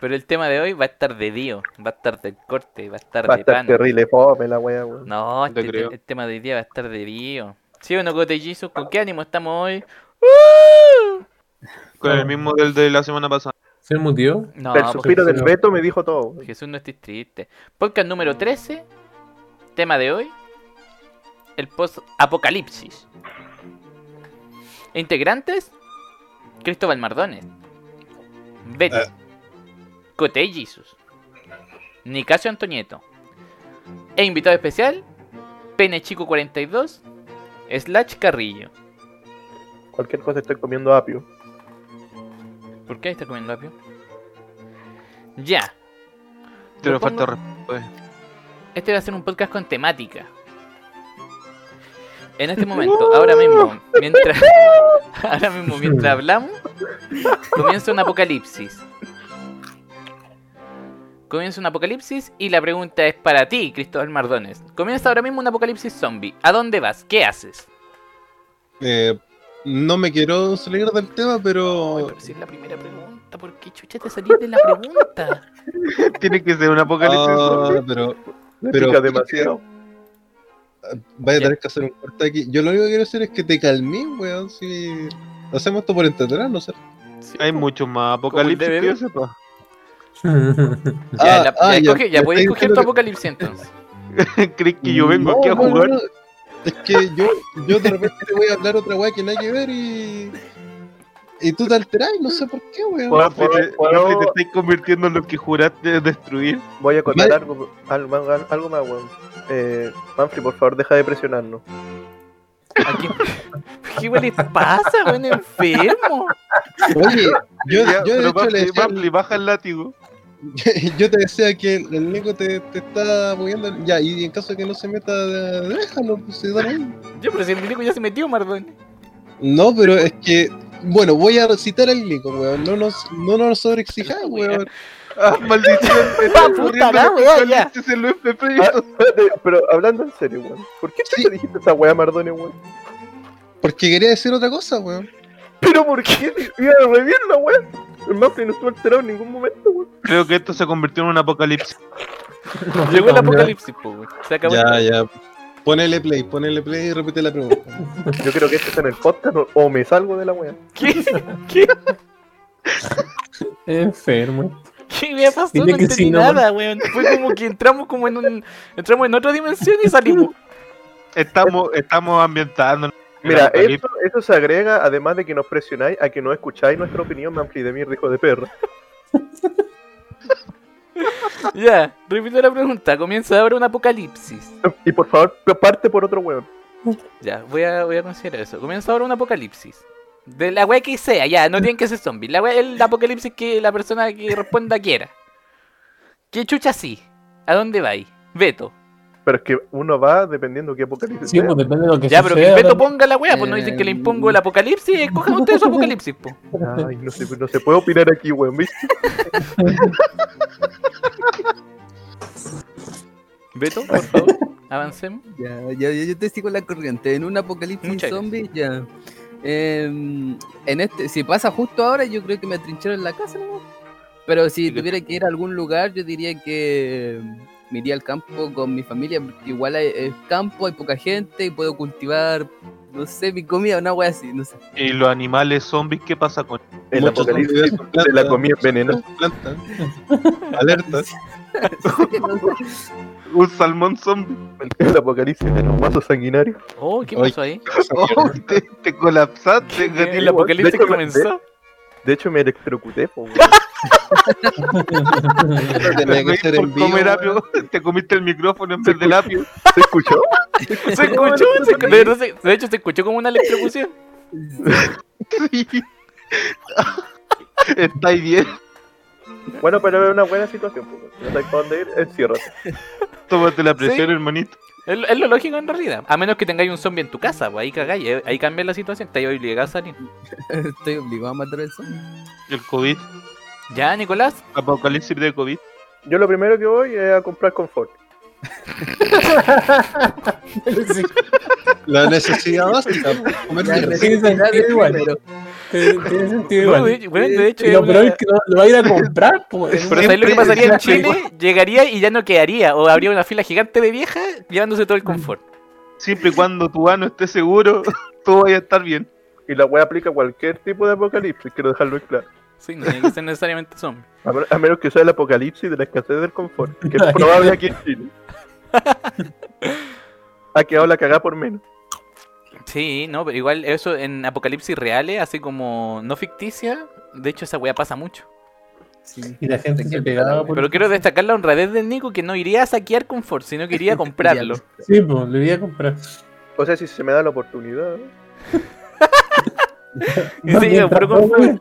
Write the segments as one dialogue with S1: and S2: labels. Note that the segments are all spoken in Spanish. S1: Pero el tema de hoy va a estar de Dio, va a estar del corte, va a estar
S2: Va a
S1: de
S2: estar
S1: pan.
S2: terrible, fome la wea, weón.
S1: No,
S3: No te
S1: este te-
S3: creo.
S1: el tema de hoy día va a estar de Dio. ¿Sí o no, Cote Jesus? ¿Con qué ánimo estamos hoy?
S3: Con el mismo del de la semana pasada.
S4: ¿Se mutió?
S1: No, pues, porque-
S2: el suspiro del Beto me dijo todo. weón.
S1: Jesús, no estés triste. Podcast número 13, tema de hoy, el post-apocalipsis. Integrantes, Cristóbal Mardones, Betty,
S5: Eh.
S1: Cote Jesus, Nicasio Antonieto, e invitado especial, Pene Chico 42, Slash Carrillo.
S2: Cualquier cosa estoy comiendo apio.
S1: ¿Por qué está comiendo apio? Ya,
S3: Te lo
S1: Supongo-
S3: falta respeto. eh.
S1: Este va a ser un podcast con temática. En este momento, ahora mismo, mientras ahora mismo mientras hablamos, comienza un apocalipsis. Comienza un apocalipsis y la pregunta es para ti, Cristóbal Mardones. Comienza ahora mismo un apocalipsis zombie. ¿A dónde vas? ¿Qué haces?
S5: Eh, no me quiero salir del tema,
S1: Ay,
S5: pero.
S1: pero si es la primera pregunta, ¿por qué chucha te salís de la pregunta?
S3: Tiene que ser un apocalipsis.
S5: Ah,
S3: zombie.
S5: pero
S2: Me
S5: Pero-
S2: pica demasiado.
S5: vaya a
S1: Ya.
S5: tener que hacer un corte aquí. Yo lo único que quiero hacer es que te calmes, weón. Si hacemos esto por entretenernos, ¿cierto?
S1: Sí,
S3: Hay
S1: po.
S3: muchos más
S1: Como el
S3: apocalipsis que
S1: DVD.
S3: yo sepa.
S1: Ya,
S5: Ah,
S1: la-
S5: ah,
S1: ya escoge- ya
S5: me
S1: puedes
S5: estáis
S1: escoger tu
S5: diciendo
S1: apocalipsis entonces.
S3: ¿Crees que yo vengo
S5: No,
S3: aquí a
S5: no,
S3: jugar?
S5: no, no. Es que yo, yo de repente voy a hablar otra weá que nada que ver y. Y tú te alterás, no sé por qué, weón.
S2: Bueno,
S3: Waffle, te-
S2: puedo-
S3: Waffle, te estáis convirtiendo en lo que juraste destruir.
S2: Voy a contar
S5: Vale.
S2: algo, algo, algo- algo más, weón. Eh, Manfred, por favor, deja de presionarnos.
S1: ¿A quién- ¿Qué güey les pasa, güey? Enfermo.
S5: Oye, yo,
S3: Ya,
S5: yo de
S3: pero
S5: hecho le
S3: Waffle,
S5: decía, al-
S3: Waffle, baja el látigo.
S5: yo te decía que el, el Nico te, te está moviendo. Ya, y en caso de que no se meta, déjalo, pues se da lo mismo.
S1: Yo, pero si el milico ya se metió, Mardón.
S5: No, pero es que. Bueno, voy a citar al Nico, weón. No nos, no nos sobreexijás, weón.
S3: Ah, maldición. me está
S1: Ah, puta
S3: ocurriendo
S1: la
S3: el
S1: wea, ya.
S3: apocalipsis en los FP.
S2: Ah, espérate, pero hablando en serio, weón. ¿Por qué
S5: Sí.
S2: te dijiste esa weá, Mardone, weón?
S5: Porque quería decir otra cosa, weón.
S2: Pero ¿por qué te iba a revivir la weá? El Manfred no estuvo alterado en ningún momento, weón.
S3: Creo que esto se convirtió en un apocalipsis.
S1: Llegó el apocalipsis, po, güey. Se acabó. el-
S5: Ya, ya. Ponele play, ponele play y repite la pregunta.
S2: Yo creo que este está en el podcast o, o me salgo de la weá.
S1: ¿Qué? ¿Qué?
S4: Enfermo.
S1: ¿Qué me pasó?
S4: Dile
S1: no
S4: que
S1: entendí
S4: sí, nomás.
S1: nada, güey. Fue como que entramos como en un... Entramos en otra dimensión y salimos.
S3: Estamos, estamos ambientando.
S2: Mira, eso, eso se agrega, además de que nos presionáis, a que no escucháis nuestra opinión, Manfred de mierda, hijo de perra.
S1: Ya, repito la pregunta. Comienza ahora un apocalipsis.
S2: Y por favor, parte por otro weón.
S1: Ya, voy a, voy a considerar eso. Comienza ahora un apocalipsis. De la weá que sea, ya, no tienen que ser zombies. La weá, el apocalipsis que la persona que responda quiera. ¿Qué chucha sí? ¿A dónde vais? Beto.
S2: Pero es que uno va dependiendo qué apocalipsis
S4: Sí,
S2: sea.
S4: pues depende de lo que
S1: Ya, pero que el
S4: suceda.
S1: Beto ponga la weá, pues no dicen que le
S5: Eh,
S1: impongo el apocalipsis, escojan ustedes su apocalipsis, po.
S2: Ay, no se, no se puede opinar aquí, weón. ¿viste?
S1: Beto, por favor, avancemos.
S6: Ya, ya, ya, yo te sigo la corriente. En un apocalipsis
S1: Muchas gracias.
S6: zombie, ya. Em, en este, si pasa justo ahora, yo creo que me atrinchero en la casa, ¿no? Pero si
S1: Sí, te-
S6: tuviera que ir a algún lugar, yo diría que em, me iría al campo con mi familia, porque igual hay, es campo, hay poca gente y puedo cultivar, no sé, mi comida, una wea así, no sé.
S3: Y los animales zombies, ¿qué pasa con
S2: El
S5: Muchos
S2: apocalipsis
S5: zombies versus
S2: de la
S5: plantas,
S2: comida
S5: muchos
S2: venenosa.
S5: zombies versus plantas. Alerta.
S6: No sé.
S3: un salmón zombie?
S2: El apocalipsis de los mazos sanguinarios.
S1: Oh, ¿qué
S5: Oye,
S1: pasó ahí?
S3: Oh, te, te colapsaste.
S1: El
S3: gatito.
S2: igual,
S1: apocalipsis
S2: de hecho,
S1: comenzó.
S2: De hecho, me electrocuté, po, weón.
S5: Tenía que ser en
S3: Por
S5: vivo,
S3: comer
S5: weón.
S3: apio, te comiste el micrófono en vez del apio.
S2: ¿Se escuchó?
S1: Se escuchó, se escu- de, verdad se- de hecho se escuchó como una electrocución.
S3: Sí. ¿Estáis bien?
S2: Bueno, pero es una buena situación, po, weón. No sabes para dónde ir, enciérrate.
S3: Tómate la presión, hermanito.
S1: Es, lo- es lo lógico en realidad. A menos que tengáis un zombie en tu casa, pues ahí cagáis, eh, ahí cambia la situación, estáis obligados a salir.
S6: Estoy obligado a matar al zombie.
S3: El COVID.
S1: Ya, Nicolás,
S3: Apocalipsis de COVID.
S2: Yo lo primero que voy es a comprar confort.
S4: Sí,
S5: La necesidad básica. Comer
S6: La
S5: mierda.
S4: sí,
S6: necesidad de
S4: igual.
S6: primero.
S4: Tiene tiene sentido
S1: No,
S4: igual.
S1: de, bueno, de hecho,
S4: Y lo
S1: es
S4: peor
S1: una-
S4: es que lo, lo va a ir a comprar, pues.
S1: Pero ¿sabes lo que pasaría en Chile? Llegaría y ya no quedaría. O habría una fila gigante de viejas llevándose todo el confort.
S3: Siempre y cuando tu ano esté seguro, todo vaya a estar bien.
S2: Y la wea aplica a cualquier tipo de apocalipsis, quiero dejarlo en claro.
S1: Sí, no tiene que ser necesariamente zombie.
S2: A, men- a menos que sea el apocalipsis de la escasez del confort, que es probable aquí en Chile. Ha quedado la cagada por menos.
S1: Sí, no, pero igual eso en apocalipsis reales, así como no ficticia, de hecho esa weá pasa mucho.
S6: Sí.
S4: Y la gente se pegaba por...
S1: Pero quiero destacar la honradez del Nico que no iría a saquear confort, sino que iría a comprarlo.
S4: Sí, pues, lo iba a comprar.
S2: O sea, si se me da la oportunidad.
S1: Y se llega puro
S4: todos
S1: confort.
S4: los-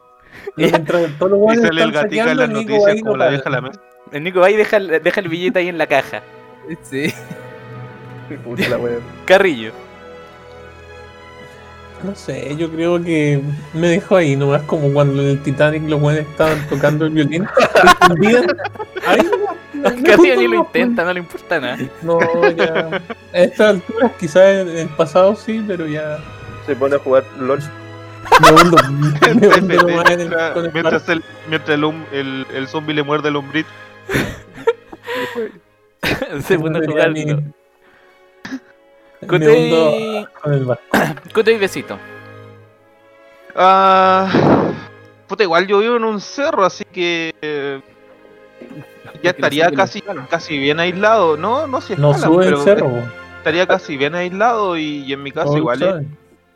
S4: mientras todos los
S3: Y
S4: guanes
S3: sale el
S4: están
S3: gatito en
S4: saqueando,
S3: las
S4: el Nico
S3: noticias
S4: ahí
S3: como
S4: lo
S3: la
S4: paga.
S3: vieja a la mesa.
S1: El Nico va y deja, el- deja el billete ahí en la caja.
S6: Sí.
S2: Y puta la wea.
S1: Carrillo.
S4: No sé, yo creo que me dejó ahí nomás como cuando en el Titanic los buenos estaban tocando el violín. escondidas. Ahí nomás, me
S1: Casi
S4: gustó
S1: ni lo
S4: nomás, pues.
S1: intenta, no le importa nada.
S4: No, ya. A estas alturas, quizás en el pasado sí, pero ya.
S2: Se pone a jugar LOL.
S4: Me hundo, me hundo nomás en el, con el mar.
S3: Mientras el, mientras el, hom- el, el zombie le muerde el hombrito.
S1: Se pone a
S4: Me
S1: jugar.
S4: mi-
S1: ¿no?
S4: Me hundo
S1: Cote
S4: con el mar.
S1: Cote y besito.
S3: Ah, puta, igual yo vivo en un cerro, así que eh, ya estaría casi, casi bien aislado. No, no si
S4: No
S3: escalan,
S4: sube el
S3: pero
S4: cerro.
S3: Estaría casi bien aislado y, y en mi casa
S4: no
S3: igual ¿eh? es,
S4: sabe.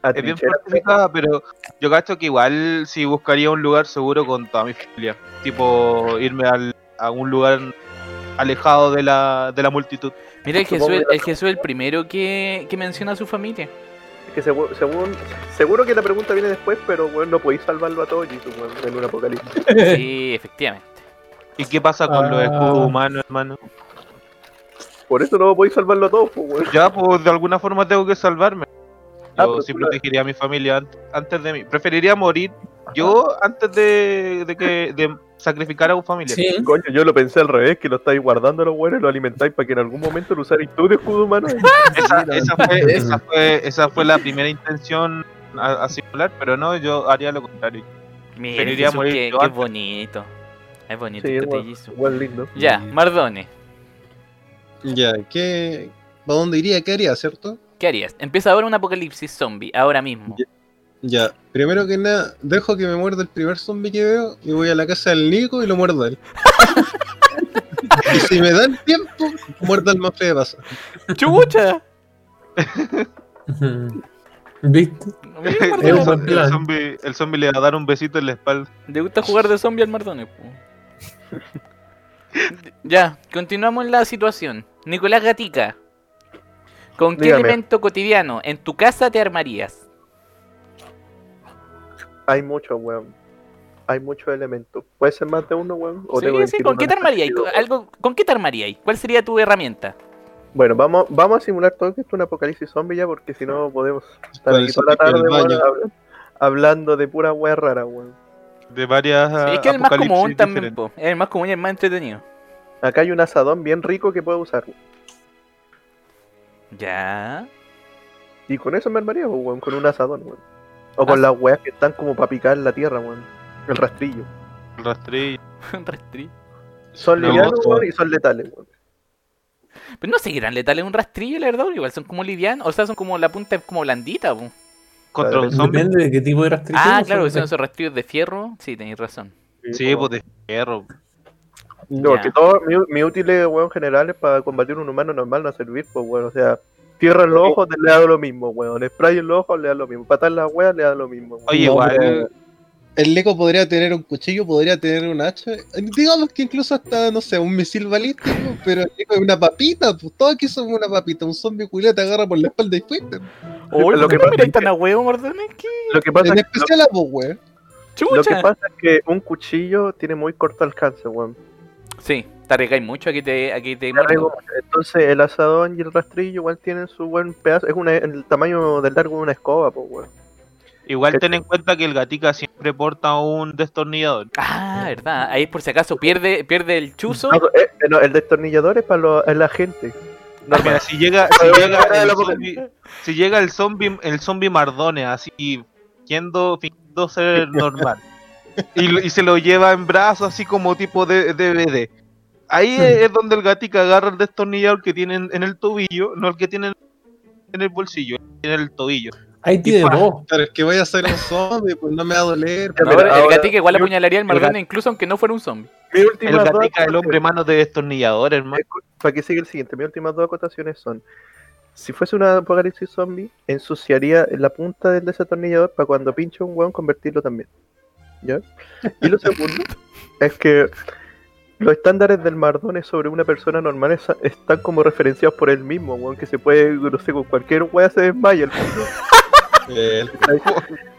S2: A
S3: es bien
S2: trinchera.
S3: fortificada, pero yo gasto que igual si buscaría un lugar seguro con toda mi familia. Tipo irme al- a un lugar alejado de la, de la multitud.
S1: Mira, el
S2: Supongo
S1: Jesús,
S2: que-
S1: el Jesús es el primero que, que menciona a su familia.
S2: Es que segu- según, seguro que la pregunta viene después, pero bueno, no podéis salvarlo a todos YouTube, weón, en un apocalipsis.
S1: Sí, efectivamente.
S3: ¿Y qué pasa con los
S4: Ah.
S3: escudos humanos, hermano?
S2: Por eso no podéis salvarlo a todos, pues, weón.
S3: Ya, pues de alguna forma tengo que salvarme.
S2: Ah,
S3: Yo
S2: pero
S3: sí
S2: tú la-
S3: protegería a mi familia an- antes de mí. Preferiría morir yo antes de, de que de sacrificar a mi familia.
S4: Sí.
S2: Coño, yo lo pensé al revés, que lo estáis guardando los weones, lo alimentáis para que en algún momento lo usaréis tú de escudo humano.
S3: Esa, esa fue, esa, fue, esa fue la primera intención a, a simular, pero no, yo haría lo contrario.
S1: Mira,
S3: Preferiría
S1: Jesús,
S3: morir
S1: qué,
S3: yo
S1: qué
S3: antes.
S1: bonito. Es bonito
S2: Sí,
S1: este
S2: bueno.
S1: pellizo.
S2: Igual lindo.
S1: Ya, Mardone,
S5: Ya, ¿qué? ¿Para dónde iría? ¿Qué haría, cierto?
S1: ¿qué harías? Empieza ahora un apocalipsis zombie, ahora mismo.
S5: Ya, primero que nada, dejo que me muerda el primer zombie que veo y voy a la casa del Nico y lo muerdo a él. y si me dan tiempo, muerda al mafre de pasa.
S1: ¡Chucha!
S4: Ujú. ¿Viste?
S1: Mira,
S4: Es
S3: El,
S1: Mardone.
S4: un buen
S3: zom- el
S4: plan.
S3: zombie, el zombie le va a dar un besito en la espalda.
S1: Le gusta jugar de zombie al Mardone. po. Ya, continuamos la situación. Nicolás Gatica, ¿con qué
S2: Dígame.
S1: elemento cotidiano en tu casa te armarías?
S2: Hay muchos, weón. Hay muchos elementos. Puede ser más de uno, weón.
S1: Sí,
S2: tengo que
S1: sí,
S2: elegir
S1: ¿Con
S2: uno
S1: qué te
S2: en este
S1: armarías? ¿Con,
S2: específico?
S1: algo, ¿Con qué te armarías? ¿Cuál sería tu herramienta?
S2: Bueno, vamos, vamos a simular todo que esto es un apocalipsis zombie ya, porque si no podemos estar
S5: Con
S2: aquí
S5: el
S2: toda la
S5: zombie
S2: tarde,
S5: en el
S2: weón,
S5: baño.
S2: hab- hablando de pura wea rara, weón.
S3: De varias.
S2: Ah,
S1: Sí, es que es el más
S3: apocalipsis
S1: común también,
S3: diferentes.
S1: po. es el más común y el más entretenido.
S2: Acá hay un asadón bien rico que puedo usar.
S1: Ya.
S2: Y con eso me armaría, pues, weón, con un asadón, weón. O con las weas que están como para picar la tierra, weón. El rastrillo.
S3: El rastrillo.
S1: Un rastrillo.
S2: Son
S3: No,
S2: livianos,
S3: no.
S2: weón, y son letales, weón.
S1: Pero no sé qué tan letal es un rastrillo, la verdad, porque igual son como livianos. O sea, son como la punta es como blandita. po.
S3: Contra un zombie.
S4: Depende de qué tipo de pues. restricción.
S1: Ah,
S4: son.
S1: claro, que son esos rastrillos de fierro. Sí, tenéis razón.
S3: Sí,
S2: weón.
S3: pues de fierro.
S5: pues,
S2: No,
S1: Ya.
S2: porque todo mi, mi útil, weón, general es para combatir un humano normal, no servir, pues, weón. O sea, tierra en los ojos le da lo mismo, weón. Spray en los ojos le da lo mismo. Patar en las weas le da lo mismo, weón.
S3: Oye,
S5: No,
S3: igual.
S5: pero- El Nico podría tener un cuchillo, podría tener un hacha. Digamos que incluso hasta, no sé, un misil balístico, pero el Nico es una papita. Pues todos aquí somos una papita. Un zombie culé te agarra por la espalda y fuiste.
S1: Oye, ¿por
S2: lo
S1: qué
S2: que
S1: me
S2: pasa
S1: miráis
S2: es
S1: tan
S2: que-
S1: a huevo, Mardone? ¿Qué
S2: Lo que pasa
S5: En este
S2: es que-
S5: especial a vos, weón.
S2: Lo que
S1: chucha?
S2: pasa es que un cuchillo tiene muy corto alcance, weón.
S1: Sí, te arriesgáis mucho aquí te, aquí te
S2: Me arriesgo
S1: muerto.
S2: mucho. Entonces el asadón y el rastrillo igual tienen su buen pedazo. Es una, el tamaño del largo de una escoba, pues, weón.
S3: Igual ten en cuenta que el gatica siempre porta un destornillador.
S1: Ah, verdad. Ahí por si acaso pierde, pierde el chuzo.
S2: No, eh, eh, no, el destornillador es para lo- es la gente. No,
S3: Mira, si llega, si llega el zombie, si llega el zombie, el zombie Mardone así, siendo, fingiendo siendo ser normal. Y, y se lo lleva en brazos, así como tipo de DVD. Ahí es donde el gatica agarra el destornillador que tienen en el tobillo, no el que tienen en el bolsillo, en el tobillo.
S4: Ahí tiene dos.
S5: Pero es que voy a ser un zombie, pues no me va a doler.
S2: Ya,
S1: No,
S2: pero
S1: el
S2: ahora-
S1: gatica igual
S2: yo-
S1: apuñalaría al Margano
S2: gat-
S1: incluso aunque no fuera un zombie.
S2: Mi última
S3: El gatica el hombre manos de destornillador, hermano.
S2: Para que sigue el siguiente, mis últimas dos acotaciones son: si fuese una apocalipsis zombie, ensuciaría la punta del desatornillador para cuando pinche un hueón convertirlo también. ¿Ya? Y lo segundo es que los estándares del Mardone sobre una persona normal es- están como referenciados por él mismo, hueón, que se puede, no sé, con cualquier hueá se desmaya. el culo.
S5: El,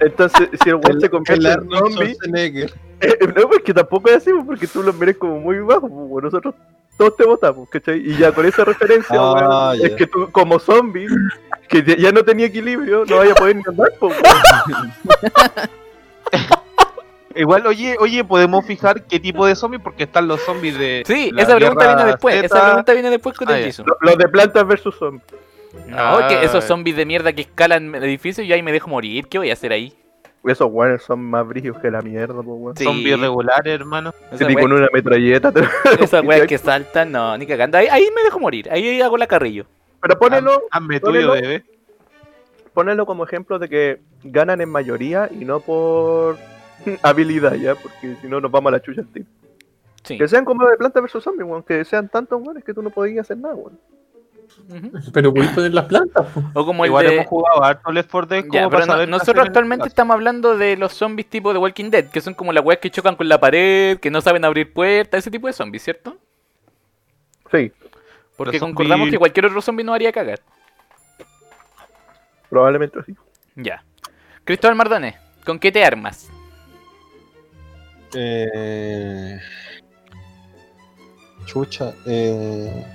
S2: Entonces, si el hueón se
S5: el
S2: convierte en
S5: Arnold
S2: zombie,
S5: Schwarzenegger.
S2: eh, no, pues que tampoco es así, pues, porque tú los miras como muy bajo, pues, weón. nosotros todos te votamos, ¿cachai? Y ya con esa referencia,
S5: Ah,
S2: weón,
S5: ya.
S2: es que tú como zombie, que ya- ya no tenía equilibrio, no vaya a poder ni andar, pues, weón.
S3: Igual, oye, oye, podemos fijar qué tipo de zombies, porque están los zombies de.
S2: Eh,
S1: Sí,
S3: la
S1: esa pregunta
S3: Guerra
S1: viene después. Esa
S3: Z.
S1: pregunta viene después con
S3: Ah,
S1: el
S3: ya.
S1: Jisoo.
S2: Lo- Los de plantas versus zombies.
S1: No,
S3: Ah.
S1: que esos zombies de mierda que escalan edificios, yo ahí me dejo morir. ¿Qué voy a hacer ahí?
S2: Esos weones son más brillos que la mierda, pues, weón.
S1: Sí.
S3: Zombies regulares, hermano.
S1: Esa
S2: Te di
S1: wea-
S2: con una metralleta, te-
S1: Esa wea que saltan, no, ni cagando. Ahí, ahí me dejo morir. Ahí hago la carrillo.
S2: pero ponelo,
S3: Hazme
S2: ponelo.
S3: tuyo, bebé.
S2: ponelo como ejemplo de que ganan en mayoría y no por habilidad, ya, porque si no nos vamos a la chucha al tiro.
S1: Sí.
S2: Que sean como los de plantas versus zombies, weón, que sean tantos weones que tú no podías hacer nada, weón.
S1: Ujú.
S4: Pero voy a poner las plantas. po.
S1: O como el
S3: Igual
S1: de...
S3: hemos jugado harto Left 4
S1: Ya,
S3: Dead como
S1: pero no-
S3: para saber qué hacer
S1: nosotros
S3: en-
S1: actualmente estamos hablando de los zombies tipo de Walking Dead, que son como las weas que chocan con la pared, que no saben abrir puertas, ese tipo de zombies, ¿cierto?
S2: Sí,
S1: Porque
S3: Los
S1: concordamos
S3: zombies-
S1: que cualquier otro zombie nos haría cagar.
S2: probablemente sí.
S1: Ya. Cristóbal Mardones, ¿con qué te armas?
S5: Eh, chucha. Eh,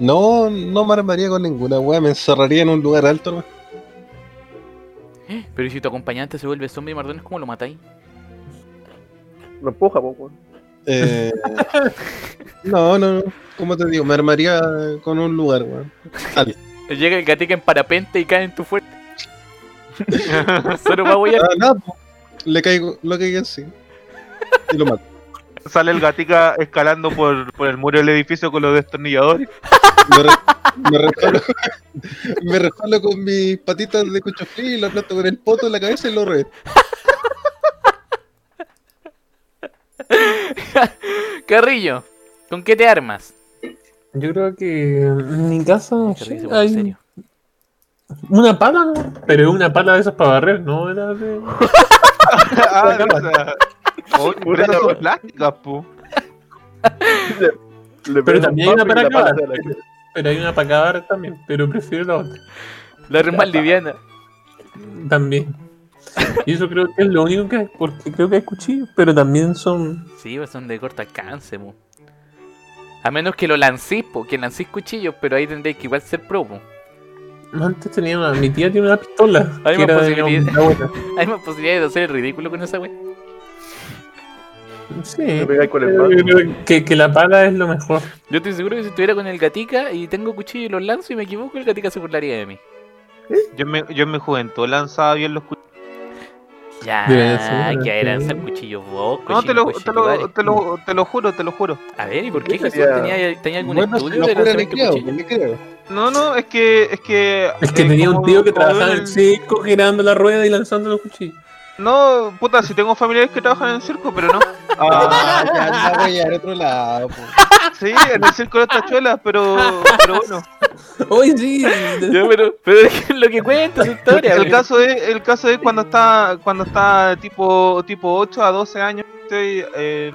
S5: no, no me armaría con ninguna weá. Me encerraría en un lugar alto. ¿no?
S1: Pero ¿y si tu acompañante se vuelve zombie Mardones, ¿cómo lo matáis?
S2: Lo empuja, pues, weón.
S5: Eh, no, no, no. ¿Cómo te digo? Me armaría con un lugar, weón.
S1: Llega el gatica en parapente y cae en tu fuerte. Solo va a huear.
S5: Ah, nada, po. le caigo lo que yo sí. Y lo mato.
S3: Sale el gatica escalando por, por el muro del edificio con los destornilladores.
S5: Me, re- me resbalo, me resbalo con mis patitas de cucho frío y lo aplasto con el poto en la cabeza y lo reto.
S1: Carrillo, ¿con qué te armas?
S4: Yo creo que en mi casa no sé,
S1: Carrillo, se pone
S4: hay
S1: serio.
S4: una pala, ¿no? pero es una pala de esas para barrer, no era de.
S3: ah, de esa. Oye, pero esas son plásticas, pu.
S2: Le
S4: Pero
S2: pega
S4: también hay
S2: un papi
S4: una para
S2: y la
S4: acabar.
S2: pata de la cara.
S4: Pero hay una para acabar también, pero prefiero la otra.
S1: La arma más liviana.
S4: También. Y eso creo que es lo único que hay, porque creo que hay cuchillos, pero también son.
S1: Sí, pues son de corto alcance, mo. A menos que lo lancís, po, que lancís cuchillos, pero ahí tendréis que igual ser pro, po.
S4: Antes tenía una. Mi tía tiene una pistola.
S1: Hay
S4: que
S1: más
S4: era de
S1: posibilidades.
S4: mi abuela.
S1: Hay más posibilidades de hacer el ridículo con esa wea.
S4: Sí.
S2: Le pega ahí con el
S4: Pero
S2: brazo.
S4: yo creo que, que la pala es lo mejor.
S1: Yo estoy seguro que si estuviera con el gatica y tengo cuchillo y los lanzo y me equivoco, el gatica se burlaría de mí.
S3: Yo en mi, yo en mi juventud lanzaba bien los cuchillos.
S1: Ya,
S4: Debería ser,
S1: que
S4: sí.
S1: era lanzar cuchillos vos,
S3: No,
S1: cuchillos,
S3: te lo,
S1: cuchillos
S3: te, lo,
S1: iguales.
S3: te, lo, te lo juro, te lo juro.
S1: A ver, ¿y por qué Jesús?
S2: Sería-
S1: ¿Tenía, tenía algún
S5: Bueno, si
S1: estudio
S5: lo
S1: de
S5: juro,
S1: lanzamiento
S5: le
S1: de
S5: creo,
S1: cuchillos?
S5: le creo.
S3: No, no, es que. Es que,
S4: Es que
S3: eh,
S4: tenía un
S3: como-
S4: tío que
S3: como
S4: trabajaba en
S3: el-
S4: el circo girando la rueda y lanzando los cuchillos.
S3: No, puta, si tengo familiares que trabajan en el circo, pero no.
S5: Ah, ya anda a huellar a otro lado, po.
S3: Sí, en el circo de las tachuelas, pero, pero bueno.
S4: ¡Oye, sí!
S1: Ya, pero, pero es lo que cuenta su historia.
S3: El
S1: po.
S3: caso es, el caso es cuando está, cuando está tipo, tipo 8 a 12 años, estoy, eh,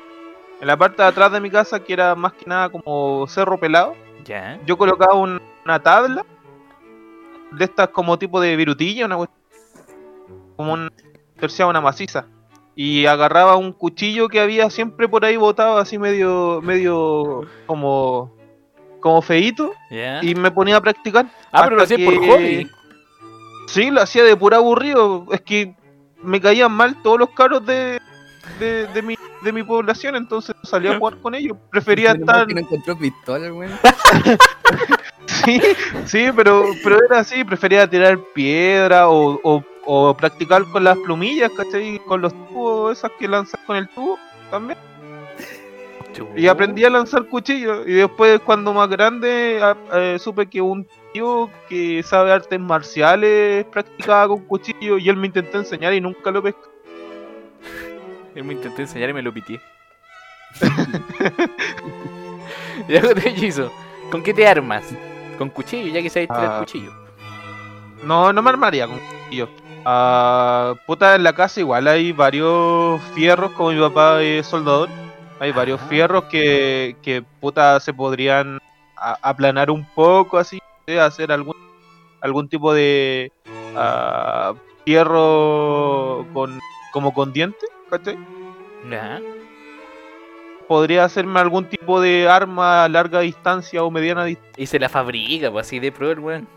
S3: en la parte de atrás de mi casa, que era más que nada como cerro pelado,
S1: Ya,
S3: yo colocaba un- una tabla de estas como tipo de virutilla, una cuestión, como un terciaba una maciza. Y agarraba un cuchillo que había siempre por ahí botado, así medio, medio como, como feíto,
S1: ya.
S3: y me ponía a practicar.
S1: Ah, pero lo
S3: hasta
S1: hacía por
S3: que-
S1: hobby.
S3: Sí, lo hacía de pura aburrido. Es que me caían mal todos los caros de, de, de mi, de mi población, entonces salía a jugar con ellos. Prefería
S6: Menos mal
S3: estar.
S6: que no encontró pistola, weón.
S3: Sí, sí pero, pero era así. Prefería tirar piedra o, o o practicar con las plumillas, ¿cachai? Con los tubos, esas que lanzas con el tubo también.
S1: Oh.
S3: Y aprendí a lanzar cuchillos. Y después, cuando más grande, a- eh, supe que un tío que sabe artes marciales practicaba con cuchillos y él me intentó enseñar y nunca lo pescó.
S1: Yo me intenté enseñar y me lo pitié. y hago de hechizo. ¿Con qué te armas? Con cuchillo, ya que sabes tirar
S3: Ah.
S1: cuchillo.
S3: No, no me armaría con cuchillos. Ah, puta, en la casa igual hay varios fierros, como mi papá es soldador. Hay varios
S1: Ajá.
S3: fierros que, que, puta, se podrían a- aplanar un poco, así, de hacer algún, algún tipo de ah, fierro con, como con dientes, ¿cachai?
S1: Ajá.
S3: Podría hacerme algún tipo de arma a larga distancia o mediana distancia.
S1: Y se la fabrica, pues así de pro el weón.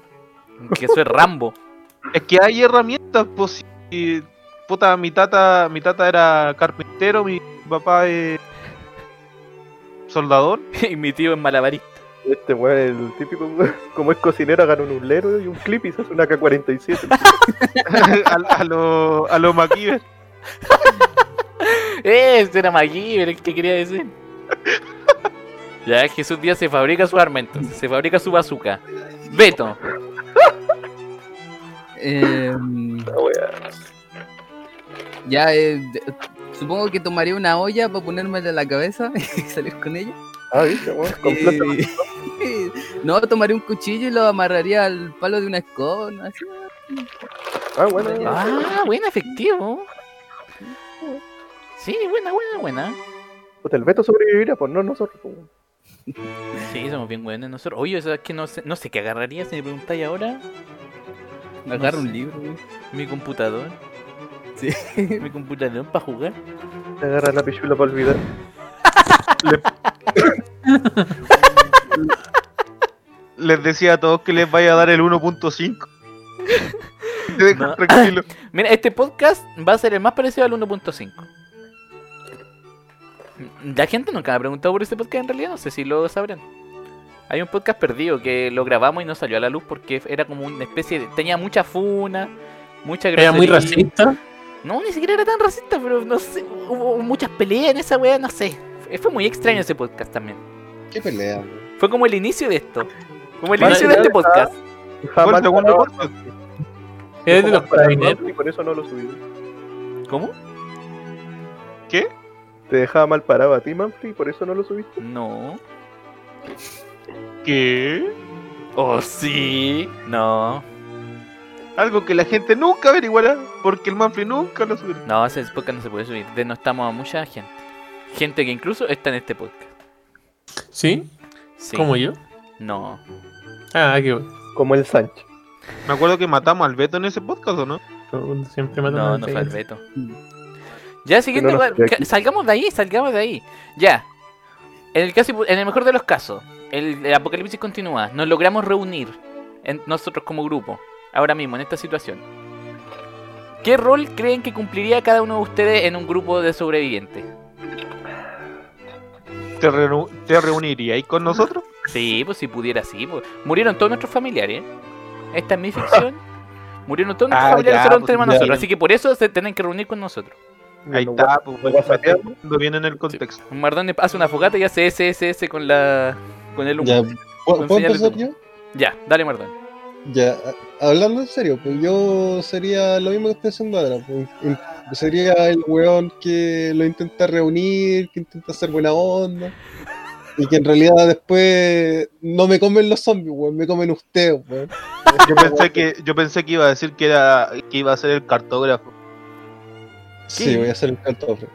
S1: Que eso es Rambo.
S3: Es que hay herramientas, pues, si- puta, mi tata, mi tata era carpintero, mi papá es soldador.
S1: y mi tío es malabarista.
S2: Este weón es el típico weón. Como es cocinero, agarra un ulero y un clip y se hace una K-47.
S3: a, a lo, a lo MacGyver.
S1: Este era MacGyver, el que quería decir. ya, Jesús Díaz se fabrica su arma entonces, se fabrica su bazooka. Beto,
S6: Eh,
S2: La wea.
S6: ya, eh, de- supongo que tomaría una olla para ponérmela en la cabeza y salir con ella.
S2: Ah, viste, weón. Completo.
S6: Eh, no, tomaría un cuchillo y lo amarraría al palo de una escoba, ¿no? Así.
S2: Ah, bueno.
S1: Ah, buen efectivo. Sí, buena, buena, buena.
S2: Puta, el Beto sobrevivirá, pues no nosotros. pues, weón.
S1: Sí, somos bien buenos nosotros. Oye, ¿sabes que no sé, no sé qué agarraría si me preguntáis ahora?
S6: Me agarro
S1: sé.
S6: un libro, güey.
S1: Mi computador.
S6: Sí.
S1: Mi computador para jugar.
S2: Te agarra la pichula para olvidar.
S3: Les decía a todos que les vaya a dar el 1.5. Te dejo
S1: No.
S3: tranquilo.
S1: Mira, este podcast va a ser el más parecido al 1.5. La gente nunca me ha preguntado por este podcast, en realidad no sé si lo sabrán. Hay un podcast perdido que lo grabamos y no salió a la luz porque era como una especie de... Tenía mucha funa, mucha
S4: Era muy
S1: grosería.
S4: racista.
S1: No, ni siquiera era tan racista, pero no sé, hubo muchas peleas en esa weá, no sé. Fue- Fue muy extraño ese podcast también.
S5: ¿Qué pelea?
S1: Fue como el inicio de esto. Como el
S2: Vale,
S1: inicio de
S2: ya
S1: este
S2: está.
S1: podcast.
S3: Fue el
S2: Jamás
S3: segundo
S2: grababa.
S3: corte.
S4: Era de los
S2: Como para
S4: carabineros.
S2: Rodney, Por eso no lo subí.
S1: ¿Cómo?
S2: Te dejaba mal parado a ti, Manfred, y por eso no lo subiste.
S1: No.
S3: ¿Qué?
S1: Oh, sí. No.
S3: Algo que la gente nunca averiguará, porque el Manfred nunca lo subirá.
S1: No, ese podcast no se puede subir. Denostamos a mucha gente. Gente que incluso está en este podcast.
S4: ¿Sí?
S1: Sí.
S4: ¿Como yo?
S1: No.
S4: Ah, qué bueno.
S2: Como el Sánchez.
S3: Me acuerdo que matamos al Beto en ese podcast, ¿o no?
S4: Todo- Siempre matan a
S1: No,
S4: la
S1: no fue el
S4: gente.
S1: Beto.
S3: Mm.
S1: Ya, siguiente.
S2: no
S1: weá,
S2: estoy aquí.
S1: ca- salgamos de ahí, salgamos de ahí. Ya. En el, casi, en el mejor de los casos, el, el apocalipsis continúa. Nos logramos reunir en- nosotros como grupo. Ahora mismo, en esta situación. ¿Qué rol creen que cumpliría cada uno de ustedes en un grupo de sobrevivientes?
S3: ¿Te, reuniría te reuniríais con nosotros?
S1: Sí, pues si pudiera, sí. pues. Murieron todos nuestros familiares. Esta es mi ficción. Murieron todos nuestros
S3: Ah,
S1: familiares,
S3: ya,
S1: solo
S3: pues,
S1: tenemos
S3: ya.
S1: nosotros. Así que por eso se tienen que reunir con nosotros.
S3: Ahí
S2: Bueno,
S3: está, pues,
S2: lo guasapeamos.
S3: lo viene en el contexto.
S1: Mardone hace una fogata y hace SSS con la. con el humo.
S5: Ya,
S1: Ya,
S5: ¿Puedo, puedo
S1: Enséñale
S5: empezar
S1: tú.
S5: yo?
S1: dale Mardone.
S5: Ya, a- hablando en serio, pues yo sería lo mismo que estoy haciendo ahora. pues, in- sería el weón que lo intenta reunir, que intenta hacer buena onda. Y que en realidad después no me comen los zombies, weón, me comen ustedes, weón.
S3: Yo pensé que, yo pensé que iba a decir que era que iba a ser el cartógrafo.
S5: Sí, voy a hacer el pues, cartógrafo.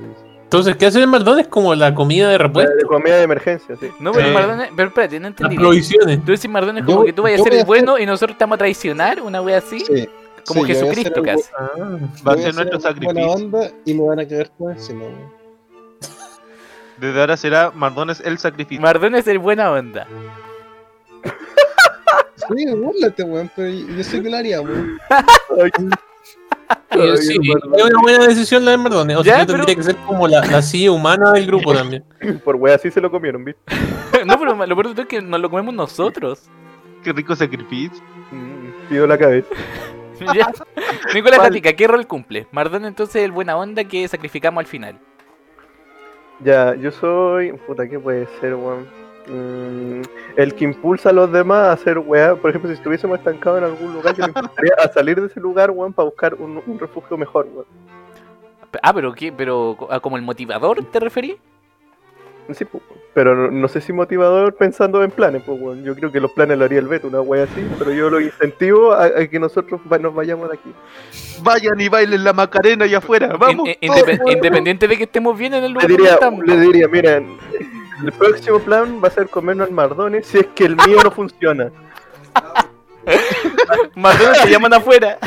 S4: Entonces, ¿qué hacen en McDonald's? Es como la comida de
S2: La
S4: repuesto.
S2: de comida de emergencia, sí.
S1: No, pero
S4: Eh.
S1: Mardone. Pero espérate, no
S4: Las
S1: entendí. bien.
S4: provisiones.
S1: Tú decís Mardone es como
S5: Yo-
S1: que tú vayas a
S5: yo
S1: ser
S5: voy
S1: el
S5: a hacer-
S1: bueno y nosotros estamos a traicionar, una wea así.
S5: Sí.
S1: como
S5: sí, yo voy a
S1: Jesucristo
S5: hacer el
S1: casi.
S4: Ah,
S3: Va a
S5: Voy
S3: ser
S5: hacer
S3: nuestro
S5: algo buena
S3: sacrificio.
S5: onda y me van a caer por encima, weón.
S3: Desde ahora será Mardones el sacrificio.
S1: Mardone es el buena onda.
S5: Sí, búrlate, weón, pero yo yo sé que lo haría, weón.
S4: Ah, yo sí, es una buena decisión la de McDonald's. O sea,
S1: Ya,
S4: yo tendría
S1: pero-
S4: que ser como la, la silla humana del grupo también.
S2: Por wea así se lo comieron, ¿viste?
S1: no, pero lo peor de todo es que nos lo comemos nosotros.
S3: Qué rico sacrificio.
S2: Mm, Pido la mm, cabeza.
S1: Ya. Nicolás
S3: Vale.
S1: Gatica, ¿qué rol cumple? Mardón entonces es el buena onda que sacrificamos al final.
S2: Ya, yo soy. Puta, ¿qué puede ser, weón? Mm, el que impulsa a los demás a hacer weá. Por ejemplo, si estuviésemos estancados en algún lugar, yo le impulsaría a salir de ese lugar, weón, para buscar un, un refugio mejor, weón.
S1: Ah, pero ¿qué? ¿Pero co- ah, como el motivador te referí?
S2: Sí, pues, pero no, no sé si motivador pensando en planes, pues, weón. Yo creo que los planes lo haría el Beto, una weá así, pero yo lo incentivo a, a que nosotros va- nos vayamos de aquí.
S3: Vayan y bailen la Macarena allá afuera. Vamos.
S1: In- in-
S3: todos,
S1: indepe-
S3: weón.
S1: independiente de que estemos bien en el
S2: Le
S1: lugar
S2: diría,
S1: donde estamos.
S2: le diría, miren, el próximo plan va a ser comernos al Mardones si es que el mío no funciona.
S1: Mardón te llaman afuera.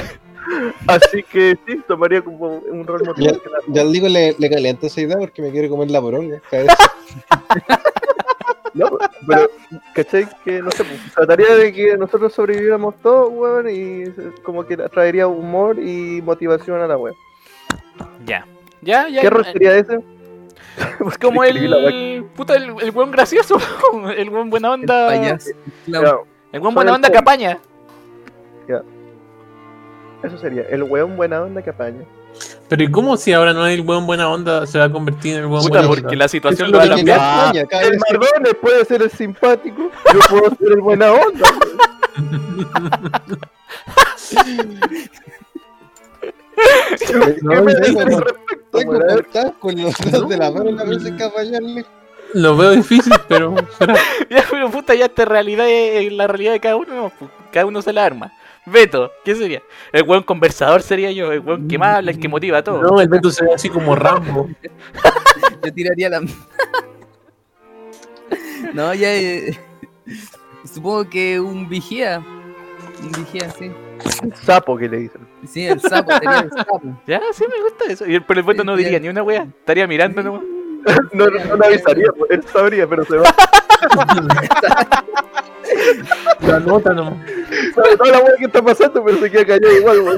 S2: Así que sí, tomaría como un rol motivacional.
S5: Ya le digo, le, le caliento esa idea porque me quiere comer la poronga. cabeza.
S2: No, pero, ¿cachai? Que no sé, pues, trataría de que nosotros sobreviviéramos todos, weón, y eh, como que traería humor y motivación a la web.
S1: Ya. Ya, ya.
S2: ¿Qué rol sería ese?
S1: Es como
S2: Escribí la wea.
S1: el. Puta, el, el buen gracioso. El buen buena
S4: Ah.
S1: onda.
S6: Payaso. Clown.
S2: Ya,
S1: El buen
S2: Soy
S1: buena
S2: el
S1: onda
S2: pobre.
S1: que apaña.
S2: Eso sería, el weón buena onda que apaña.
S4: Pero ¿y cómo si ahora no hay el buen buena onda se va a convertir en el buen
S1: Puta,
S4: buena
S1: porque
S4: onda?
S1: la situación
S4: Eso
S1: lo va
S4: es
S1: a
S4: lo que
S5: Porque
S1: cambiar.
S5: la caña, cada
S2: El
S5: vez-
S2: Mardones puede ser el simpático, yo puedo ser el buena onda.
S5: No,
S2: ¿Qué me
S5: no,
S2: dices
S5: no,
S2: al
S5: no.
S2: respecto,
S5: Tengo
S2: weón?
S5: cortadas con los dedos de la mano la vez que apañarle.
S4: Lo veo difícil, pero será.
S1: Ya, pero puta, ya esta realidad es es la realidad de cada uno. no, pu- Cada uno se la arma. Beto, ¿qué sería? El buen conversador sería yo, el buen que más habla, el que motiva a todos.
S4: No, el Beto se ve así como Rambo.
S6: Yo tiraría la. no, ya. eh, Supongo que un vigía. Un vigía, sí.
S2: Sapo que le dicen.
S6: Sí, el sapo, sería el sapo.
S1: Ya, sí me gusta eso. Y el- Pero el Beto no diría ni una wea, estaría mirando nomás.
S2: No, no, no le avisaría, pues, él sabría, pero se va.
S4: La nota nomás.
S2: Sabe toda la weá que está pasando, pero se queda callado igual, weón.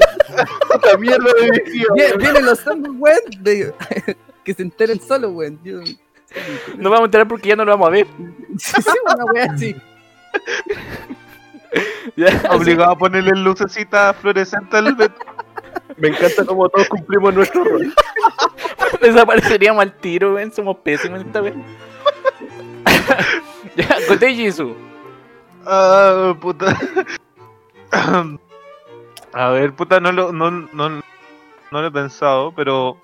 S2: Puta mierda de vigía,
S6: Vienen,
S2: weón.
S6: vienen los zombies, weón. de- que se enteren solo, weón. Yo- sí,
S1: No vamos a enterar porque ya no lo vamos a ver.
S6: sí, una wea así.
S1: Ya,
S3: Obligado a ponerle lucecita fluorescente al Beto.
S2: Me encanta como todos cumplimos nuestro rol.
S1: Desapareceríamos al tiro, weón. Somos pésimos en esta vez. ya, Gotei Jisoo.
S3: Ah, puta. A ver, puta, no lo, no, no, no lo he pensado, pero.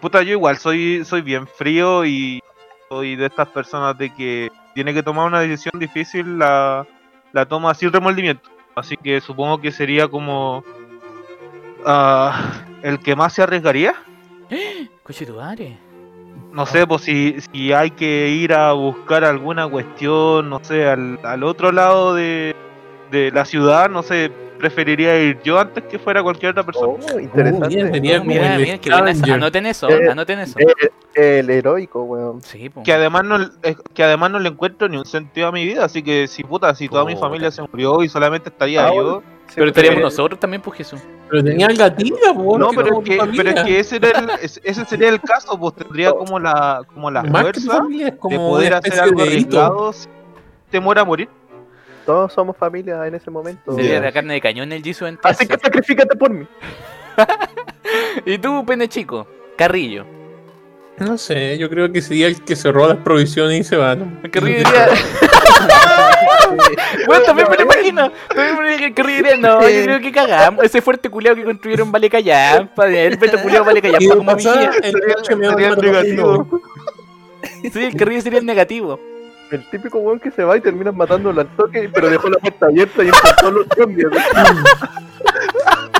S3: Puta, yo igual soy, soy bien frío y soy de estas personas de que tiene que tomar una decisión difícil, la, la toma sin remordimiento. Así que supongo que sería como. ah, el que más se arriesgaría.
S1: Coche tu madre.
S3: No sé, pues si, si hay que ir a buscar alguna cuestión, no sé, al, al otro lado de, de la ciudad, no sé, preferiría ir yo antes que fuera cualquier otra persona.
S2: Oh,
S4: Oh, mira,
S2: interesante.
S4: tenía como
S1: Mira,
S4: el
S1: mira, que buena esa.
S4: Challenger.
S1: Anoten eso,
S2: Eh,
S1: anoten eso.
S2: El, el heroico, weón.
S1: Sí, po.
S3: Que además no eh, que además no le encuentro ni un sentido a mi vida, así que si puta, si toda
S5: Oh.
S3: mi
S1: Puta.
S3: familia se murió y solamente estaría
S2: Ah,
S3: yo.
S1: Pero estaríamos
S2: Eh,
S1: nosotros también, pues Jesús.
S4: Pero tenía el gatito, po,
S3: No,
S4: que
S3: pero
S4: como
S3: es que,
S4: tu
S3: pero es
S4: familia.
S3: que ese era el- es- ese sería el caso, pues tendría como la, como la
S4: Más que tu
S3: fuerza
S4: familia, es
S3: de
S4: como
S3: poder
S4: una
S3: hacer
S4: especie
S3: algo
S4: de hito.
S3: arriesgado si te muera a morir.
S2: Todos somos familia en ese momento.
S1: Sería
S5: Ya.
S1: la carne de cañón el Jisoo
S2: Oh, Así
S1: entonces.
S2: que sacrificate por mí.
S1: Y tú, pene chico, Carrillo.
S4: No sé, yo creo que sería el que se roba las provisiones y se va. ¿no?
S1: Carrillo diría. Bueno, también
S2: eh.
S1: me lo imagino. También me lo imagino que Carrillo diría, no, yo creo que cagamos. Ese fuerte culiao que construyeron vale callampa. El petro culiao vale
S4: Y
S1: callampa
S4: de
S1: como vigía.
S4: pasada, el coche me va
S3: sería
S4: a matar
S3: negativo.
S4: uno.
S1: Sí, el Carrillo sería el negativo.
S2: El típico weón que se va y terminas matándolo al toque, pero dejó la puerta abierta y empezó los zombies.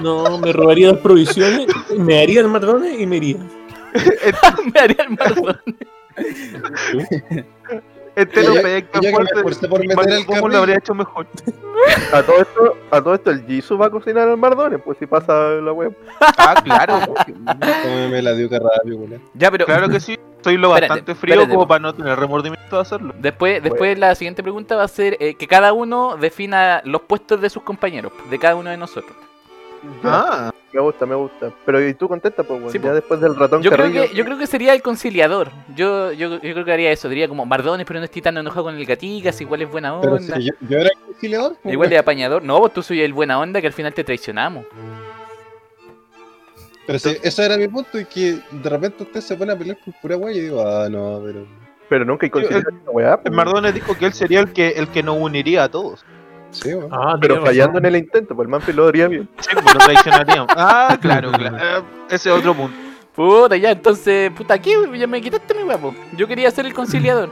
S4: No, me robaría las provisiones, me haría el McDonald's y me iría.
S1: me haría el marzo.
S3: Este
S5: Yo-
S3: lo
S5: yo-
S3: pedí
S5: yo que me esforcé por meter el
S3: ¿Cómo lo
S5: carril.
S3: habría hecho mejor?
S2: A todo esto, a todo esto el Jisoo va a cocinar al Mardones, pues si pasa la web.
S3: Ah, claro,
S5: Cómeme la diuca rápido, culiao.
S1: Ya, pero
S3: claro que sí. Soy lo
S1: Espérate,
S3: bastante frío
S1: espérate.
S3: como para no tener remordimiento de hacerlo.
S1: después, después la siguiente pregunta va a ser eh, que cada uno defina los puestos de sus compañeros, de cada uno de nosotros.
S3: Ah,
S2: Me gusta, me gusta. Pero y tú contesta, pues, weón.
S1: Sí,
S2: ya
S1: po.
S2: después del ratón
S1: Yo creo,
S2: Carrillo.
S1: que, yo creo que sería el conciliador. Yo, yo, yo creo que haría eso. Diría como Mardones, pero no estoy tan enojado con el gaticas. Igual es buena
S5: Pero
S1: onda.
S5: si yo, yo era el conciliador, pues,
S1: Igual
S5: weón.
S1: es apañador. No, vos tú soy el buena onda que al final te traicionamos.
S5: Pero si, eso era mi punto, y que de repente usted se pone a pelear por pura weá y yo digo, ah, no, pero...
S2: Pero nunca hay considerado una weá,
S3: El
S2: pues,
S3: Mardones dijo que él sería el que, el que nos uniría a todos.
S5: Sí, weón.
S4: Ah,
S2: Pero
S4: tiene
S2: fallando en el
S4: razón.
S2: intento, pues el Manfred lo haría bien.
S3: Sí, pues, lo traicionaríamos. Ah, claro, claro. Eh, Ese es otro punto.
S1: Puta, ya, entonces, puta, aquí ya me quitaste mi guapo. Yo quería ser el conciliador.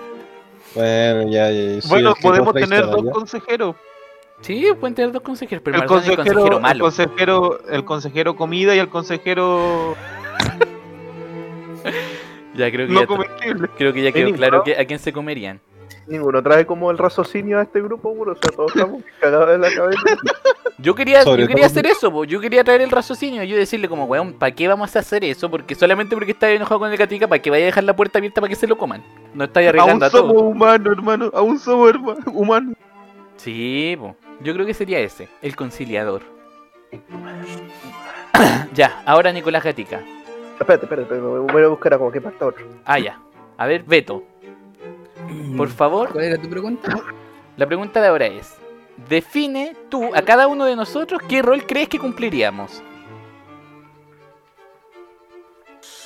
S5: Bueno, ya, ya. soy
S3: bueno,
S5: el que
S3: podemos
S5: compra
S3: tener
S5: Instagram,
S3: dos consejeros.
S1: Sí, pueden tener dos consejeros, pero
S3: El
S1: Mardones es el
S3: consejero,
S1: consejero
S3: el
S1: malo.
S3: consejero, el consejero comida y el consejero
S1: Ya creo que
S3: no
S1: ya,
S3: comestible.
S1: creo que ya quedó
S2: Mínimo,
S1: claro
S2: ¿no?
S1: que, a quién se comerían.
S2: Ninguno trae como el raciocinio a este grupo, weón. O sea, todos estamos cagados de la cabeza.
S1: Yo quería,
S5: Sobre
S1: yo quería
S5: todo-
S1: hacer eso, po. yo quería traer el raciocinio, yo decirle como, weón, ¿para qué vamos a hacer eso? Porque solamente porque estás enojado con el gatica, ¿para que vaya a dejar la puerta abierta para que se lo coman? No estáis
S3: Aún
S1: arreglando a
S3: somos
S1: todo.
S3: humanos, hermano. Aún somos herma- humanos.
S1: Sí, po. yo creo que sería ese, el conciliador. ya, ahora Nicolás Gatica.
S2: Espérate, espérate, espérate, voy a buscar a como que pasa otro.
S1: Ah, ya. A ver, Beto, por favor,
S6: ¿Cuál era tu pregunta?
S1: La pregunta de ahora es, define tú a cada uno de nosotros qué rol crees que cumpliríamos.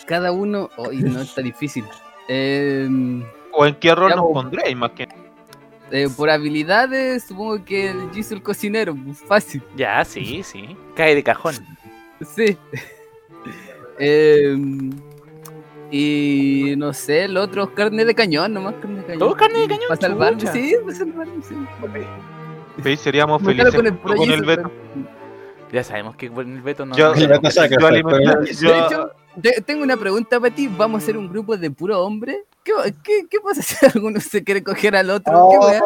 S6: Cada uno. Hoy no está difícil. Em,
S3: ¿O en qué rol
S6: Ya,
S3: nos
S6: pues.
S3: pondréis más que
S6: eh, por habilidades, supongo que el Giz el cocinero. pues, Fácil.
S1: Ya, sí, sí. Cae de cajón.
S6: Sí. Em, y no sé, el otro es carne de cañón, nomás carne de cañón.
S1: ¿Todo carne de cañón?
S6: Para salvarme,
S1: Chucha.
S6: sí, para salvarme, sí.
S3: Sí, seríamos
S6: Me quedo
S3: felices
S6: con el,
S3: junto con el
S6: Beto.
S3: Beto.
S1: Ya sabemos que con el Beto no...
S3: Yo-
S5: El Beto saca,
S3: Yo
S5: saca,
S3: alimentar-
S5: pero-
S6: De
S3: yo-
S6: hecho, te- tengo una pregunta para ti. ¿Vamos a hacer un grupo de puro hombre? ¿Qué, qué, qué pasa si alguno se quiere coger al otro? ¿Qué
S2: Oh,
S5: Ah,
S6: weá?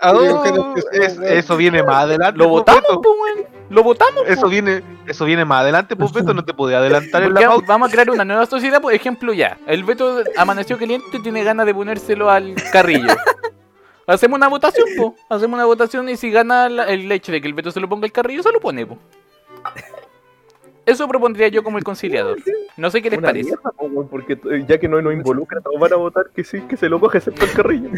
S3: Ah,
S5: Sí, yo creo que sí,
S3: es-
S5: weón.
S3: eso viene más adelante.
S1: Lo
S3: pues,
S1: votamos,
S3: Beto.
S1: po, weón. Lo votamos.
S3: Eso viene, eso viene más adelante, pues Beto, no te podía adelantar en la
S1: Porque
S3: pauta.
S1: vamos a crear una nueva sociedad, por ejemplo, ya. El Beto amaneció caliente y tiene ganas de ponérselo al carrillo. Hacemos una votación, po. Hacemos una votación y si gana la- el hecho de que el Beto se lo ponga al carrillo, se lo pone, po. Eso propondría yo como el conciliador. No sé qué les
S2: Una
S1: parece.
S2: mierda, po, weón, porque eh, ya que no nos involucra, todos van a votar que sí, que se lo coge excepto el Carrillo.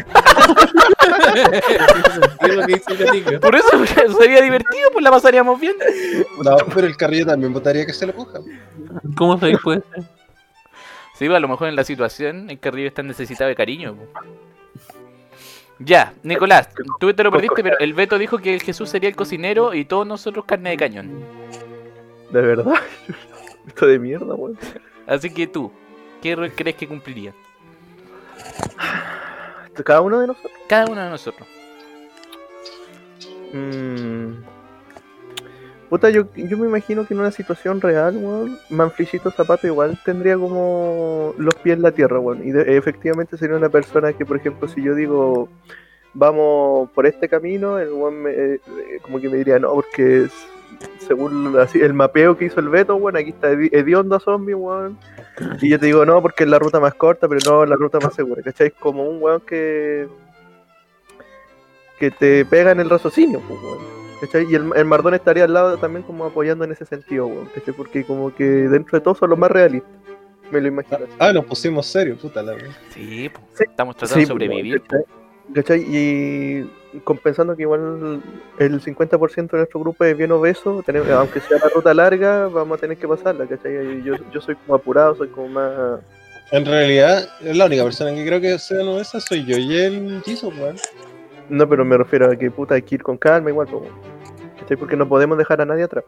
S4: Es lo que dice el gatito.
S1: Por eso sería divertido, pues la pasaríamos bien.
S5: No, pero el carrillo también votaría que se lo coja.
S4: ¿Cómo se fue?
S1: Sí, pues, a lo mejor en la situación el Carrillo está necesitado de cariño. po. Ya, Nicolás, tú te lo perdiste, pero el Beto dijo que el Jesús sería el cocinero y todos nosotros carne de cañón.
S2: De verdad. Esto de mierda, weón.
S1: Así que tú, ¿qué rol crees que cumpliría?
S2: Cada uno de nosotros.
S1: Cada uno de nosotros.
S2: Mm. Puta, yo, yo me imagino que en una situación real, weón, Manflicito Zapato igual tendría como los pies en la tierra, weón. Y de- efectivamente sería una persona que, por ejemplo, si yo digo, vamos por este camino, el weón me- eh, eh, como que me diría, no, porque es- según así, el mapeo que hizo el Beto, weón, aquí está hedi- hediondo a zombie, weón. Y yo te digo, no, porque es la ruta más corta, pero no, es la ruta más segura, ¿cachai? Como un weón que que te pega en el raciocinio, pues, weón. ¿Cachai? Y el, el Mardón estaría al lado también como apoyando en ese sentido, weón, ¿cachai? Porque como que dentro de todo son los más realistas. Me lo imagino. así.
S5: Ah, nos pusimos serios, puta la wea.
S1: Sí, po.
S2: Sí.
S1: estamos tratando de
S2: Sí, pues,
S1: sobrevivir.
S2: weón, ¿Cachai? ¿Cachai? Y compensando que igual el 50% de nuestro grupo es bien obeso, tenemos- aunque sea la ruta larga, vamos a tener que pasarla, ¿cachai? Y Yo, yo soy como apurado, soy como más...
S5: En realidad, la única persona que creo que sea no esa soy yo y el Jesus, weón.
S2: No, pero me refiero a que puta hay que ir con calma igual, po, weón. ¿Cachai? Porque no podemos dejar a nadie atrás.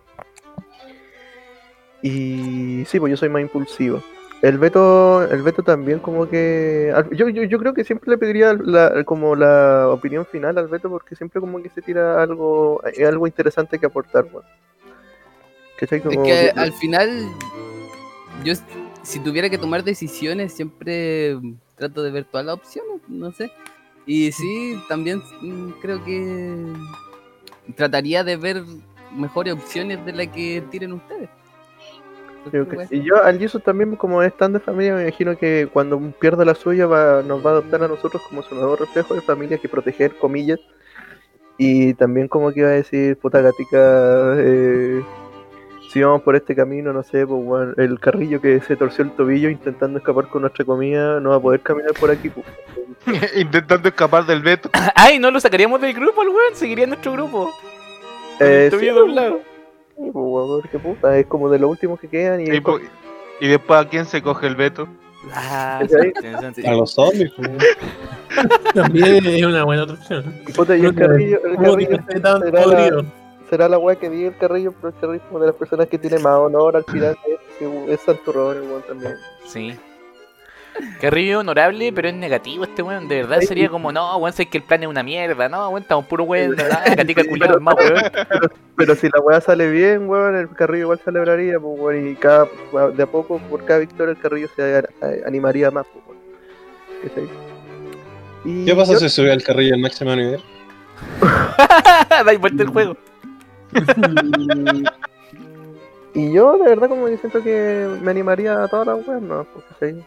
S2: Y sí, pues yo soy más impulsivo. El Beto, el Beto también como que... al- Yo, yo, yo creo que siempre le pediría la- como la opinión final al Beto porque siempre como que se tira algo, eh, algo interesante que aportar, weón. ¿Cachai?
S6: Es
S2: Como
S6: que
S2: que-
S6: al final, yo s- si tuviera que tomar decisiones, siempre mm, trato de ver todas las opciones, no sé. Y sí, también mm, creo que trataría de ver mejores opciones de las que tiren ustedes.
S2: Creo que
S6: Porque,
S2: sí. Y yo al Jesus también, como es tan de familia, me imagino que cuando pierda la suya va, nos va a adoptar a nosotros como su nuevo reflejo de familia que proteger, comillas. Y también como que iba a decir, puta gatica, eh, si vamos por este camino, no sé, pues, weón, el carrillo que se torció el tobillo intentando escapar con nuestra comida, no va a poder caminar por aquí, pues.
S3: Intentando escapar del veto.
S1: Ah, Ay, no lo sacaríamos del grupo, el weón. Seguiría en nuestro grupo. Con el
S2: Eh, sí,
S1: tobillo
S2: pues,
S1: doblado.
S2: sí, pues, weón, porque puta, es como de los últimos que quedan y...
S3: Y,
S1: pues.
S5: pues.
S3: po- y después a quién se coge el veto.
S1: Ah,
S2: ¿Cachai?
S1: sí, sí, sí.
S5: A los zombies, pues.
S4: También es una buena otra opción.
S2: y, puta, y el carrillo, el
S4: ¿Cómo tiene
S2: carrillo
S4: este tan
S2: será la-
S4: podrido?
S2: será la weá que vive el carrillo, pero el carrillo es como de las personas que tiene más honor al final, es, es santurrón, el weón, también.
S1: Sí. Carrillo honorable, pero es negativo este weón. De verdad
S2: Sí.
S1: sería como, no, weón, sé que el plan es una mierda. No, weón, estamos puro weón. Ah, catica culiao, el más weón.
S2: Pero si la weá sale bien, weón, el carrillo igual celebraría, pues, weón, y cada, de a poco, por cada victoria, el carrillo se a- a- animaría más, pues, weón. ¿Cachai? Y
S5: ¿Qué pasa
S2: yo-
S5: si sube al carrillo el máximo nivel?
S1: Dais vuelta el juego.
S2: Y yo, de verdad, como que siento que me animaría a todas las weas, ¿no? Pues, ¿cachai?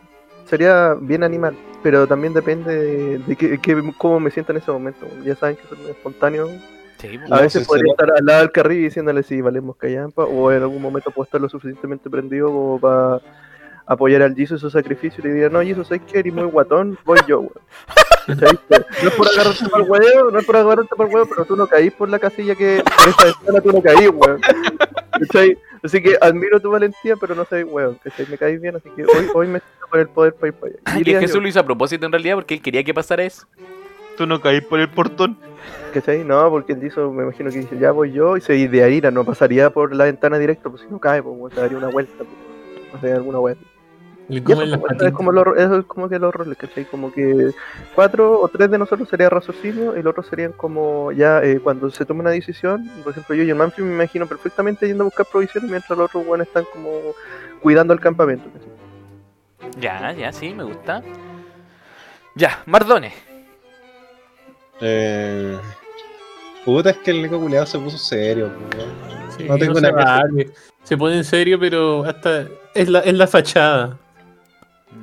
S2: Sería bien animal, pero también depende de, de qué- qué- cómo me sienta en ese momento. Ya saben que soy espontáneo.
S1: Sí,
S2: A
S5: No,
S2: veces
S5: sí,
S2: podría
S5: sí.
S2: estar al lado del carril diciéndole si valemos callampa, o en algún momento puedo estar lo suficientemente prendido como para apoyar al Jesus en su sacrificio y le diría, no, Jesus, es que eres muy guatón, voy yo, weón. ¿Cachai? No es por agarrarte por el huevo, no es por agarrarte por el huevo, pero tú no caís por la casilla que, por esta ventana tú no caís, weón. ¿Cachai? Así que admiro tu valentía, pero no soy weón, ¿cachai? Me caís bien, así que hoy, hoy me siento con el poder para ir para allá.
S1: Y
S2: Diría
S1: es que
S2: yo,
S1: eso lo hizo a propósito en realidad porque él quería que pasara eso.
S3: Tú no caí por el portón.
S2: ¿Cachai? No, porque el diso me imagino que dice, ya voy yo, y se idearía, no pasaría por la ventana directa, pues si no cae, pues bueno, se daría una vuelta, pues, no sé, alguna vuelta.
S4: Le
S2: Y eso,
S4: comen las
S2: pues, es
S4: patitas.
S2: como los ro- eso es como que los roles, ¿cachai? Como que cuatro o tres de nosotros sería raciocinio, y los otros serían como ya eh, cuando se toma una decisión, por ejemplo yo y el Manfred me imagino perfectamente yendo a buscar provisiones mientras los otros buenos están como cuidando el campamento, ¿cachai?
S1: Ya, ya, sí, me gusta. Ya, Mardones.
S5: Eh... Puta, es que el Nico culiado se puso serio, pues, weón.
S4: Sí,
S5: no tengo
S4: se
S5: nada que
S4: vale. Se pone en serio, pero hasta es la, es la fachada.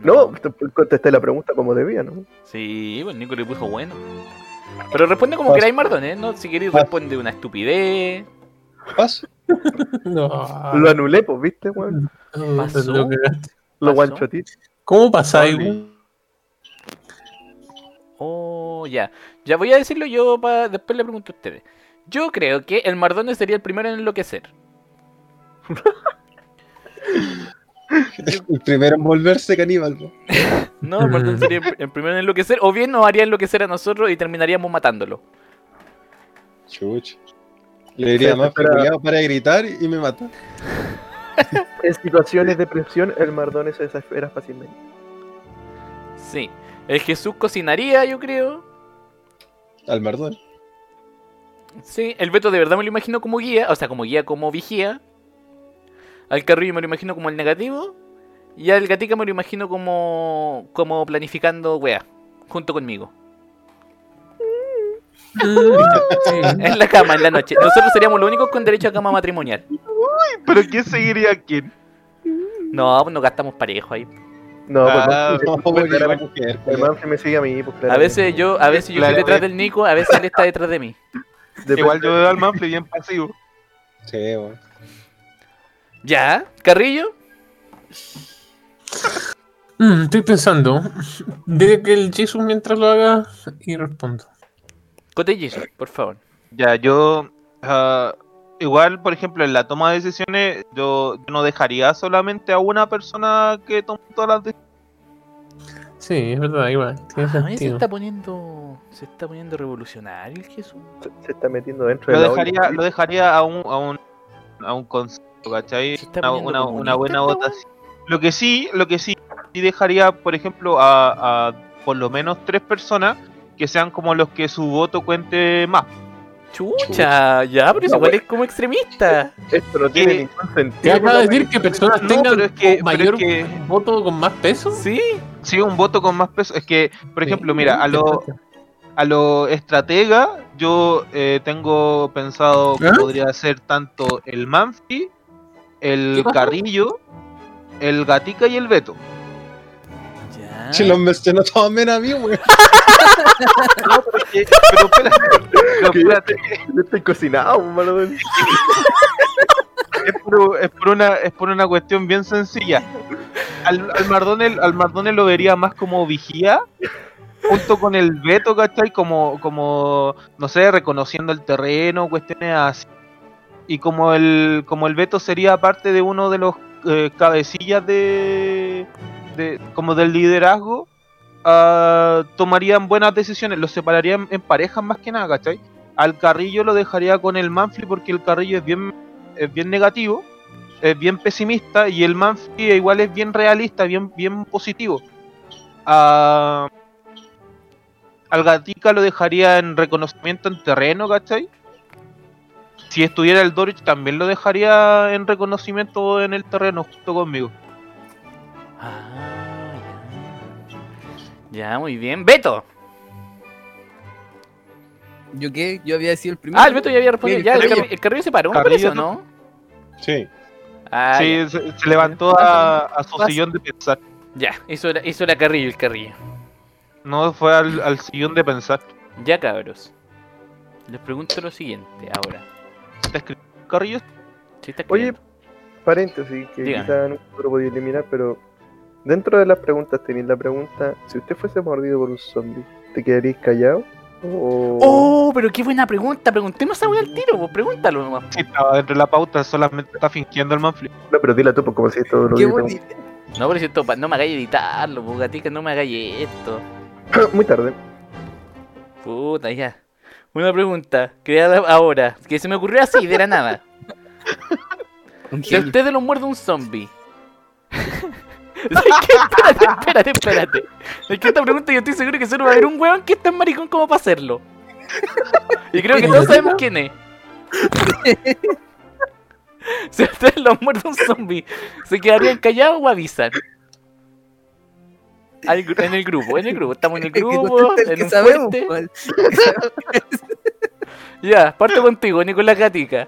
S2: No, te- contesté la pregunta como debía, ¿no?
S1: Sí, pues Nico le puso bueno. Pero responde como
S5: Paso.
S1: queráis, Mardones. No, si queréis
S5: Paso.
S1: responde una estupidez.
S5: Paso.
S4: No.
S2: Lo anulé, pues, ¿viste, weón?
S4: No,
S1: pasó.
S4: lo cagaste.
S2: Lo
S1: Pasó.
S2: guanchoté.
S4: ¿Cómo pasáis?
S1: Oh, ya. Ya voy a decirlo yo para después le pregunto a ustedes. Yo creo que el Mardones sería el primero en enloquecer.
S5: El primero en volverse caníbal, po.
S1: No, el Mardones sería el el primero en enloquecer. O bien nos haría enloquecer a nosotros y terminaríamos matándolo.
S5: Chuch. Le diría
S2: Sí,
S5: más
S2: pero-
S5: peculiado para de gritar y me mata.
S2: En situaciones de presión, el Mardones se desespera fácilmente.
S1: Sí. El Jesús cocinaría, yo creo.
S5: Al mardón.
S1: Sí, el Beto de verdad me lo imagino como guía, o sea, como guía, como vigía. Al Carrillo me lo imagino como el negativo. Y al Gatica me lo imagino como, como planificando, wea, junto conmigo.
S4: Mm.
S1: En la cama, en la noche. Nosotros seríamos los únicos con derecho a cama matrimonial.
S3: ¿Pero quién seguiría a quién?
S1: No, pues nos gastamos parejo ahí.
S2: No,
S3: Ah,
S2: pues,
S5: No,
S2: Manfred- pues,
S5: porque era
S2: claramente-
S5: mujer,
S2: el
S5: culiao.
S2: Manfred me sigue a mí, pues claro.
S1: A veces yo, a veces yo estoy detrás del Nico, a veces él está detrás de mí.
S2: Depende-
S3: Igual yo veo al Manfred bien pasivo.
S5: Sí, weón.
S1: Ya, Carrillo,
S4: Mm, estoy pensando. Dile que el Jesus mientras lo haga y respondo.
S1: Cotellizo, por favor.
S3: Ya, yo. ah, igual, por ejemplo, en la toma de decisiones, yo, yo no dejaría solamente a una persona que tome todas las decisiones.
S4: Sí, es verdad, igual.
S1: Ay,
S4: Tiene
S1: Ah, se
S4: sentido.
S1: está poniendo. Se está poniendo revolucionario el Jesús.
S2: se, se está metiendo dentro
S3: Lo
S2: de la
S3: dejaría,
S2: olla.
S3: lo dejaría a un, a un, a un consejo, ¿cachai?
S1: Se está
S3: Una,
S1: poniendo
S3: una-
S1: comunista
S3: una buena
S1: esta weá.
S3: votación. Lo que sí, lo que sí, sí dejaría, por ejemplo, a, a por lo menos tres personas que sean como los que su voto cuente más.
S1: Chucha, ya, pero eso
S2: No,
S1: igual es como extremista.
S2: Esto no tiene
S3: ¿Qué?
S2: ningún
S4: ¿Te
S2: sentido.
S4: acaba
S2: weón.
S4: de
S1: eh.
S4: decir que personas
S3: No,
S4: tengan
S3: pero es que-
S4: un mayor
S3: pero es que-
S4: voto con más peso?
S1: Sí,
S3: Sí, un voto con más peso. Es que, por ejemplo, mira, a los a lo estratega, yo eh, tengo pensado que
S4: ¿Ah?
S3: podría ser tanto el Manfi, el
S1: ¿Qué pasó?
S3: Carrillo, el Gatica y el Beto.
S1: Ya.
S5: Si los mencionó todos menos a mí, weón.
S3: No, pero, es que- pero espérate, pero
S2: Que yo
S3: espérate,
S2: estoy- yo estoy cocinado, malo. weón.
S3: es por, es por una, es por una cuestión bien sencilla. Al, al, Mardone, al Mardone lo vería más como vigía, junto con el Beto, ¿cachai? Como, como no sé, reconociendo el terreno, cuestiones así. Y como el, como el Beto sería parte de uno de los eh, cabecillas de, de- como del liderazgo, ah, tomarían buenas decisiones, los separarían en parejas más que nada, ¿cachai? Al Carrillo lo dejaría con el Manfly porque el Carrillo es bien, es bien negativo, es bien pesimista y el Manfly igual es bien realista, bien, bien positivo. Ah, al Gatica lo dejaría en reconocimiento en terreno, ¿cachai? Si estuviera el Dorich también lo dejaría en reconocimiento en el terreno junto conmigo.
S1: Ah, ya. Ya, muy bien. Beto.
S6: ¿Yo qué? Yo había sido el primero.
S1: Ah, el Beto ya había respondido.
S6: Sí,
S1: Ya, el,
S3: Carrillo.
S1: Carri- el carrillo se paró, me
S3: Carrillo,
S1: parece, ¿o ¿no?
S5: Sí.
S1: Ah,
S3: sí, se, se levantó a, a su
S6: Pasa.
S3: sillón de pensar.
S1: ya, ya, hizo, la, hizo la carrillo, el carrillo.
S3: No fue al, al sillón de pensar.
S1: Ya, cabros. Les pregunto lo siguiente ahora.
S3: Está escrito en Carrillo.
S1: Sí, está
S2: Oye,
S1: escribiendo.
S2: paréntesis, que
S1: Dígame.
S2: quizá en un futuro podía eliminar, pero dentro de las preguntas tenéis la pregunta, si usted fuese mordido por un zombie, ¿te quedaríais callado? O...
S1: Oh, pero qué buena pregunta. Preguntemos a weá al tiro, pues, pregúntalo nomás.
S3: Sí, estaba dentro de la pauta, solamente está fingiendo el manfli.
S2: No, pero dila tú, pues, como si esto lo
S6: Qué
S2: hubiera
S6: bonito.
S1: No, por cierto, pa- no me hagáis editarlo, pues, gatica, no me hagáis esto.
S2: preguntado. Muy tarde.
S1: Puta, ya. Una pregunta, creada ahora, que se me ocurrió así, de la nada.
S6: Un
S1: Si a
S6: gel.
S1: ustedes lo muerde un zombie. ¿Sabes qué? Espérate, espérate, espérate. Es que esta pregunta yo estoy seguro que solo va a haber un weón que es tan maricón como para hacerlo. Y creo que todos sabemos quién es. Si a ustedes lo muerde un zombie, ¿se quedarían callados o avisan? Al gru- en el grupo, en el grupo, estamos en el
S6: que
S1: grupo,
S6: contesta el
S1: en
S6: que
S1: un
S6: sabemos,
S1: fuerte.
S6: pues.
S1: Ya, parto contigo, Nicolás Gatica.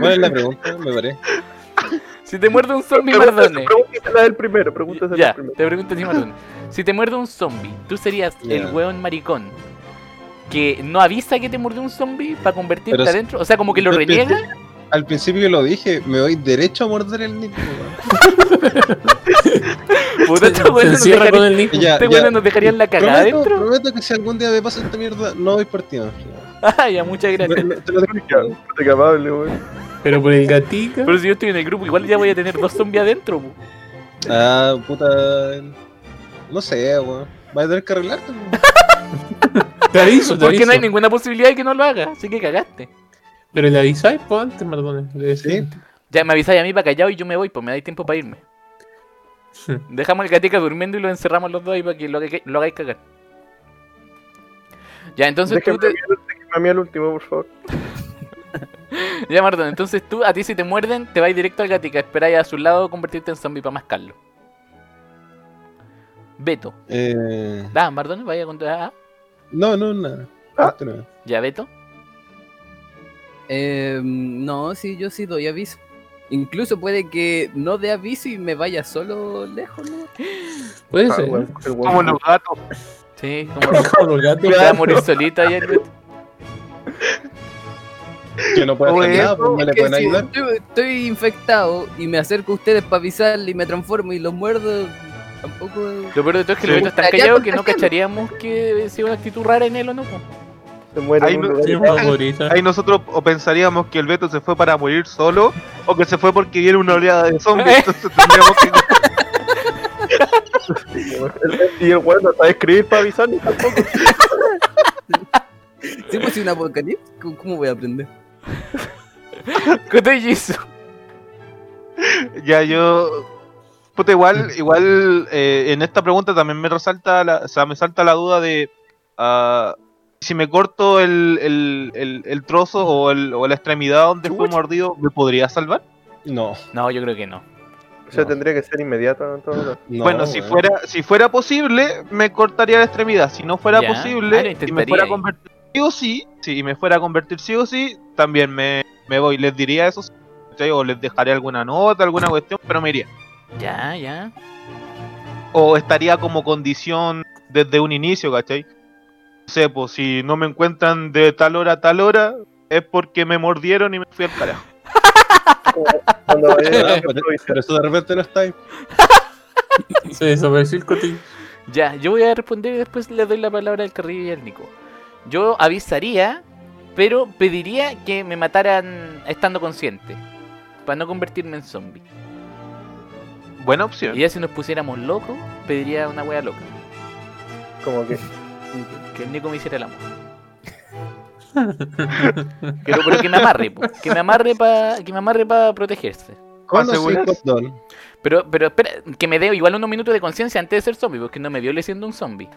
S5: ¿Cuál es la pregunta? Me paré.
S1: Si te muerde un zombie,
S2: Pregúntasela
S1: mardone.
S2: pregúntasela del primero, pregúntasela
S1: Ya,
S2: del primero.
S1: te pregunto si Martín, Si te muerde un zombie, ¿tú serías
S5: Ya.
S1: el hueón maricón que no avisa que te mordió un zombie para convertirte
S5: Pero si-
S1: adentro? O sea, como que lo
S5: Yo pensé-
S1: reniega.
S5: Al principio lo dije, me voy derecho a morder el niño.
S1: Puta, estos
S4: Se
S1: hueones nos
S4: encierra con
S1: dejarían-
S4: el niño.
S5: Ya,
S1: estos
S5: ya.
S1: hueones nos dejarían la cagada
S5: Prometo,
S1: adentro.
S5: prometo que si algún día me pasa esta mierda, no voy por ti, Manfred.
S1: Ah, ya, muchas gracias.
S5: Te lo- te lo dejo claro.
S2: Puta que amable, weón.
S4: Pero por el gatica.
S1: Pero si yo estoy en el grupo, igual ya voy a tener dos zombies adentro. po.
S5: Ah, puta. No sé, weón. Vas a tener que arreglarte. weón.
S4: Te aviso, te
S1: Porque
S4: aviso.
S1: no hay ninguna posibilidad de que no lo haga. Así que cagaste.
S4: Pero le avisáis, pues antes, Mardones. le decís.
S1: Ya me avisáis a mí para callado y yo me voy, pues me dais tiempo para irme. Dejamos al gatica durmiendo y lo encerramos los dos ahí para que lo, haga- lo hagáis cagar. Ya, entonces
S2: Déjame
S1: tú te,
S2: a mí al último, por favor.
S1: Ya, Martón, entonces tú, a ti si te muerden, te vais directo al gatica, esperáis a su lado convertirte en zombie para mascarlo. Beto.
S5: Eh,
S1: Da, Martón, vaya a contar. ah,
S5: no, no, nada.
S2: Ah.
S5: Continúa.
S1: Ya, Beto.
S6: Eh, no, sí, yo sí doy aviso. Incluso puede que no dé aviso y me vaya solo lejos, ¿no?
S4: Puede
S2: Ah,
S4: ser.
S2: weón, el weón.
S3: Como los gatos.
S1: Sí, como
S4: Como los gatos.
S1: te va a morir solito ahí el Beto.
S5: Que no puedes hacer
S3: Pues
S5: nada, pues no le
S6: Que
S5: pueden
S6: si
S5: ayudar.
S6: yo estoy infectado y me acerco a ustedes para avisarle y me transformo y los muerdo, tampoco... es-
S1: Lo peor de todo es que
S3: Sí.
S1: los Beto están
S6: Estaría
S1: callados que no
S6: contagiando.
S1: cacharíamos que sea una actitud rara en él o no. po.
S2: Se muere
S3: Ahí
S2: en un
S3: no-
S2: lugar.
S4: Sí, una gorita.
S3: Ahí nosotros o pensaríamos que el Beto se fue para morir solo o que se fue porque viene una oleada de zombies. Entonces tendríamos que.
S2: Y el weón no sabe escribir para avisar ni tampoco.
S6: pues, Si fuese un apocalipsis, ¿cómo- ¿cómo voy a aprender?
S1: Cote Jisoo.
S3: Ya yo. Puta, igual, igual eh, en esta pregunta también me resalta la, o sea, me salta la duda de ah, si me corto el, el, el, el trozo o, el, o la extremidad donde fue
S1: Chucha.
S3: mordido, ¿me podría salvar?
S5: No,
S1: No, yo creo que no.
S2: O sea,
S5: No.
S2: tendría que ser inmediato. en todo caso.
S5: no.
S3: bueno, si
S5: weón.
S3: fuera, si fuera posible, me cortaría la extremidad. Si no fuera
S1: Ya, ah, lo
S3: posible, y me
S1: intentaría
S3: fuera a
S1: ahí.
S3: convertir sí o sí, si me fuera a convertir sí o sí, también me, me voy. Les diría eso, ¿cachai? o les dejaré alguna nota, alguna cuestión, pero me iría.
S1: Ya, ya.
S3: o estaría como condición desde un inicio, ¿cachai? No sé, pues si no me encuentran de tal hora a tal hora, es porque me mordieron y me fui al carajo.
S2: Cuando
S3: eh,
S2: vaya a
S5: pero, Ah, pero eso de repente no está ahí.
S4: Se desapareció el cotillo.
S1: Ya, yo voy a responder y después le doy la palabra al Carrillo y al Nico. Yo avisaría, pero pediría que me mataran estando consciente. Para no convertirme en zombie.
S3: Buena opción.
S1: Y ya si nos pusiéramos locos, pediría una wea loca.
S2: como que
S1: Que el Nico me hiciera el amor. Pero, pero que me amarre, po. que me amarre para que me amarre para protegerse.
S5: ¿Cuándo sin
S3: asegurarse.
S5: condón?
S1: Pero, pero espera, que me dé igual unos minutos de conciencia antes de ser zombie, porque no me viole siendo un zombie.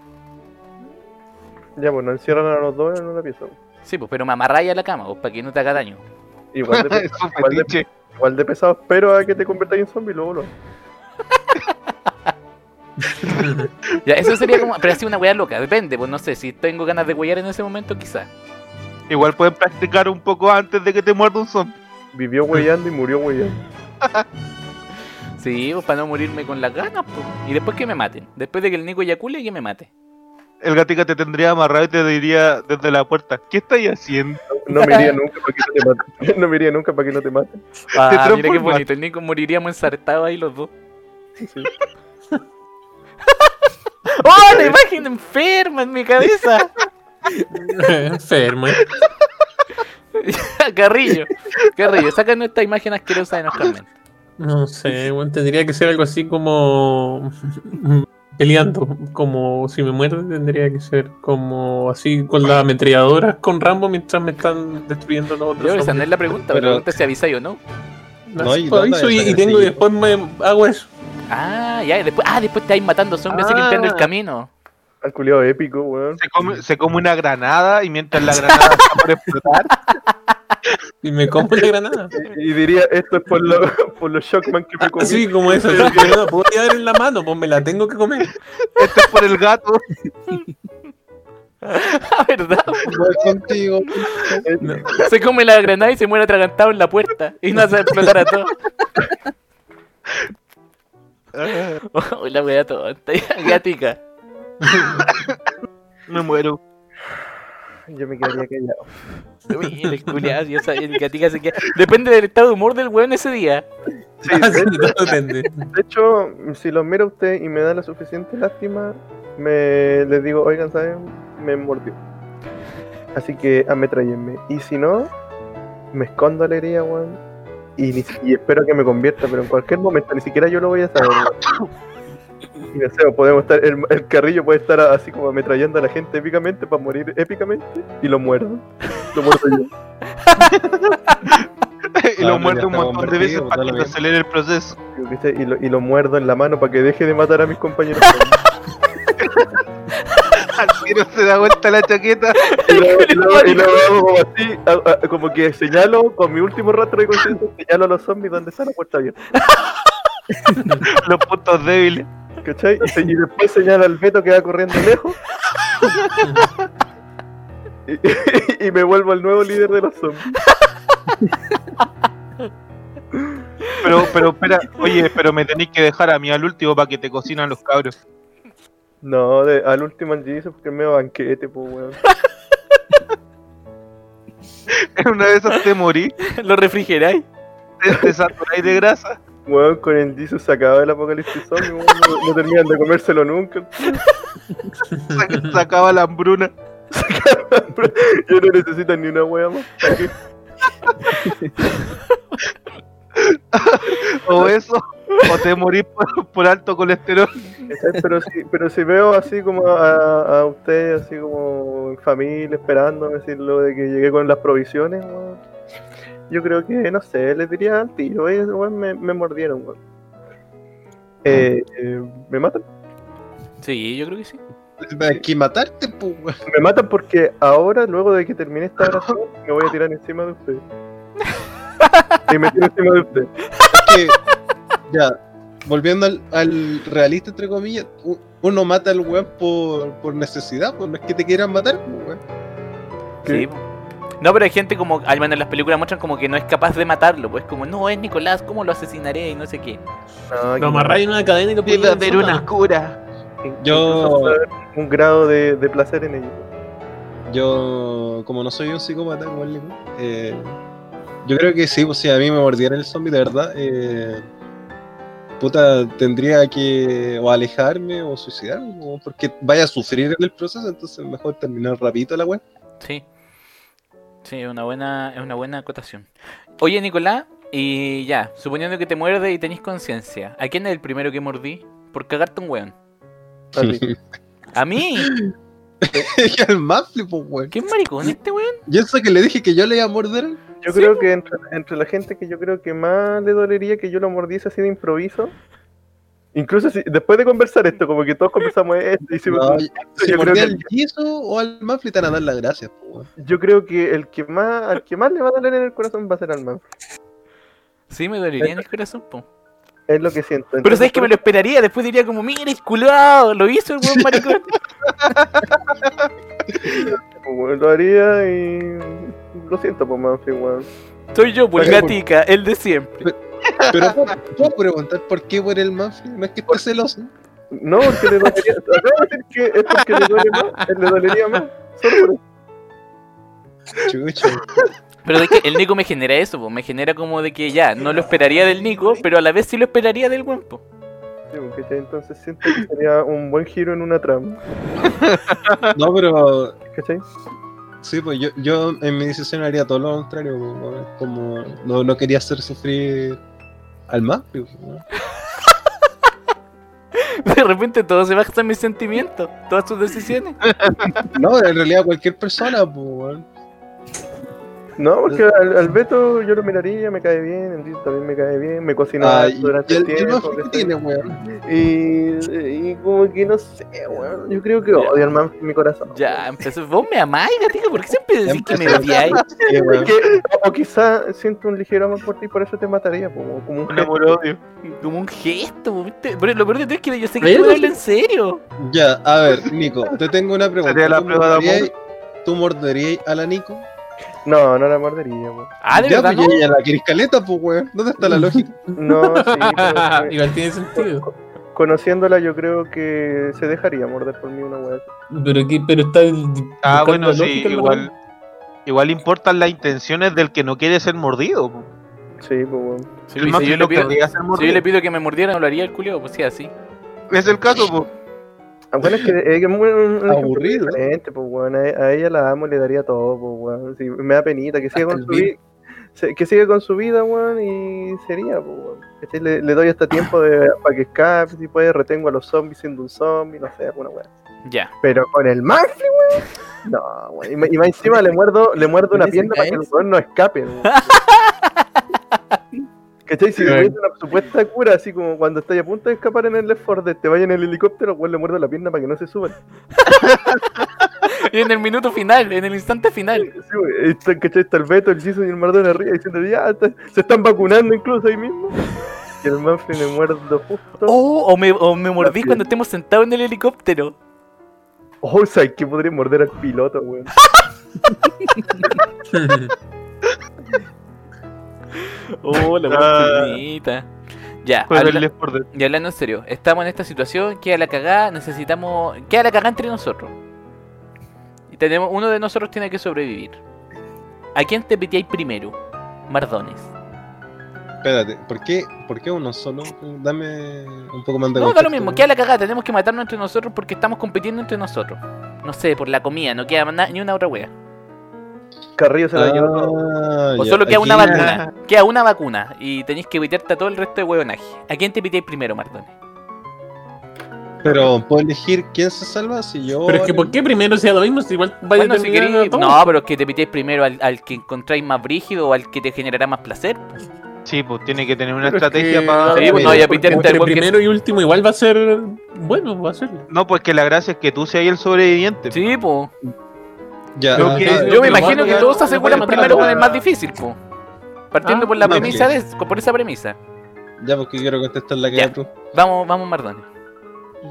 S2: ya bueno encierran a los dos en una pieza.
S1: Sí, pues, pero me amarráis a la cama, para que no te haga daño.
S2: Igual de,
S3: Es un
S2: igual de-
S3: fetiche.
S2: igual de pesado, pero a que te convertáis en zombie luego lo.
S1: Ya, eso sería como, pero así una weá loca, depende, pues no sé, si tengo ganas de huear en ese momento, quizás.
S3: Igual puedes practicar un poco antes de que te muerda un zombie.
S2: Vivió huellando y murió huellando.
S1: Sí, pues para no morirme con las ganas, pues. Y después que me maten, después de que el Nico eyacule, que me mate.
S3: El gatica te tendría amarrado y te diría desde la puerta, ¿qué estáis haciendo?
S2: No me iría nunca para que no te maten. No me iría nunca para que no te maten.
S1: Ah, mira qué
S3: transformas.
S1: bonito, el Nico moriríamos ensartados ahí los dos.
S2: Sí.
S1: ¡Oh, la imagen enferma en mi cabeza!
S4: Enfermo. ¿eh?
S1: Carrillo, Carrillo, sácanos esta imagen asquerosa de nuestra mente.
S4: No sé, bueno, tendría que ser algo así como peleando, como si me muerde tendría que ser como así con las ametralladoras con Rambo mientras me están destruyendo los
S1: Yo,
S4: otros.
S1: esa no es la pregunta, la
S5: Pero-
S1: pregunta es si avisa o no.
S4: zombies.
S5: No, y
S4: Por
S5: no, no,
S4: eso y,
S5: esa
S4: y tengo
S5: sí.
S4: y después me hago eso.
S1: Ah, ya, y después, ah, después te vais matando zombies así
S3: Ah.
S1: limpiando el camino.
S2: Al culiado épico, weón.
S3: Se come, se come una granada y mientras la granada está por explotar,
S4: Y me como la granada.
S2: Y, y diría, esto es por, lo- por los Shockman que me comí.
S4: Así como eso, yo no la puedo llevar en la mano, pues me la tengo que comer.
S3: esto es por el gato.
S1: Ah, ¿verdad?
S5: Voy contigo.
S4: No.
S1: Se come la granada y se muere atragantado en la puerta. Y no hace explotar a todos. Oh, la wea tonta. Ya, Gatica.
S3: Me muero.
S2: Yo me quedaría callado.
S1: Mira, el culiao, yo sabía, el gatica se queda. Depende del estado de humor del weón ese día.
S2: Sí,
S4: Así
S2: de,
S4: todo depende.
S2: de hecho, si los mira usted y me da la suficiente lástima, me les digo, oigan, ¿saben? Me mordió. Así que ametrallenme. Y si no, me escondo alegría, weón. Y, ni si- y espero que me convierta, pero en cualquier momento, ni siquiera yo lo voy a saber. weón. Y no sé, podemos estar, el, el carrillo puede estar así como ametrallando a la gente épicamente para morir épicamente y lo muerdo. Lo muerdo yo.
S3: y
S5: Claro,
S3: lo
S5: ya
S3: muerde un
S5: estamos
S3: montón de
S5: convertidos,
S3: veces
S5: da
S3: para que
S5: lo
S3: se
S5: mismo.
S3: acelere el proceso.
S2: Yo qué sé, y, lo, y lo muerdo en la mano para que deje de matar a mis compañeros.
S3: Al tiro se da vuelta la chaqueta.
S2: y lo, y lo- y lo hago como así, a- a- como que señalo con mi último rastro de conciencia, señalo a los zombies donde pues, está la puerta abierta.
S3: Los puntos débiles.
S2: ¿Cachai? Y, se- y después señalo al Beto que va corriendo lejos. y, y me vuelvo el nuevo líder de los zombies.
S3: Pero, pero, espera, oye, pero me tenéis que dejar a mí al último para que te cocinan los cabros.
S2: No, de- al último en Jesus porque me banquete, pues weón.
S3: Una vez te morí,
S1: Lo refrigeráis.
S3: te, te saturáis de grasa.
S2: Weón, con el Jesus se acaba el apocalipsis zombie, weón. No, no terminan de comérselo nunca.
S3: se- Se acaba la hambruna.
S2: Yo no necesito ni una wea más. ¿Para qué?
S3: O eso, o te morís por, por alto colesterol.
S2: ¿Cachai? Pero si, pero si veo así como a, a ustedes, así como en familia, esperando decirlo de que llegué con las provisiones, weón, yo creo que, no sé, les diría al tiro, "Oye, weón, me, me mordieron, weón. Eh, eh, me matan,
S1: Sí, yo creo que sí.
S5: Hay que matarte, pues. weón.
S2: me matan porque ahora, luego de que termine esta oración, me voy a tirar encima de ustedes. Y me tiro encima de ustedes.
S5: que, ya, volviendo al, al realista, entre comillas, u- uno mata al weón por, por necesidad, pues no es que te quieran matar, pues, weón.
S2: ¿Qué?
S1: Sí. po. No, pero hay gente como, al menos en las películas muestran como que no es capaz de matarlo, pues como, no, es Nicolás, ¿cómo lo asesinaré? Y no sé qué.
S4: Lo amarráis en una cadena y lo ponéis
S3: Debe
S4: en
S3: haber
S4: zona.
S3: una cura.
S2: In-
S5: Yo-
S2: incluso puede haber un grado de, de placer en ello.
S5: Yo, como no soy un psicópata como el Nico, eh, yo creo que sí, pues si a mí me mordieran el zombie, de verdad, eh, puta, tendría que o alejarme o suicidarme, o porque vaya a sufrir en el proceso, entonces mejor terminar rapidito la web.
S1: Sí. Sí, es una buena, es una buena acotación. Oye, Nicolás, y ya, suponiendo que te muerde y tenés conciencia, ¿a quién es el primero que mordí? Por cagarte un weón.
S2: A ti.
S1: ¿A mí?
S5: el Mafle, pues, weón.
S1: ¿Qué maricón este weón?
S5: Y eso que le dije que yo le iba a morder,
S2: Yo creo que entre, entre la gente que yo creo que más le dolería que yo lo mordiese así de improviso. Incluso si, después de conversar esto, como que todos conversamos esto. Y se-
S5: no, si
S2: pues, yo creo
S5: mordía
S2: que-
S5: al yeso o al Mafle, te van a dar las gracias, pues, weón.
S2: Yo creo que el que más, al que más le va a doler en el corazón va a ser al man.
S1: Sí, me dolería en el corazón, po.
S2: Es lo que siento.
S1: Pero
S2: Entonces,
S1: sabes que me
S2: por
S1: lo esperaría, después diría como, mira, es culado, lo hizo el weón maricón.
S2: eso, pues, weón, Lo haría y. Lo siento, pues, Manfred, weón.
S1: Soy yo,
S5: Oye,
S1: Pulgatica, el de siempre.
S5: Pero ¿puedo- puedo preguntar por qué por el Mafle, no es que esté celoso.
S2: No, porque le dolería. Acabo de decir que es porque le duele más. Le dolería más. Solo por eso.
S5: Chucho.
S1: Pero es que el Nico me genera eso, po. me genera como de que ya, no lo esperaría del Nico, pero a la vez sí lo esperaría del weón, po.
S2: Sí, pues, ¿cachai? Entonces siento que sería un buen giro en una trama.
S5: No, pero
S2: ¿Cachai?
S5: Sí, pues yo, yo en mi decisión haría todo lo contrario, como, como no, no quería hacer sufrir al más. pues, ¿no?
S1: De repente todo se baja en mis sentimientos, todas sus decisiones.
S5: No, en realidad cualquier persona, pues, weón.
S2: No, porque al, al Beto yo lo miraría, me cae bien, el Dito también me cae bien, me cocina
S5: Ah, y,
S2: durante
S5: y
S2: el
S5: el, y el más
S2: tiempo.
S5: que
S2: ¿cachai?
S5: tiene, weón.
S2: Y, y como que no sé, weón. Yo creo que odio al man en mi corazón.
S1: Ya, empezó. Vos me amáis, gatito, ¿por qué siempre decís que me
S5: empezó.
S1: odiáis?
S5: Sí,
S2: Es
S5: weón.
S2: que- o quizá siento un ligero amor por ti, por eso te mataría, como, como un
S3: Un amor odio.
S1: Como un gesto, po, ¿viste? Pero lo peor de todo es que yo sé que
S4: Pero
S1: tú
S4: yo no
S1: hablas en serio.
S5: Ya, a ver, Nico, te tengo una pregunta.
S3: Sería la
S5: ¿Tú
S3: prueba de amor.
S5: morderías- ¿Tú morderías a la Nico?
S2: No, no la mordería, po.
S1: Ah, de
S5: ya,
S1: verdad,
S5: pues
S1: no.
S5: ya, ya la querés caleta, pues, weón. ¿Dónde está la lógica?
S2: No, sí, pero, eh,
S4: Ah, Igual tiene sentido.
S2: conociéndola yo creo que se dejaría morder por mí una weá. así.
S4: Pero, que, pero está. el-
S3: Ah,
S4: buscando
S3: bueno,
S4: la
S3: sí,
S4: lógica,
S3: igual. Igual importan las intenciones del que no quiere ser mordido. po.
S2: Sí, pues weón.
S1: Si,
S3: El
S1: si
S3: Mafle
S1: yo le
S3: no
S1: pido,
S3: querría ser
S1: si yo le
S3: mordido.
S1: pido que me mordiera, no lo haría el culio, pues sí, así.
S3: Es el caso, pues. po.
S2: Ah, bueno, es que es que es muy- un- un
S5: Aburrido.
S2: ejemplo diferente, po, weón. A, a ella la amo y le daría todo, po, weón. Sí, me da penita, que siga
S5: Hasta
S2: con
S5: el
S2: su vida. Que siga con su vida, weón, y sería, po, weón. Este, Le, le doy hasta tiempo de, para que escape, si puede, retengo a los zombies siendo un zombie, no sé, alguna weá.
S1: Ya.
S2: Pero con el Manfred, weón. No, weón. Y me- Y más encima le muerdo, le muerdo una
S6: Ese
S2: pierna para que el
S6: caes.
S2: weón no escape, weón. ¿Cachai? Si
S4: Claro.
S2: hubiese una supuesta cura, así como cuando estáis a punto de escapar en el Left 4 Dead, te vaya en el helicóptero, weón, le muerdo la pierna para que no se suba.
S1: Y en el minuto final, en el instante final.
S2: Sí, güey, está- ¿cachai? Está el Beto, el Jason y el Maradona arriba diciendo, ya, está- se están vacunando incluso ahí mismo. Y el Manfred me muerdo justo. Oh,
S1: Oh, o me, o me mordís cuando estemos sentados en el helicóptero.
S2: o sea, que Oh, podría morder al piloto, weón.
S4: weón.
S1: Oh, la
S3: Ah.
S1: más bonita. Ya,
S3: Juega
S1: habla-
S3: el Left 4 Dead.
S1: y hablando en serio, estamos en esta situación, queda la cagada, necesitamos. Queda la cagada entre nosotros. Y tenemos, uno de nosotros tiene que sobrevivir. ¿A quién te piteáis primero? Mardones.
S5: Espérate, ¿por qué, ¿por qué uno solo? Dame un poco más
S1: No,
S5: de
S1: da lo
S5: contexto,
S1: mismo,
S5: weón.
S1: queda la cagada, tenemos que matarnos entre nosotros porque estamos compitiendo entre nosotros. No sé, por la comida, no queda na- ni una otra wea.
S2: Carrillo se la llevó todo.
S5: Ah,
S1: O
S5: ya,
S1: solo queda
S5: aquí-
S1: una vacuna. Queda una vacuna. Y tenéis que pitearte a todo el resto de hueonaje. ¿A quién te piteáis primero, Mardones?
S5: Pero puedo elegir quién se salva si yo.
S4: Pero es que, ¿por qué primero sea lo mismo? Si igual vaya
S1: Bueno,
S4: a
S1: si
S4: terminar
S1: queréis-
S4: a todos.
S1: No, pero es que te piteáis primero al, al que encontráis más brígido o al que te generará más placer.
S3: Sí, pues tiene que tener una
S5: Pero es
S3: estrategia
S5: que-
S3: para.
S1: Sí, pues, no, ya
S4: Porque
S1: pitearte al
S4: entre
S1: weón que-
S4: primero y último igual va a ser bueno, va a ser.
S3: No, pues que la gracia es que tú seas el sobreviviente.
S1: Sí, po.
S5: Ya,
S3: Creo
S5: ah,
S3: que-
S5: ah,
S1: Yo me
S4: pero
S1: imagino
S4: bueno,
S1: que
S4: ya
S1: todos se
S4: no voy a
S1: aseguran
S4: matar a
S1: primero
S4: la-
S1: con el más difícil, po. Partiendo
S4: Ah,
S1: por la
S5: no,
S1: premisa de por esa premisa.
S5: Ya, porque quiero contestar la que
S1: Ya.
S5: me preguntó.
S1: Vamos, vamos, Mardones.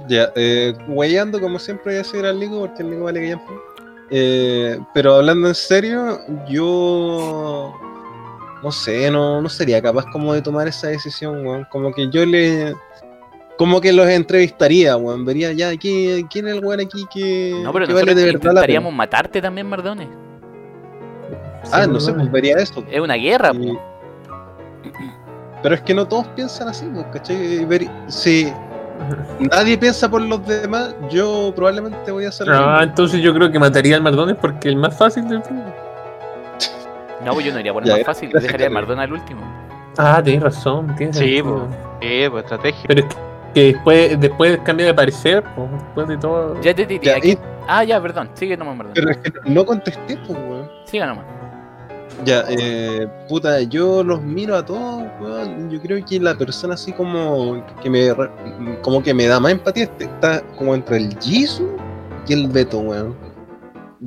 S5: Ya, eh, weyando como siempre voy a decir al Nico, porque el Nico vale que ya. Eh, pero hablando en serio, yo. No sé, no, no sería capaz como de tomar esa decisión, weón. Como que yo le. Como que los entrevistaría, weón. Vería ya ¿quién, quién es el weón aquí que,
S1: No, pero
S5: que
S1: nosotros
S5: de verdad la pena?
S1: intentaríamos matarte también, Mardones.
S5: Ah, no sé, pues vería eso.
S1: Es una guerra,
S5: Y-
S1: po.
S5: Pero es que no todos piensan así, pues, ¿cachai? Y ver- Si nadie piensa por los demás, yo probablemente voy a hacer lo
S4: Ah,
S5: mismo.
S4: entonces yo creo que mataría al Mardones porque el más fácil del frío.
S1: No, pues yo no iría por el
S5: Ya,
S1: más
S5: era-
S1: fácil.
S5: era
S1: Dejaría a
S5: sacarle.
S1: Mardona al último.
S4: Ah, tenés razón, tienes
S3: Sí,
S4: razón.
S3: Sí, pues estrategia.
S4: Pero es que después, después cambia de parecer, pues, después de todo.
S1: Ya te diré.
S5: Ya,
S1: aquí-
S5: y-
S1: Ah, ya, perdón. Sigue nomás, Mardona.
S5: pero es que no contesté, pues, weón.
S1: Siga nomás.
S5: Ya, eh, puta, yo los miro a todos, weón. Yo creo que la persona así como que me, re- como que me da más empatía este- está como entre el Jisoo y el Beto, weón.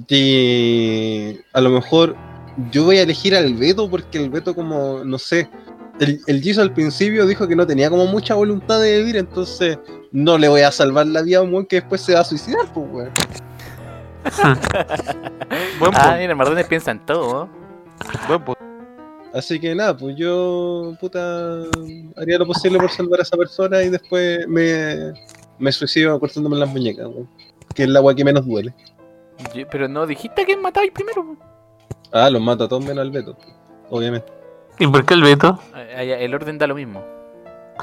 S5: Y a lo mejor yo voy a elegir al Beto porque el Beto como, no sé, el, el Jisoo al principio dijo que no tenía como mucha voluntad de vivir, entonces no le voy a salvar la vida a un weón que después se va a suicidar, pues, weón.
S3: Buen
S1: Ah,
S3: punto,
S1: mira, Mardones piensa en todo. ¿no?
S3: buen punto.
S5: Así que nada, pues yo, puta, haría lo posible por salvar a esa persona y después me, me suicido cortándome las muñecas, weón. Que es el agua que menos duele.
S1: Yo- Pero no dijiste que matabais primero. po.
S5: Ah, los mata a todos menos al Beto, obviamente.
S4: ¿Y por qué el Beto?
S1: Ah, ya, El orden da lo mismo.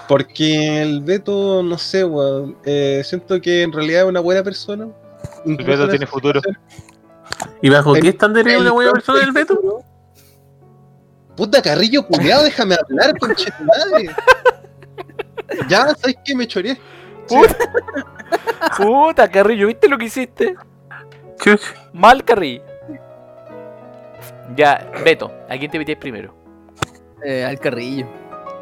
S5: Porque el Beto, no sé, weón, eh, siento que en realidad es una buena persona.
S3: El Beto tiene futuro.
S4: ¿Y bajo
S5: El-
S4: qué estándar es una buena persona el Beto?
S5: Puta carrillo culiado, déjame hablar, conche tu madre. Ya, ¿sabes qué? Me choré.
S1: Puta, Carrillo, ¿viste lo que hiciste?
S4: Chuch.
S1: Mal, Carrillo. Ya, Beto, ¿a quién te metías primero?
S6: Eh, al carrillo.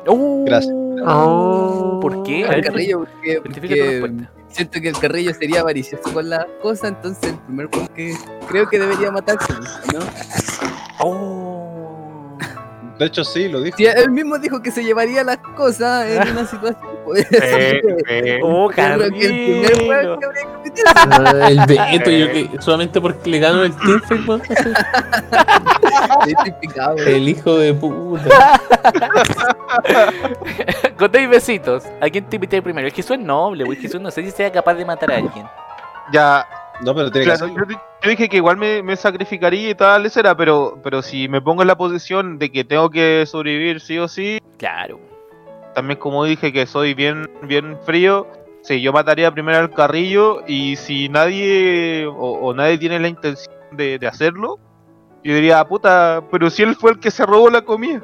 S1: Uh,
S5: Gracias.
S4: Oh.
S1: ¿Por qué? A
S6: Al
S1: ver,
S6: carrillo, porque,
S1: justifica tu
S6: porque
S1: respuesta.
S6: siento que el carrillo sería avaricioso con las cosas, entonces el primer juego que creo que debería matarse, ¿no?
S1: Oh.
S5: De hecho, sí, lo dije.
S6: Si él mismo dijo que se llevaría las cosas en una situación. Pues,
S3: Eh, eh,
S1: Oh,
S6: yo creo que el primer
S1: Carrillo.
S6: juego que habría que meter-
S4: Ah, el Beto, yo que solamente porque le ganó el Teamfight, weón.
S6: Estoy picado, güey.
S4: El hijo de puta.
S1: Con seis besitos, ¿a quién te metías primero? Es que es noble, güey. Jesús no sé si sea capaz de matar a alguien.
S3: Ya,
S5: No, pero tiene que
S3: claro,
S5: hacerlo.
S3: yo, di- yo dije que igual me, me sacrificaría y tal, esa era, pero, pero si me pongo en la posición de que tengo que sobrevivir sí o sí,
S1: Claro.
S3: también como dije que soy bien, bien frío, sí, yo mataría primero al carrillo y si nadie o, o nadie tiene la intención de, de hacerlo, yo diría, puta, pero si él fue el que se robó la comida.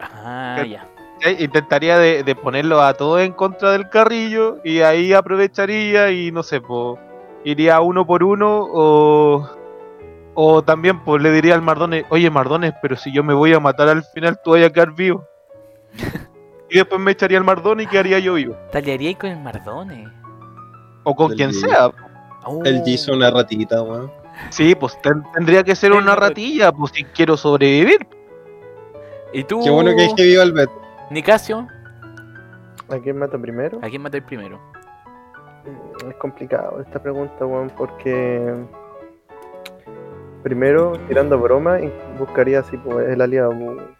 S1: Ah,
S3: ¿Qué?
S1: ya.
S3: Eh, Intentaría de, de ponerlo a todos en contra del carrillo y ahí aprovecharía y no sé, po, iría uno por uno o, o también pues le diría al Mardones, oye Mardones, pero si yo me voy a matar al final tú vas a quedar vivo. y después me echaría al Mardones y quedaría yo vivo.
S1: Talearía con el Mardone.
S3: O con
S5: Del
S3: quien
S5: vivo.
S3: sea.
S1: Oh.
S5: El Jisoo una ratita, weón.
S3: Sí, pues ten- tendría que ser
S1: Del
S3: una
S1: Mardones.
S3: ratilla, pues si quiero sobrevivir.
S1: ¿Y tú,
S5: Qué bueno que dije viva el Beto.
S1: Nicasio?
S2: ¿A quién mato primero?
S1: ¿A quién matáis primero?
S2: Mm, Es complicado esta pregunta, weón, porque primero, tirando broma, y buscaría así pues, el aliado. weón.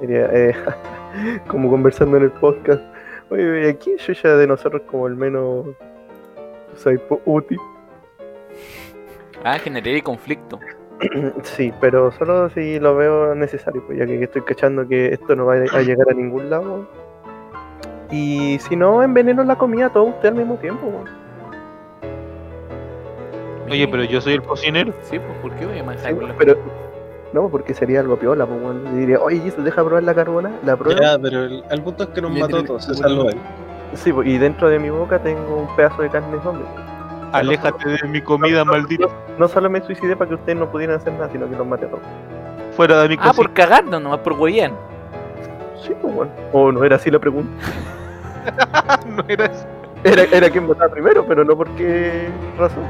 S2: Diría, eh, como conversando en el podcast. Oye, aquí yo ya de nosotros como el menos soy po- útil.
S1: Ah, generaría conflicto.
S2: Mm, Sí, pero solo si lo veo necesario, pues ya que estoy cachando que esto no va a a llegar a ningún lado. Y si no, enveneno la comida a todos ustedes al mismo tiempo. weón.
S3: Oye, pero yo soy el cocinero.
S1: Sí, pues, ¿por qué voy a matar
S2: Sí,
S1: con los-
S2: pero no, porque sería algo piola, pues, weón. Le diría, oye, Jesús, deja probar la carbona, la prueba.
S5: Ya, pero el, el punto es que nos
S6: Ya
S5: mató a
S6: tiene-
S5: todos, se salvó él.
S2: Sí, pues, y dentro de mi boca tengo un pedazo de carne zombie.
S3: Aléjate de mi comida, maldito.
S2: No solo me suicidé para que ustedes no pudieran hacer nada, sino que los maté a todos.
S3: Fuera de mi
S1: Ah,
S3: cocina.
S1: por cagarnos nomás, por huevían.
S2: Sí, pues, weón. O no era así la pregunta.
S3: No era eso.
S2: Era, era quien votaba primero, pero no por qué razón.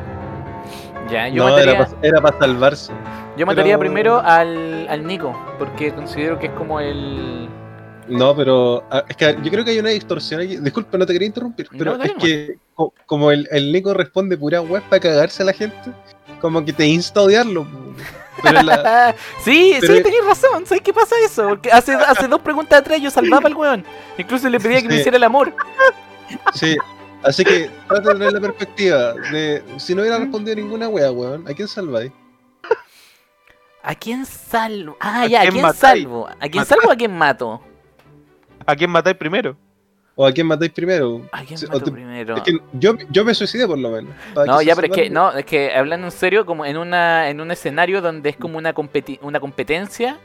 S1: Ya, yo
S5: No,
S1: mataría,
S5: era para salvarse.
S1: yo mataría
S5: pero-
S1: primero al, al Nico, porque considero que es como el...
S5: No, pero ah, es que yo creo que hay una distorsión aquí. Disculpa, no te quería interrumpir,
S1: No,
S5: pero
S1: está
S5: es
S1: bien,
S5: que co- como el, el Nico responde pura web para cagarse a la gente, como que te insta a odiarlo. po. Pero la,
S1: sí,
S5: Pero-
S1: sí, tenías razón. ¿Sabes qué pasa eso? Porque hace, hace dos preguntas atrás yo salvaba al weón. Incluso le pedía que me
S5: Sí.
S1: hiciera el amor.
S5: Sí. Así que trata de tener la perspectiva de si no hubiera respondido ninguna wea, weón, ¿a quién salváis?
S1: ¿A quién salvo? Ah,
S3: ¿A
S1: ya, ¿a
S3: quién
S1: quién
S3: matáis?
S1: salvo? ¿A quién salvo o a quién mato?
S3: ¿A quién matáis primero?
S5: ¿O a quién matáis primero?
S1: ¿A quién
S5: Sí, o
S1: mato
S5: te-
S1: primero?
S5: Es que yo, yo me suicidé por lo menos. ¿Para
S1: No,
S5: qué
S1: ya,
S5: se
S1: pero es que,
S5: salvaron?
S1: no, es que hablando en serio, como en una en un escenario donde es como una, competi- una competencia,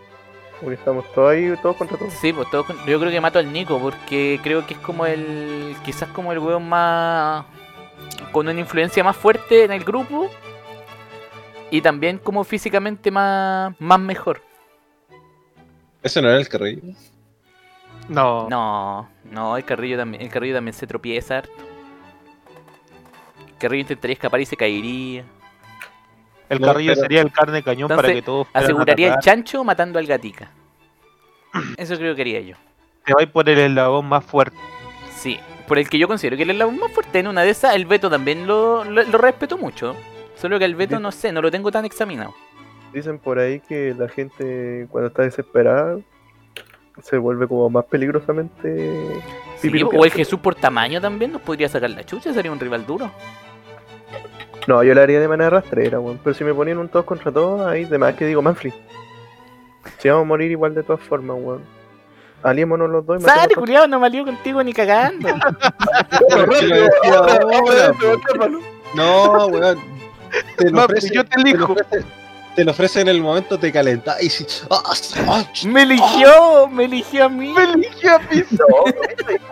S2: Porque estamos todos ahí, todos contra todos.
S1: sí, pues todo, con- yo creo que mato al Nico, porque creo que es como el, quizás como el weón más, con una influencia más fuerte en el grupo, y también como físicamente más, más mejor.
S5: Ese no era el carrillo.
S3: No.
S1: No, no, el Carrillo también, el Carrillo también se tropieza harto. El Carrillo intentaría escapar y se caería.
S3: El
S5: No,
S3: carrillo
S5: pero-
S3: sería el carne de cañón para
S1: Entonces,
S3: que todos puedan
S1: Aseguraría el
S3: atacar.
S1: chancho matando al gatica. Eso creo que haría yo.
S3: Te vais por el eslabón más fuerte.
S1: Sí, por el que yo considero que él es la más fuerte. En una de esas, el Beto también lo, lo, lo respeto mucho. Solo que el Beto, no sé, no lo tengo tan examinado.
S2: Dicen por ahí que la gente cuando está desesperada se vuelve como más peligrosamente...
S1: Sí,
S2: Pipi
S1: o
S2: Lupián.
S1: el Jesús por tamaño también nos podría sacar la chucha, sería un rival duro.
S2: No, yo la haría de manera rastrera, weón. Pero si me ponían un todos contra todos, ahí de más que digo, Manfred. Si vamos a morir igual de todas formas, weón. Aliémonos los dos y matemos
S1: ¡Sale,
S2: a-
S1: culiado! No me alío contigo ni cagando.
S5: Pero es que lo decía ahora, po. No, weón. Te lo
S3: Mami,
S5: ofrecen,
S3: yo te
S5: te lo
S3: elijo.
S5: ofrecen- te lo ofrecen en el momento, te calentáis y ¡Ah! ah, ch-
S1: ¡Me eligió! ¡Me eligió a mí!
S3: ¡Me eligió a mí!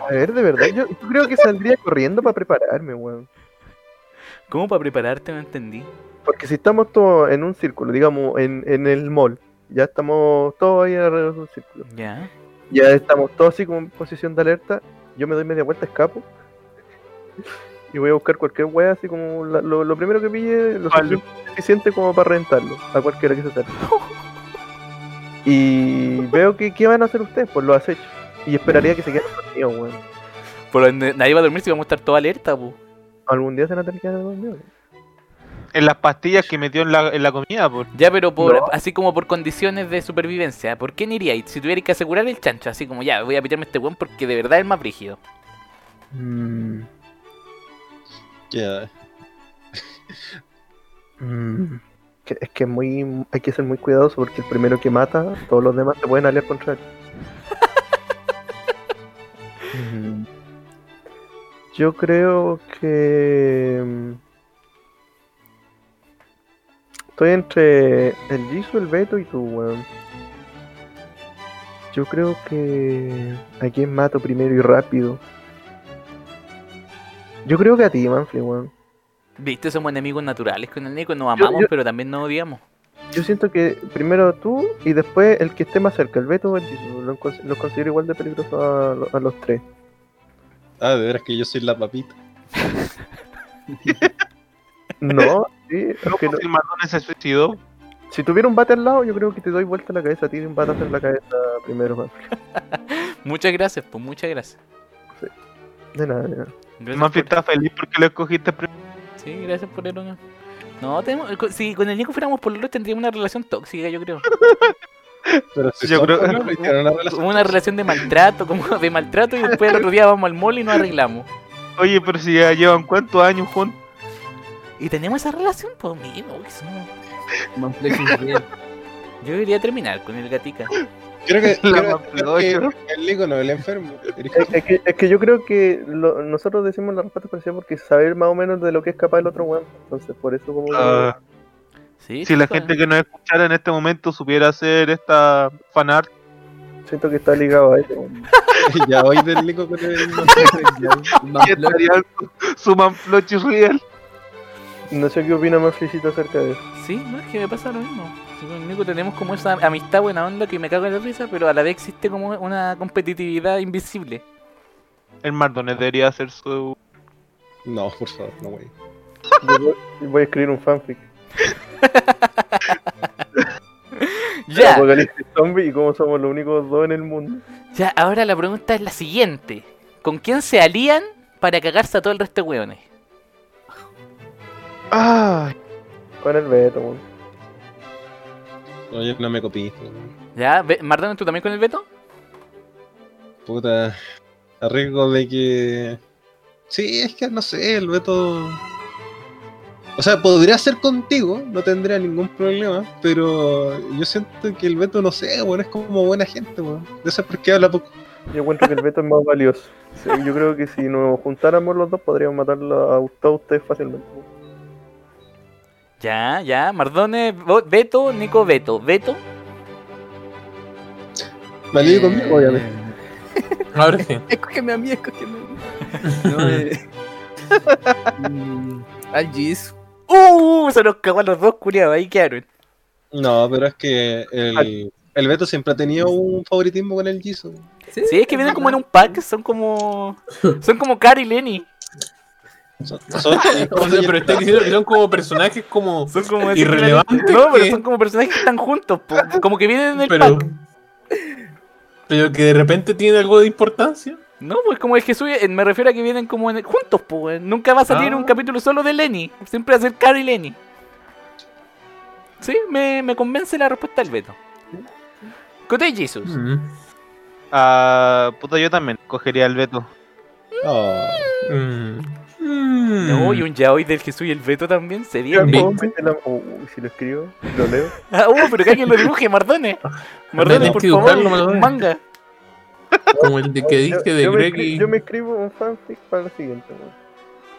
S2: A ver, de verdad, yo, yo creo que saldría corriendo para prepararme, weón.
S1: ¿Cómo para prepararte? No entendí.
S2: Porque si estamos todos en un círculo, digamos, en, en el mall, ya estamos todos ahí alrededor de un círculo.
S1: Ya.
S2: Ya estamos todos así como en posición de alerta. Yo me doy media vuelta, escapo. Y voy a buscar cualquier wea, así como la- lo, lo primero que pille, lo
S3: Vale.
S2: suficiente como para rentarlo, a cualquiera que se acerque. Y veo que, ¿qué van a hacer ustedes? Pues lo has hecho. Y esperaría que se queden dormidos, weón.
S1: Por donde nadie va a dormir si vamos a estar toda alerta, pu.
S2: Algún día se van a tener que quedar dormidos.
S3: En las pastillas que metió en la, en la comida, pues. por.
S1: Ya, pero por,
S2: No.
S1: así como por condiciones de supervivencia, ¿por qué no iríais? Si tuvierais que asegurar el chancho, así como ya, voy a pitarme a este weón porque de verdad es el más brígido.
S5: ya.
S2: Que- es que es muy, hay que ser muy cuidadoso porque el primero que mata, todos los demás se pueden aliar contra él. Mm. Yo creo que... mm, Estoy entre el Jisoo, el Beto y tú, weón. Yo creo que... ¿A quién mato primero y rápido? Yo creo que a ti, Manfred, weón.
S1: Viste, somos enemigos naturales con el Nico, nos
S2: Yo-
S1: amamos,
S2: yo-
S1: pero también nos odiamos.
S2: Yo siento que primero tú y después el que esté más cerca, el Beto o el Jisoo. Los cons- los considero igual de peligrosos a, lo- a los tres.
S5: Ah, de veras que yo soy la papita.
S2: No, sí, es
S3: No,
S2: que no-
S3: pues, el matón se suicidó.
S2: si tuviera un bate al lado, yo creo que te doy vuelta la cabeza, a ti de un batazo en la cabeza primero. man.
S1: Muchas gracias, pues muchas gracias.
S2: De nada, de nada.
S3: El
S1: Gracias
S3: Manfred
S1: por-
S3: está feliz porque lo escogiste primero.
S1: Sí, gracias por el honor. No, tenemos, co- si con el Nico fuéramos por los tendríamos una relación tóxica, yo creo.
S5: Pero si
S3: Yo
S5: son
S3: creo-
S5: problemas, hicieron una relación.
S1: Como una relación de maltrato, como de maltrato, y después el otro día vamos al mall y nos arreglamos.
S3: Oye, pero si ya llevan cuántos años juntos.
S1: Y tenemos esa relación, pues mismo, que somos-
S6: Manfred es real.
S1: Yo debería terminar con el gatica.
S5: Creo que,
S3: La
S5: creo
S3: Manfred
S5: que el Nico no es el enfermo.
S2: Es, es que, es que yo creo que lo- nosotros decimos la respuesta parecida porque saber más o menos de lo que es capaz el otro weón. Entonces, por eso como...
S3: Ah.
S1: Sí,
S3: Si la
S1: chico,
S3: gente que nos escuchara en este momento supiera hacer esta fanart,
S2: Siento que está ligado a eso. weón.
S5: ya hoy del Nico con el Manfred, ya.
S6: Manfred-
S3: estaría su manflochi real.
S2: No sé qué opina más Felicito acerca de eso.
S1: Sí, no, es que me pasa lo mismo. Sí, Con Nico tenemos como esa amistad buena onda que me cago en la risa, pero a la vez existe como una competitividad invisible.
S3: El Mardones debería hacer su.
S5: No, por favor, no, güey.
S2: Yo voy, voy a escribir un fanfic.
S1: Ya,
S2: Apocalipsis zombie y cómo somos los únicos dos en el mundo.
S1: ya, ahora la pregunta es la siguiente. ¿Con quién se alían para cagarse a todo el resto de hueones?
S3: ¡Ah!
S2: Con el Beto, weón.
S5: Oye, no me copié.
S1: ¿Ya? Ve- ¿Marlon, tú también con el veto?
S5: Puta. A riesgo de que. Sí, es que no sé, el veto. O sea, podría ser contigo, no tendría ningún problema, pero yo siento que el veto, no sé, bueno, es como buena gente, weón. De eso es porque habla poco.
S2: Yo encuentro que el veto es más valioso. Sí, yo creo que si nos juntáramos los dos podríamos matarlo a todos ustedes fácilmente.
S1: Ya, ya. Mardone, vo- veto, Nico, veto. ¿Veto?
S5: Me alivio conmigo, obviamente.
S4: Ahora sí.
S6: Escógeme a mí, escógeme a mí. No, eh. Mm, Al Giz.
S1: ¡Uh! Se nos cagó a los dos, culiados. Ahí quedaron.
S5: No, pero es que el, el veto siempre ha tenido un favoritismo con el Jisoo.
S1: Sí, es que vienen como en un pack. Son como... Son como Cara y Lenny.
S5: Son- son-
S4: O sea, pero estoy diciendo que son como personajes como.
S1: Son como... esos
S4: Irrelevante
S1: claritos. No, pero
S4: que-
S1: son como personajes que están juntos. po. Como que vienen en el
S4: Pero.
S1: pack.
S4: Pero que de repente tiene algo de importancia.
S1: No, pues como el Jesús, eh, me refiero a que vienen como en el- juntos, pues. Nunca va a salir
S4: Ah.
S1: un capítulo solo de Lenny. Siempre va a ser Cara y Lenny. Sí, me, me convence la respuesta del veto. Cotei Jesus.
S4: Mm.
S3: Ah, puta, yo también cogería el veto.
S5: Oh.
S4: Mm. Mm.
S1: No, y un yaoi del Jesús y el veto también se
S2: Yo,
S1: viene.
S4: Bien.
S2: ¿cómo mete la- Uy, si lo escribo, lo leo.
S1: Ah, uh, pero que alguien lo dibuje, Mardone. Mardone,
S4: Tenés
S1: por
S4: que
S1: favor,
S4: dibujarlo, Mardone.
S1: un manga.
S4: Como el de que
S2: Yo-
S4: diste de
S2: yo, me
S4: Greg
S2: escri-
S4: y.
S2: yo me escribo un fanfic para lo siguiente, weón.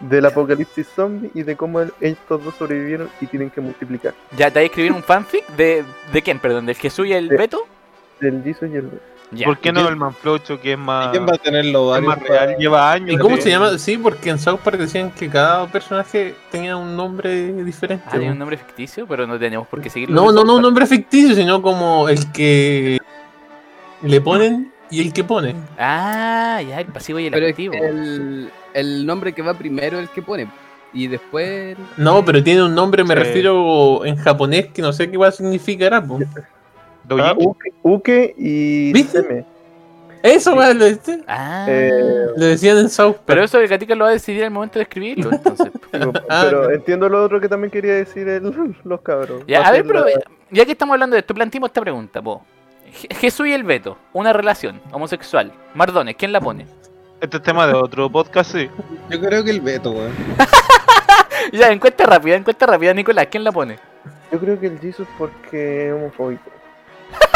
S2: Del apocalipsis zombie y de cómo el- estos dos sobrevivieron y tienen que multiplicar.
S1: Ya, te voy a escribir un fanfic de. ¿De quién? Perdón, del Jesús y el
S2: De-
S1: veto.
S2: Del Jesus y el
S1: Ya.
S3: ¿Por qué
S5: ¿Y
S3: no
S5: quién-
S3: el Manflocho, que es más,
S5: ¿Quién va a tener los
S3: Ah, es
S5: varios?
S3: más real? Lleva años.
S4: ¿Y cómo
S3: de-
S4: se llama? Sí, porque en South Park decían que cada personaje tenía un nombre diferente.
S1: Ah, tiene un nombre ficticio, pero no tenemos por qué seguirlo.
S4: No, no, no un nombre ficticio, sino como el que le ponen y el que pone.
S1: Ah, ya, el pasivo y el
S6: Pero es
S1: activo.
S6: el, el nombre que va primero es el que pone. Y después. eh,
S4: No, pero tiene un nombre, me
S3: Sí.
S4: refiero en japonés, que no sé qué va a significar. ah, po.
S3: Doujin.
S2: Ah, Uke, Uke y
S4: ¿Viste?
S2: Seme.
S4: Eso va, lo, este,
S1: Ah.
S2: Eh,
S4: lo decían en South Park.
S1: Pero eso el gatica lo va a decidir al momento de escribirlo, entonces.
S4: Ah.
S2: Digo, Pero entiendo lo otro que también quería decir el- los cabros.
S1: Ya,
S2: Va
S1: a
S2: ser
S1: ver, pero
S2: la-
S1: ya que estamos hablando de esto, planteemos esta pregunta, po. Je- Jesús y el Beto, una relación homosexual. Mardones, ¿quién la pone?
S3: Este es tema de otro podcast, sí.
S5: Yo creo que el veto, weón.
S1: Ya, encuesta rápida, encuesta rápida, Nicolás, ¿quién la pone?
S2: Yo creo que el Jesus porque es homofóbico.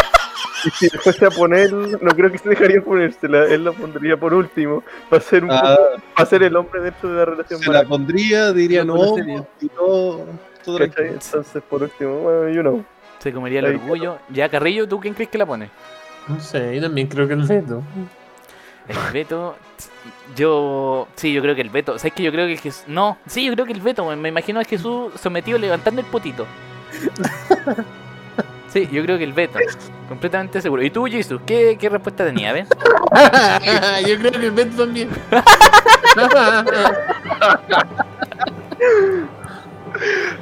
S2: Y si le fuese a poner, no creo que se dejaría ponérsela, él la pondría por último, para ser, un
S5: Ah,
S2: poco- para ser el hombre dentro de la relación.
S5: se la
S2: para-
S5: pondría, diría
S6: No
S5: no,
S6: conocería.
S5: y todo. todo
S2: ¿cachai?
S5: tranquilo.
S2: Entonces, por último, bueno, you know.
S1: Se comería el
S2: Ahí.
S1: orgullo. Ya, Carrillo, ¿tú quién crees que la pone?
S4: No sé, yo también creo que el veto.
S1: El Beto. Yo. Sí, yo creo que el Beto. ¿Sabes que yo creo que el Jesús. No, sí, yo creo que el Beto. Me imagino a Jesús sometido levantando el potito. Sí, yo creo que el Beto. Completamente seguro. ¿Y tú, Jesús? ¿Qué, qué respuesta tenías? A ver.
S4: yo creo que el veto también.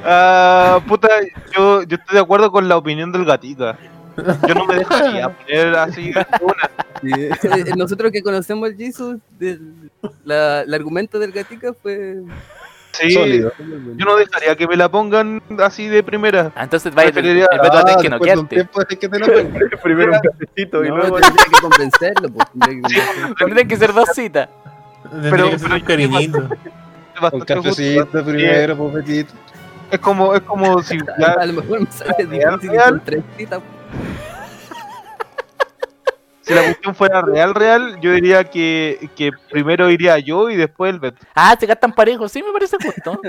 S3: Ah, puta, yo, yo estoy de acuerdo con la opinión del gatita. Yo no me dejaría poner así una.
S6: Eh, Nosotros que conocemos al Jesus, del- la- el argumento del Gatica fue.
S3: Sí,
S5: Sólido.
S3: yo no dejaría que me la pongan así de primera.
S1: Ah, entonces vaya, el, el
S3: Preferiría-
S1: Beto va a tener
S5: Ah,
S1: que
S5: después de un
S1: noquearte.
S5: tiempo es que te lo tengo.
S2: Primero un cafecito y
S6: No,
S2: luego
S6: tendría que convencerlo. pues, tendría que convencerlo.
S1: Tendrían que ser dos citas.
S4: Pero,
S3: pero
S4: un cariñito.
S3: Es
S5: Un
S3: bastante justo.
S5: cafecito primero, pobrecito.
S3: Es como, es como si ya
S6: A lo mejor me sale
S3: Real,
S6: difícil
S3: real.
S6: con tres citas.
S3: si la cuestión fuera real, real, yo diría que, que primero iría yo y después el Beto.
S1: Ah, se gastan parejos. Sí, me parece justo.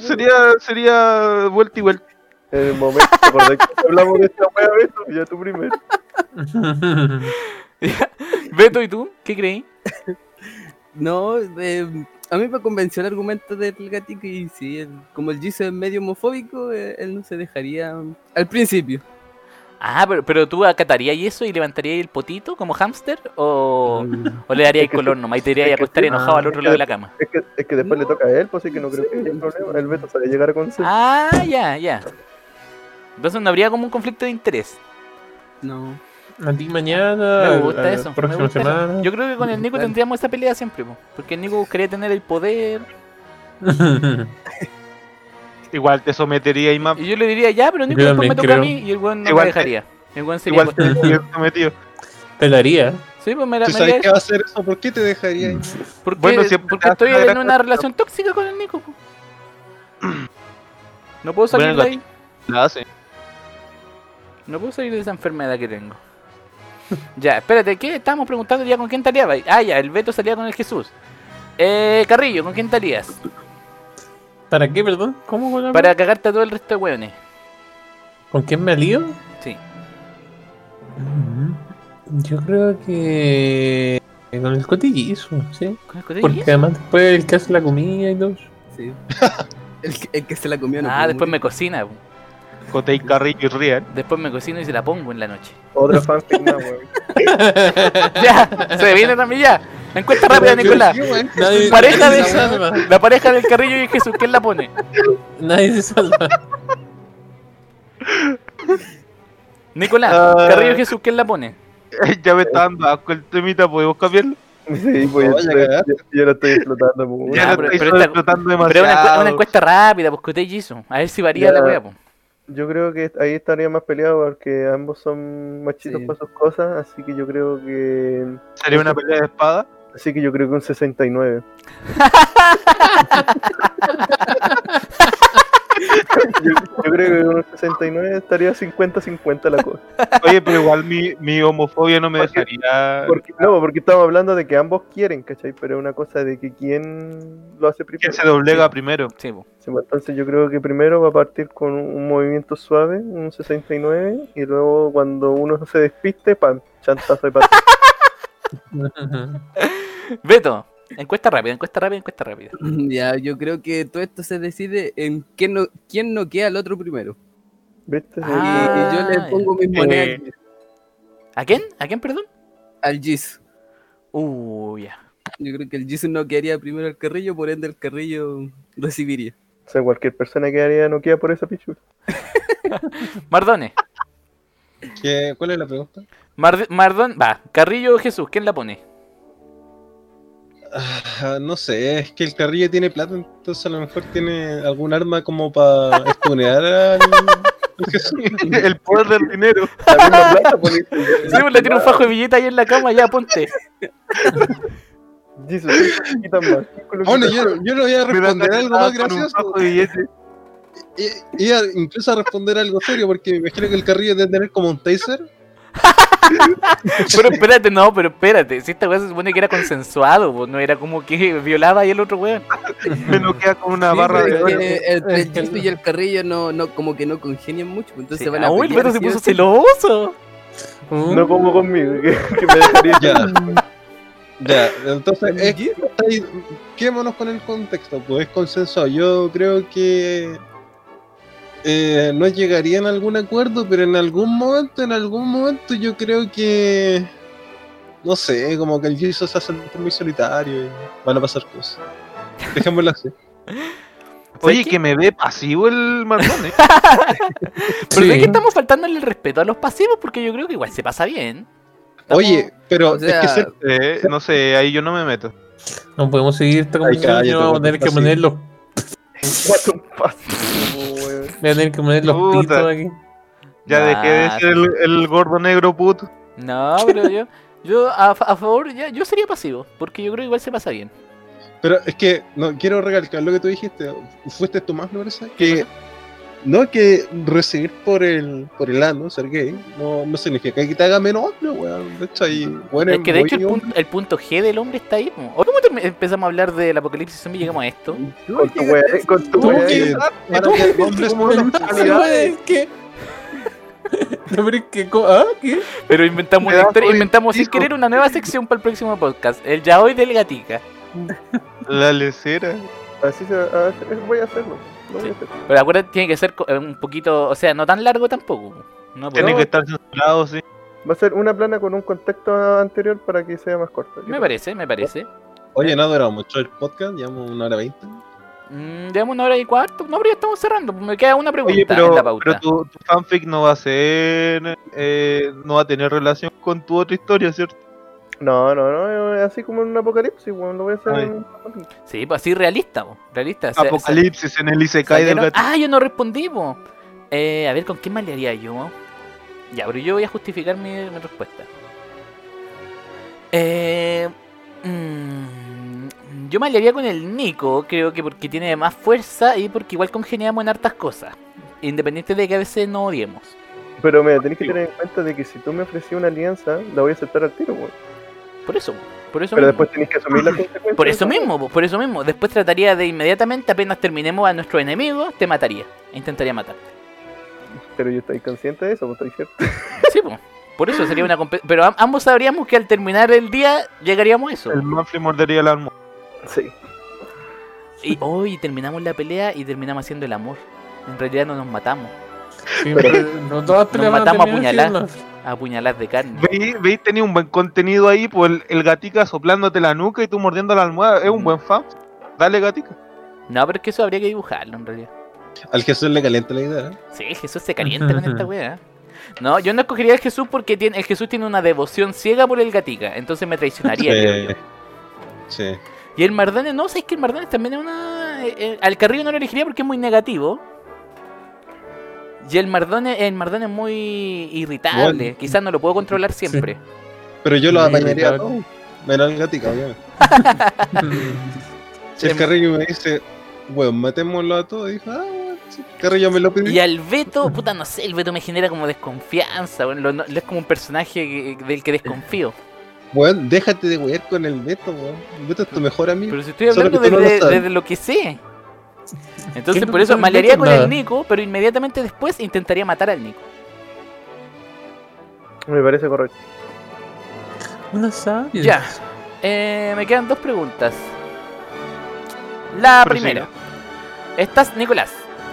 S3: Sería, sería vuelta y vuelta.
S2: en el momento, ¿te acordás que hablamos de esta wea, Beto? Ya tú primero.
S1: Beto, ¿y tú? ¿Qué creí?
S6: No, eh, a mí me convenció el argumento del gatito y sí, el- como el Giso es medio homofóbico, eh, él no se dejaría mm, al principio.
S1: Ah, pero, pero tú acatarías eso y levantarías el potito como hámster o,
S2: Mm.
S1: o le darías el color nomás y te irías a acostar enojado al otro lado de la cama.
S2: Es que, es que después le toca a él, pues así que no creo
S6: Sí.
S2: que haya problema. El Beto sabe llegar a consenso.
S1: Ah, ya, ya. Entonces no habría como un conflicto de interés.
S6: No.
S4: A ti mañana,
S1: Me gusta
S4: la
S1: eso. me
S4: próxima
S1: gusta eso.
S4: semana.
S1: Yo creo que con el Nico
S6: Claro.
S1: tendríamos esa pelea siempre, po, porque el Nico buscaría tener el poder.
S3: Igual te sometería y más.
S1: Y yo le diría, ya, pero Nico,
S4: Yo
S1: después me
S4: también
S1: toca
S4: creo.
S1: a mí y el weón no
S3: Igual
S1: me
S3: te-
S1: dejaría. El weón sería.
S3: Igual te
S4: Ujú.
S3: hubiera sometido.
S4: Pelaría.
S1: Sí, pues me la
S5: ¿Tú
S1: me
S5: sabes
S1: la-
S5: que va a hacer eso? ¿Por qué te dejaría ahí?
S1: Porque,
S3: Bueno, siempre
S1: porque
S3: te hace
S1: estoy
S3: una
S1: en
S3: gran
S1: una
S3: cosa.
S1: relación tóxica con el Nico. po. No puedo salir
S3: Bueno,
S1: de ahí.
S3: La hace.
S1: No puedo salir de esa enfermedad que tengo. Ya, espérate, ¿qué? Estábamos preguntando ya con quién taleaba. Ah, ya, el Beto salía con el Jesús. Eh, Carrillo, ¿con quién talías?
S4: ¿Para qué, perdón? ¿Cómo con la-
S1: Para cagarte a todo el resto de hueones.
S4: ¿Con quién me lío?
S1: Sí.
S4: Mm, Yo creo que. Con el cotillizo, sí.
S1: ¿Con el Cotillo?
S4: Porque además después el que hace la comida y todo. eso.
S6: Sí. El, que- el que se la comió no
S1: Ah,
S6: pudo
S1: después me
S6: morir.
S1: cocina. po.
S3: Cote y Carrillo y Rian.
S1: Después me cocino y se la pongo en la noche.
S2: Otra fanfic más, weón.
S1: ya, se viene también ya. Encuesta rápida, Nicolás.
S5: Sí, weón.
S4: Nadie,
S1: Pareja
S4: nadie
S1: de-
S4: se salva.
S1: La pareja del Carrillo y el Jesús, ¿quién la pone?
S4: Nadie se salva.
S1: Nicolás,
S3: Ah.
S1: Carrillo y Jesús, ¿quién la pone?
S3: ya me está dando asco el temita, podemos cambiarlo.
S2: Sí, pues
S5: No,
S2: yo,
S5: ya
S2: estoy-
S5: cagaste.
S2: yo- yo lo estoy explotando, po, weón.
S1: Ya,
S3: Ya, lo
S1: pero-
S3: estáis
S1: pero esta-
S3: explotando
S1: Pero una, encue-
S3: demasiado.
S1: una encuesta rápida, pues Cote y Jisoo. A ver si varía
S2: Ya.
S1: la wea, po.
S2: Yo creo que ahí estaría más peleado porque ambos son machitos
S6: Sí.
S2: para sus cosas, así que yo creo que
S3: Sería una pelea de espada.
S2: así que yo creo que un 69. yo, yo creo que un 69 estaría 50-50 la cosa.
S3: Oye, pero igual mi, mi homofobia no me
S2: Porque-
S3: dejaría.
S2: Porque- no, porque estamos hablando de que ambos quieren, ¿cachai? Pero es una cosa de que quién lo hace primero.
S3: Que se doblega primero.
S1: Sí, po.
S2: Sí, pues, Entonces yo creo que primero va a partir con un, un movimiento suave, un 69, y luego cuando uno se despiste, pam, chantazo de patada.
S1: Beto, encuesta rápida, encuesta rápida, encuesta rápida.
S6: Ya, yo creo que todo esto se decide en quién no, quién no queda al otro primero.
S2: ¿Viste?
S6: Y,
S1: Ah.
S6: y yo
S1: ya.
S6: le pongo mis monedas
S3: Eh.
S1: ¿A quién? ¿A quién, perdón?
S6: al Jis.
S1: Uh, ya.
S6: Yo creo que el Jis no quedaría primero al carrillo, por ende el carrillo recibiría.
S2: O sea, cualquier persona que haría no queda por esa pichula.
S1: Mardone.
S5: ¿Qué- ¿Cuál es la pregunta?
S1: Mard- Mardón, va, Carrillo o Jesús, ¿quién la pone?
S5: Ah, no sé, es que el carrillo tiene plata, entonces a lo mejor tiene algún arma como para estunear al. Ah,
S3: el poder del dinero.
S2: La misma plata, por eso.
S1: Sí, pues le tiene un fajo de billete ahí en la cama, ya ponte.
S2: Jesus, cinco loquitas más, cinco loquitas
S5: Ah, Bueno, yo,
S2: más.
S5: yo le voy a responder algo más
S3: Con un
S5: gracioso.
S3: fajo de billete.
S5: I- Iba incluso a responder algo serio, porque me imagino que el carrillo debe tener como un taser.
S1: Pero espérate, no, pero espérate. Si esta weá se supone que era consensuado, pues, no era como que violaba ahí el otro weón.
S3: Ah, Me noquea con una
S6: Sí,
S3: barra
S6: pero
S3: de
S6: es
S3: oro.
S6: que entre el
S4: Es que
S6: Jisoo y el carrillo no, no, como que no congenian mucho, pues entonces
S1: Sí.
S6: van a
S1: Ah, uy, el
S6: pelear,
S1: Beto se
S6: sí
S1: puso
S6: o sí.
S1: celoso.
S2: No como conmigo, que, que me dejaría.
S5: Ya. Ya, entonces,
S6: ¿El
S5: es,
S6: Jis?
S5: ahí, quedémonos con el contexto, pues es consensuado. Yo creo que eh, no llegarían a algún acuerdo, pero en algún momento, en algún momento yo creo que... No sé, como que el Jesus se hace muy solitario y van a pasar cosas. Dejémoslo así.
S3: Oye, que me ve pasivo el marrón, eh.
S1: Pero
S4: Sí.
S1: es que estamos faltando el respeto a los pasivos porque yo creo que igual se pasa bien. Estamos-
S5: Oye, pero
S6: o
S5: es
S6: sea,
S5: que ser...
S3: Eh, No sé, ahí yo no me meto.
S4: No podemos seguir esta conversación.
S5: cállate,
S4: Yo vamos a
S5: weón,
S4: tener que
S5: así.
S4: poner los,
S2: Cuatro un paso, weón.
S4: voy a tener que poner los
S3: Puta.
S4: pitos aquí.
S3: Ya
S1: Nah, pues,
S3: dejé de ser el, el gordo negro puto.
S1: No, pero yo, yo a, fa- a favor, ya, yo sería pasivo, porque yo creo que igual se pasa bien.
S5: Pero es que no quiero recalcar lo que tú dijiste. Fuiste tú más, me parece. Que no que recibir por el por el ano, ser gay, no, no significa que te haga menos hombre, weón. De hecho, ahí, bueno,
S1: es que de hecho el, pun- el punto G del hombre está ahí. po. ¿O ¿Cómo termi- empezamos a hablar del apocalipsis zombie y llegamos a esto?
S2: Con tu wea, eh, con tu
S5: Tú
S2: wea.
S5: que-
S2: eh.
S4: es que. No, pero es que. co- ¿Ah? ¿Qué?
S1: Pero inventamos,
S3: Pedazo
S1: una historia-
S3: de
S1: inventamos sin
S3: pico.
S1: querer una nueva sección para el próximo podcast, el ya hoy del gatica.
S3: La lecera.
S2: Así se ah, voy a hacerlo. Lo voy a hacer.
S1: Pero acuérdate, tiene que ser co- eh, un poquito, o sea, no tan largo tampoco. po. No,
S3: Tiene
S1: podemos-
S3: que estar censurado, sí.
S2: Va a ser una plana con un contexto anterior para que sea más corto.
S1: Me parece, me parece.
S5: Oye, no ha durado mucho el podcast, llevamos una hora veinte.
S1: Mm, llevamos una hora y cuarto. No, pero ya estamos cerrando. pues, Me queda una pregunta
S3: Oye,
S1: en la
S3: pero,
S1: pauta.
S3: pero tu, tu fanfic no va a ser. eh, no va a tener relación con tu otra historia, ¿cierto?
S2: No, no, no, es así como en un apocalipsis, weón, lo voy a hacer.
S3: Ay.
S2: en-
S1: Sí, pues así realista, po. Realista. se- se-
S3: Apocalipsis en el Isekai del
S1: ¿Salieron?
S3: gato.
S1: Ah, yo no respondí, po. Eh, a ver, ¿con qué más le haría yo? Ya, pero yo voy a justificar mi, mi respuesta. Eh, mm, yo me aliaría con el Nico, creo que porque tiene más fuerza y porque igual congeniamos en hartas cosas. Independiente de que a veces no odiemos.
S2: Pero mira, tenés que tener en cuenta de que si tú me ofrecías una alianza, la voy a aceptar al tiro, weón.
S1: Por eso, por eso mismo.
S2: Pero después tenés que asumir las consecuencias.
S1: Por eso mismo, po, por eso mismo. Después trataría de inmediatamente, apenas terminemos a nuestro enemigo, te mataría. E Intentaría matarte.
S2: Pero yo estoy consciente de eso, vos estáis cierto.
S1: Sí, po. Por eso sería una compe- Pero am- ambos sabríamos que al terminar el día llegaríamos a eso.
S3: El Manfred mordería el alma.
S2: Sí.
S1: Y hoy terminamos la pelea y terminamos haciendo el amor. En realidad no nos matamos.
S4: Siempre, no todas peleas van
S1: matamos a
S4: terminar así,
S1: puñaladas.
S4: ¿no?
S1: A puñalar de carne.
S3: Veis, veis, tenía un buen contenido ahí, pues el, el gatica soplándote la nuca y tú mordiendo la almohada.
S1: Mm.
S3: Es un buen fan. Dale, gatica.
S1: No, pero es que eso habría que dibujarlo en realidad.
S5: Al Jesús le calienta la idea. ¿eh?
S1: Sí, Jesús se calienta con esta weá. No, yo no escogería al Jesús porque tiene, el Jesús tiene una devoción ciega por el gatica. Entonces me traicionaría, creo yo.
S5: Eh, Sí.
S1: Y el Mardanes, no, sé, es que el Mardanes también es una. eh, eh, al Carrillo no lo elegiría porque es muy negativo. Y el Mardanes, el Mardanes es muy irritable.
S5: Bueno.
S1: Quizás no lo puedo controlar siempre.
S5: Pero yo lo
S4: Sí,
S5: apañaría a
S4: claro.
S5: todos, Menos al gatica, obviamente. Si
S1: Sí.
S5: el
S1: em-
S5: Carrillo me dice, weón, matémoslo a todos, dijo, ah, weón, si el Carrillo me lo
S1: Y
S5: pidió.
S1: al Beto, puta, no sé, el Beto me genera como desconfianza. Bueno, lo- no- es como un personaje que- del que desconfío.
S5: Weón, déjate de wear con el Beto, weón. El Beto es tu mejor amigo.
S1: Pero si estoy
S5: Solo
S1: hablando
S5: que tú no lo
S1: desde,
S5: sabes.
S1: desde lo que sé. Entonces,
S4: ¿Qué no
S1: por eso
S4: sabes
S1: me aliaría
S4: Beto?
S1: con
S4: Nada.
S1: el Nico, pero inmediatamente después intentaría matar al Nico.
S2: Me parece correcto.
S4: Una sabia.
S1: Ya. Eh, me quedan dos preguntas. La
S3: Prosiga.
S1: primera. Estás, Nicolás,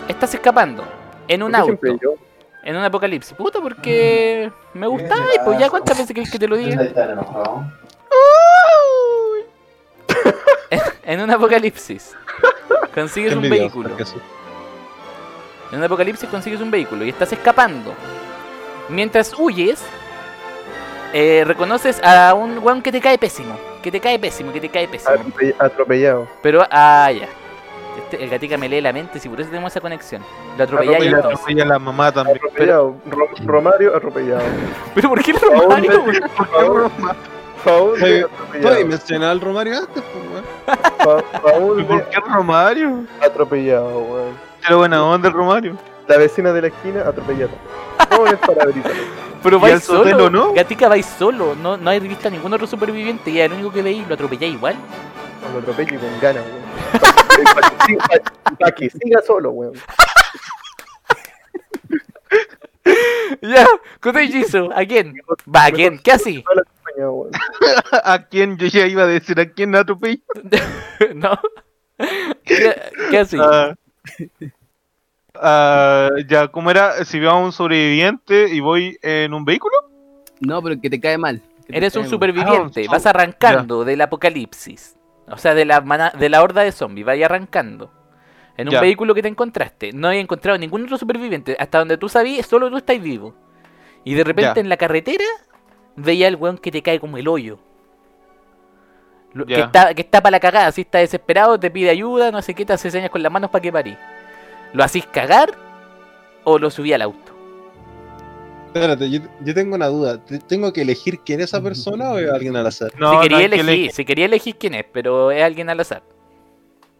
S1: estás escapando en un
S2: Porque
S1: auto,
S2: siempre yo.
S1: en un apocalipsis. Puta, porque me gustaba y pues ya cuántas veces querés que te lo diga. En un apocalipsis. Consigues un
S5: Envidia,
S1: vehículo.
S5: al Jesús.
S1: En un apocalipsis consigues un vehículo y estás escapando. Mientras huyes, eh, reconoces a un weón que te cae pésimo. Que te cae pésimo, que te cae pésimo.
S2: Atrope- Atropellado.
S1: Pero, ah, ya. Este- el gatica me lee la mente, si por eso tenemos esa conexión. Lo atropellé
S3: Y
S2: Atropella,
S3: la
S1: entonces.
S3: atropella la mamá también.
S2: Atropellado. Ro- Romario atropellado.
S1: Pero ¿por qué el
S2: Paul,
S1: Romario?
S2: Paul, Paul
S5: Oye, Oye,
S2: atropellado.
S5: mencionaba al Romario antes, pues, weón.
S2: Pa-
S3: ¿Y
S2: Paul
S3: ¿Por qué Romario?
S2: atropellado, weón.
S3: Pero buena onda el Romario.
S2: La vecina de la esquina atropellada. No es palabrita.
S1: Pero
S3: ¿Y
S1: vais
S3: al sotelo
S1: solo.
S3: no?
S1: Gatica vais solo. No, no hay revista ningún otro superviviente. Y el único que veis lo atropellé igual.
S2: No, Lo atropello con ganas, weón. Para que, siga- pa' que siga solo, weón.
S1: Ya, ¿cómo ¿A quién? Va, ¿a quién? ¿Qué así?
S2: Coño, weón.
S3: ¿A quién? Yo ya iba a decir, ¿a quién atropella?
S1: ¿No? ¿Qué, qué así?
S3: Ah, ah, ya, ¿cómo era? Si veo a un sobreviviente y voy en un vehículo.
S6: No, pero que te cae mal. que te
S1: Eres
S6: cae
S1: un
S6: mal.
S1: superviviente.
S3: Ah, un-
S1: Vas arrancando del apocalipsis. O sea, de la, mana- de la horda de zombies. Vas arrancando. En un
S3: Ya.
S1: vehículo que te encontraste. No he encontrado ningún otro superviviente. Hasta donde tú sabías, solo tú estás vivo. Y de repente
S3: Ya.
S1: en la carretera veía al weón que te cae como el hoyo. Lo- Que
S3: Ya.
S1: está, que está para la cagada, así está desesperado, te pide ayuda, no sé qué, te hace señas con las manos para que parís. ¿Lo hacís cagar o lo subí al auto?
S5: Espérate, yo, yo tengo una duda. ¿Te- ¿Tengo que elegir quién es esa persona o es alguien al azar?
S3: No,
S1: si quería
S3: no hay que
S1: elegir,
S3: elegir.
S1: si quería elegir quién es, pero es alguien al azar.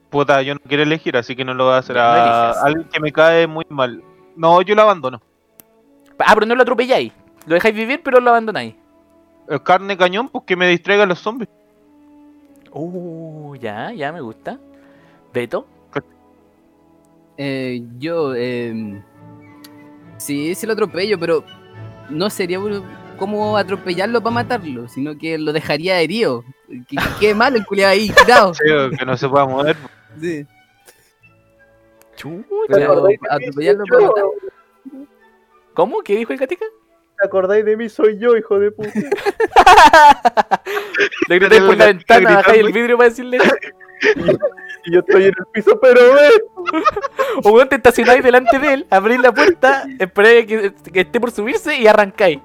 S3: Puta, yo no quiero elegir, así que no lo voy a hacer.
S1: No
S3: a
S1: elijas.
S3: alguien que me cae muy mal. No, yo lo abandono.
S1: Ah, pero no lo atropelláis. Lo dejáis vivir, pero lo abandonáis.
S3: El carne cañón, pues que me distraigan los zombies.
S1: Uh, ya, ya me gusta. Beto.
S6: Eh, yo, eh, sí, sí lo atropello, pero no sería un- como atropellarlo para matarlo, sino que lo dejaría herido. Que quede mal el culiado ahí, cuidado.
S3: que no se pueda mover.
S6: Sí.
S2: ¿Te
S6: Pero
S2: acordáis de mí?
S6: atropellarlo
S2: Soy
S6: para
S2: yo.
S6: matarlo.
S1: ¿Cómo? ¿Qué dijo el gatica?
S2: ¿Te acordáis de mí? Soy yo, hijo de puta.
S1: Le gritáis por la
S3: Gatica
S1: ventana, bajáis el
S3: gritando.
S1: vidrio para decirle.
S2: Y yo estoy en el piso, pero ven.
S1: O "Oh, weón, te estacionáis delante de él, abrís la puerta, esperáis a que, que esté por subirse y arrancáis.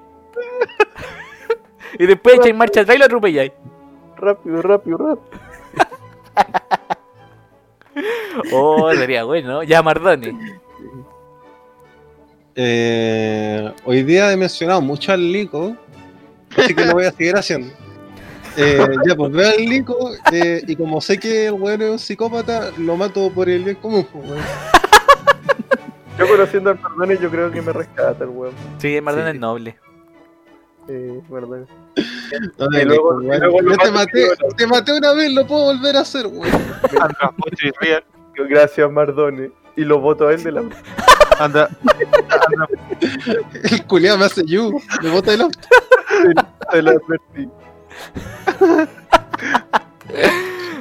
S1: Y después echáis marcha atrás y lo atropelláis.
S2: Rápido, rápido, rápido.
S1: Oh, sería bueno. Ya, Mardoni.
S5: Eh, hoy día he mencionado mucho al Lico, así que lo voy a seguir haciendo. Eh, ya, pues veo al Lico eh, y como sé que el weón es un psicópata, lo mato por el bien común. pues, weón.
S2: Yo conociendo al Mardones, yo creo que me rescata el weón.
S1: Sí, Mardoni es noble.
S2: Sí, Mardones.
S5: Ay,
S2: Ah, Y luego-
S5: Lico, pues, weón,
S2: y luego lo
S5: ya te
S2: mato
S5: maté,
S2: yo, ¿no?
S5: te maté una vez, lo puedo volver a hacer, weón.
S3: András Pocho y Riel.
S2: Gracias, Mardones. Y lo voto a él de la.
S3: Andra-
S5: El culiado me hace you, me bota el auto.
S2: Te lo advertí.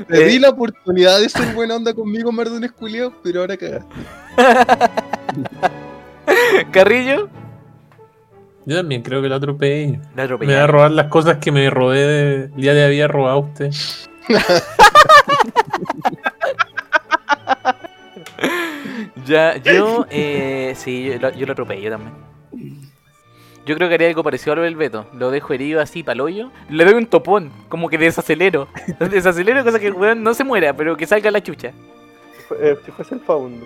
S5: Te
S1: Eh.
S5: di la oportunidad de ser buena onda conmigo, Mardones culiao, pero ahora cagaste.
S1: Carrillo,
S4: Yo también creo que lo atropellé.
S1: lo
S4: Me va a
S1: atropelláis.
S4: robar las cosas que me robé, de- ya le había robado a usted.
S1: Ya, yo, eh, sí, yo lo, yo lo atropello también. Yo creo que haría algo parecido a lo del Beto. Lo dejo herido así, palollo. Le doy un topón, como que desacelero. Desacelero, cosa que el weón no se muera, pero que salga la chucha.
S2: Fue- eh, Si fuese el Faundo.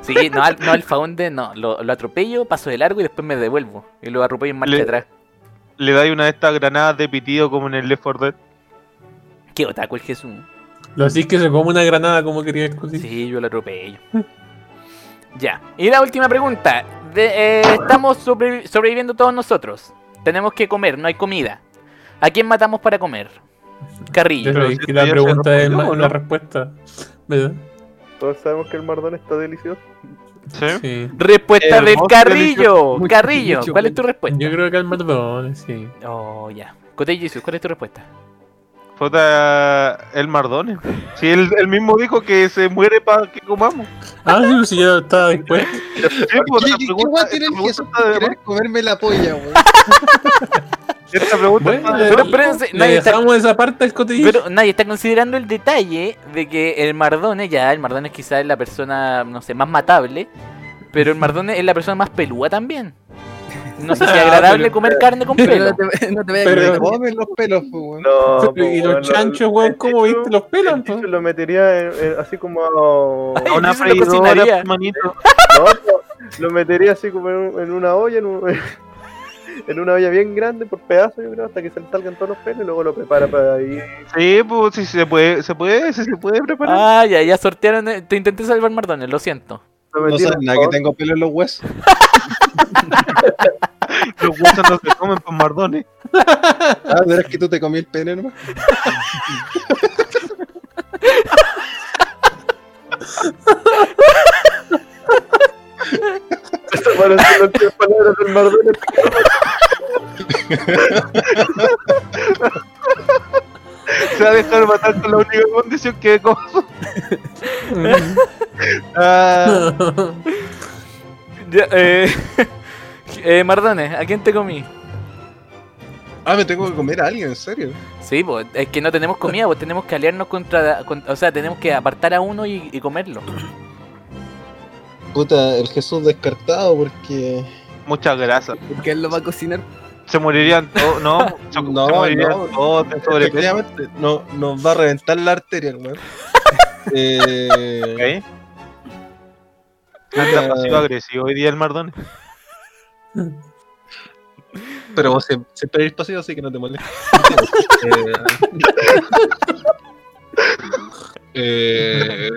S1: Sí, no al, no al faunde, no. Lo, lo atropello, paso de largo y después me devuelvo. Y lo atropello en marcha
S3: Le-
S1: atrás.
S3: Le dais una de estas granadas de pitido como en el Left 4 Dead.
S1: Qué otaku el Jesús.
S4: Lo así que se come una granada como quería escuchar.
S1: Sí, yo lo atropello. ya. Y la última pregunta. De- eh, estamos sobrevi- sobreviviendo todos nosotros. Tenemos que comer, no hay comida. ¿A quién matamos para comer? Carrillo.
S4: Pero
S3: Pero
S4: es
S3: si
S4: que la
S3: esto ya se
S4: pregunta es
S3: respondió,
S4: la,
S3: ¿o no?
S4: la respuesta. ¿Verdad?
S2: Todos sabemos que el Mardón está delicioso.
S3: ¿Sí?
S4: Sí.
S1: Respuesta del
S3: Hermoso,
S1: Carrillo.
S6: Mucho,
S1: Carrillo,
S6: mucho,
S1: ¿cuál es
S6: mucho.
S1: tu respuesta?
S4: Yo creo que al Mardone, sí.
S1: Oh, ya. Cotey Jesus, ¿cuál es tu respuesta?
S3: Puta, el Mardone. Si él, él mismo dijo que se muere para que comamos.
S4: Ah, sí, pues si ya estaba dispuesto.
S3: Sí, pues,
S5: ¿Qué,
S3: esta
S5: qué, qué guay
S3: pregunta,
S5: tiene el
S3: esta
S5: Jesús
S3: pregunta está
S5: por
S3: de
S5: querer
S3: más.
S5: comerme la polla, weón?
S3: Esta pregunta está de
S1: Pero
S3: más.
S1: espérense,
S4: Le
S1: Eh, nadie está-
S4: dejamos esa parte al cotillo.
S1: Pero nadie está considerando el detalle de que el Mardone, ya, el Mardone es quizás la persona, no sé, más matable, pero el Mardone es la persona más pelúa también. No sé si es
S4: Ah,
S1: agradable
S4: pero-
S1: comer carne con
S6: Pero
S1: pelo.
S6: no te, no te vayas
S4: Pero-
S6: a
S5: Me comen los pelos, pues, weón.
S2: No,
S4: y los chanchos, weón, ¿cómo viste? Los pelan,
S2: pelos?
S4: po.
S2: Yo lo metería en- en- así como. a-
S1: Ay,
S3: A una
S1: Jesús lo cocinaría.
S3: freidora, hermanito.
S2: No, no, lo metería así como en, un- en una olla, en, un- en una olla bien grande por pedazos, yo creo, hasta que se le salgan todos los pelos y luego lo prepara para ir.
S3: Sí, pues si se puede, se puede, si se puede preparar.
S1: Ah, ya, ya sortearon. eh, Te intenté salvar Mardone, lo siento.
S2: Lo
S5: No
S2: metieron
S5: sabes nada que tengo pelo en los huesos.
S3: Los huesos no se comen por Mardone.
S5: Ah, verás que tú te comí el pene nomás.
S2: todo, para hacer las tres palabras del Mardone.
S3: Se va a dejar matar con la única condición que coma. Ah,
S1: Ya, eh, eh, Mardone, ¿a quién te comí?
S5: Ah, me tengo que comer a alguien, en serio.
S1: Sí, pues es que no tenemos comida, pues tenemos que aliarnos contra, con- O sea, tenemos que apartar a uno y, y comerlo.
S5: Puta, el Jesús descartado porque.
S3: mucha grasa.
S6: Porque él lo va a cocinar.
S3: Se morirían todos, no, se, se
S5: No,
S3: morirían
S5: no.
S3: todos de sobrepeso.
S5: Efectivamente, no, nos va a reventar la arteria, hermano. eh,
S3: ¿ok? Anda pasivo agresivo hoy día el Mardone.
S5: pero vos siempre, siempre eres pasivo, así que no te molestes. eh, eh,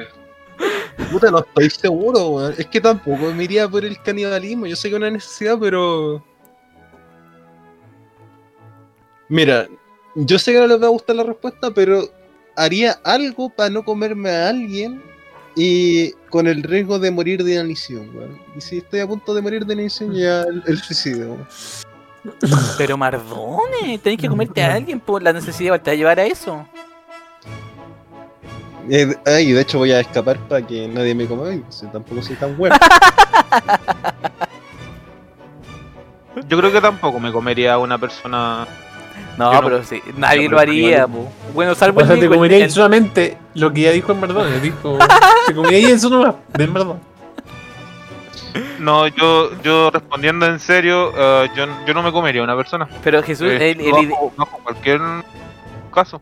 S5: puta, no estoy seguro, weón. Es que tampoco me iría por el canibalismo. Yo sé que es una necesidad, pero. Mira, yo sé que no les va a gustar la respuesta, pero haría algo para no comerme a alguien y con el riesgo de morir de inanición, weón. Y si estoy a punto de morir de inanición, ya el, el suicidio, weón.
S1: Pero Mardone, tenés que comerte a alguien por la necesidad, te va a llevar a eso.
S5: Eh, ay, de hecho voy a escapar para que nadie me coma hoy, si tampoco soy tan bueno.
S3: Yo creo que tampoco me comería a una persona.
S1: No,
S3: Yo no-
S1: pero sí, nadie
S3: yo no
S1: lo haría, po. Bueno, salvo
S4: O sea,
S1: el
S4: te
S1: Nico, el-
S4: comeríais
S1: el-
S4: solamente eh, lo que ya dijo el Mardone. Dijo, te comeríais eso nomás, del Mardone.
S3: No, yo, yo respondiendo en serio, eh, yo, yo no me comería a una persona.
S1: Pero Jesús,
S3: Eh,
S1: el- el ide-
S3: bajo, bajo cualquier caso.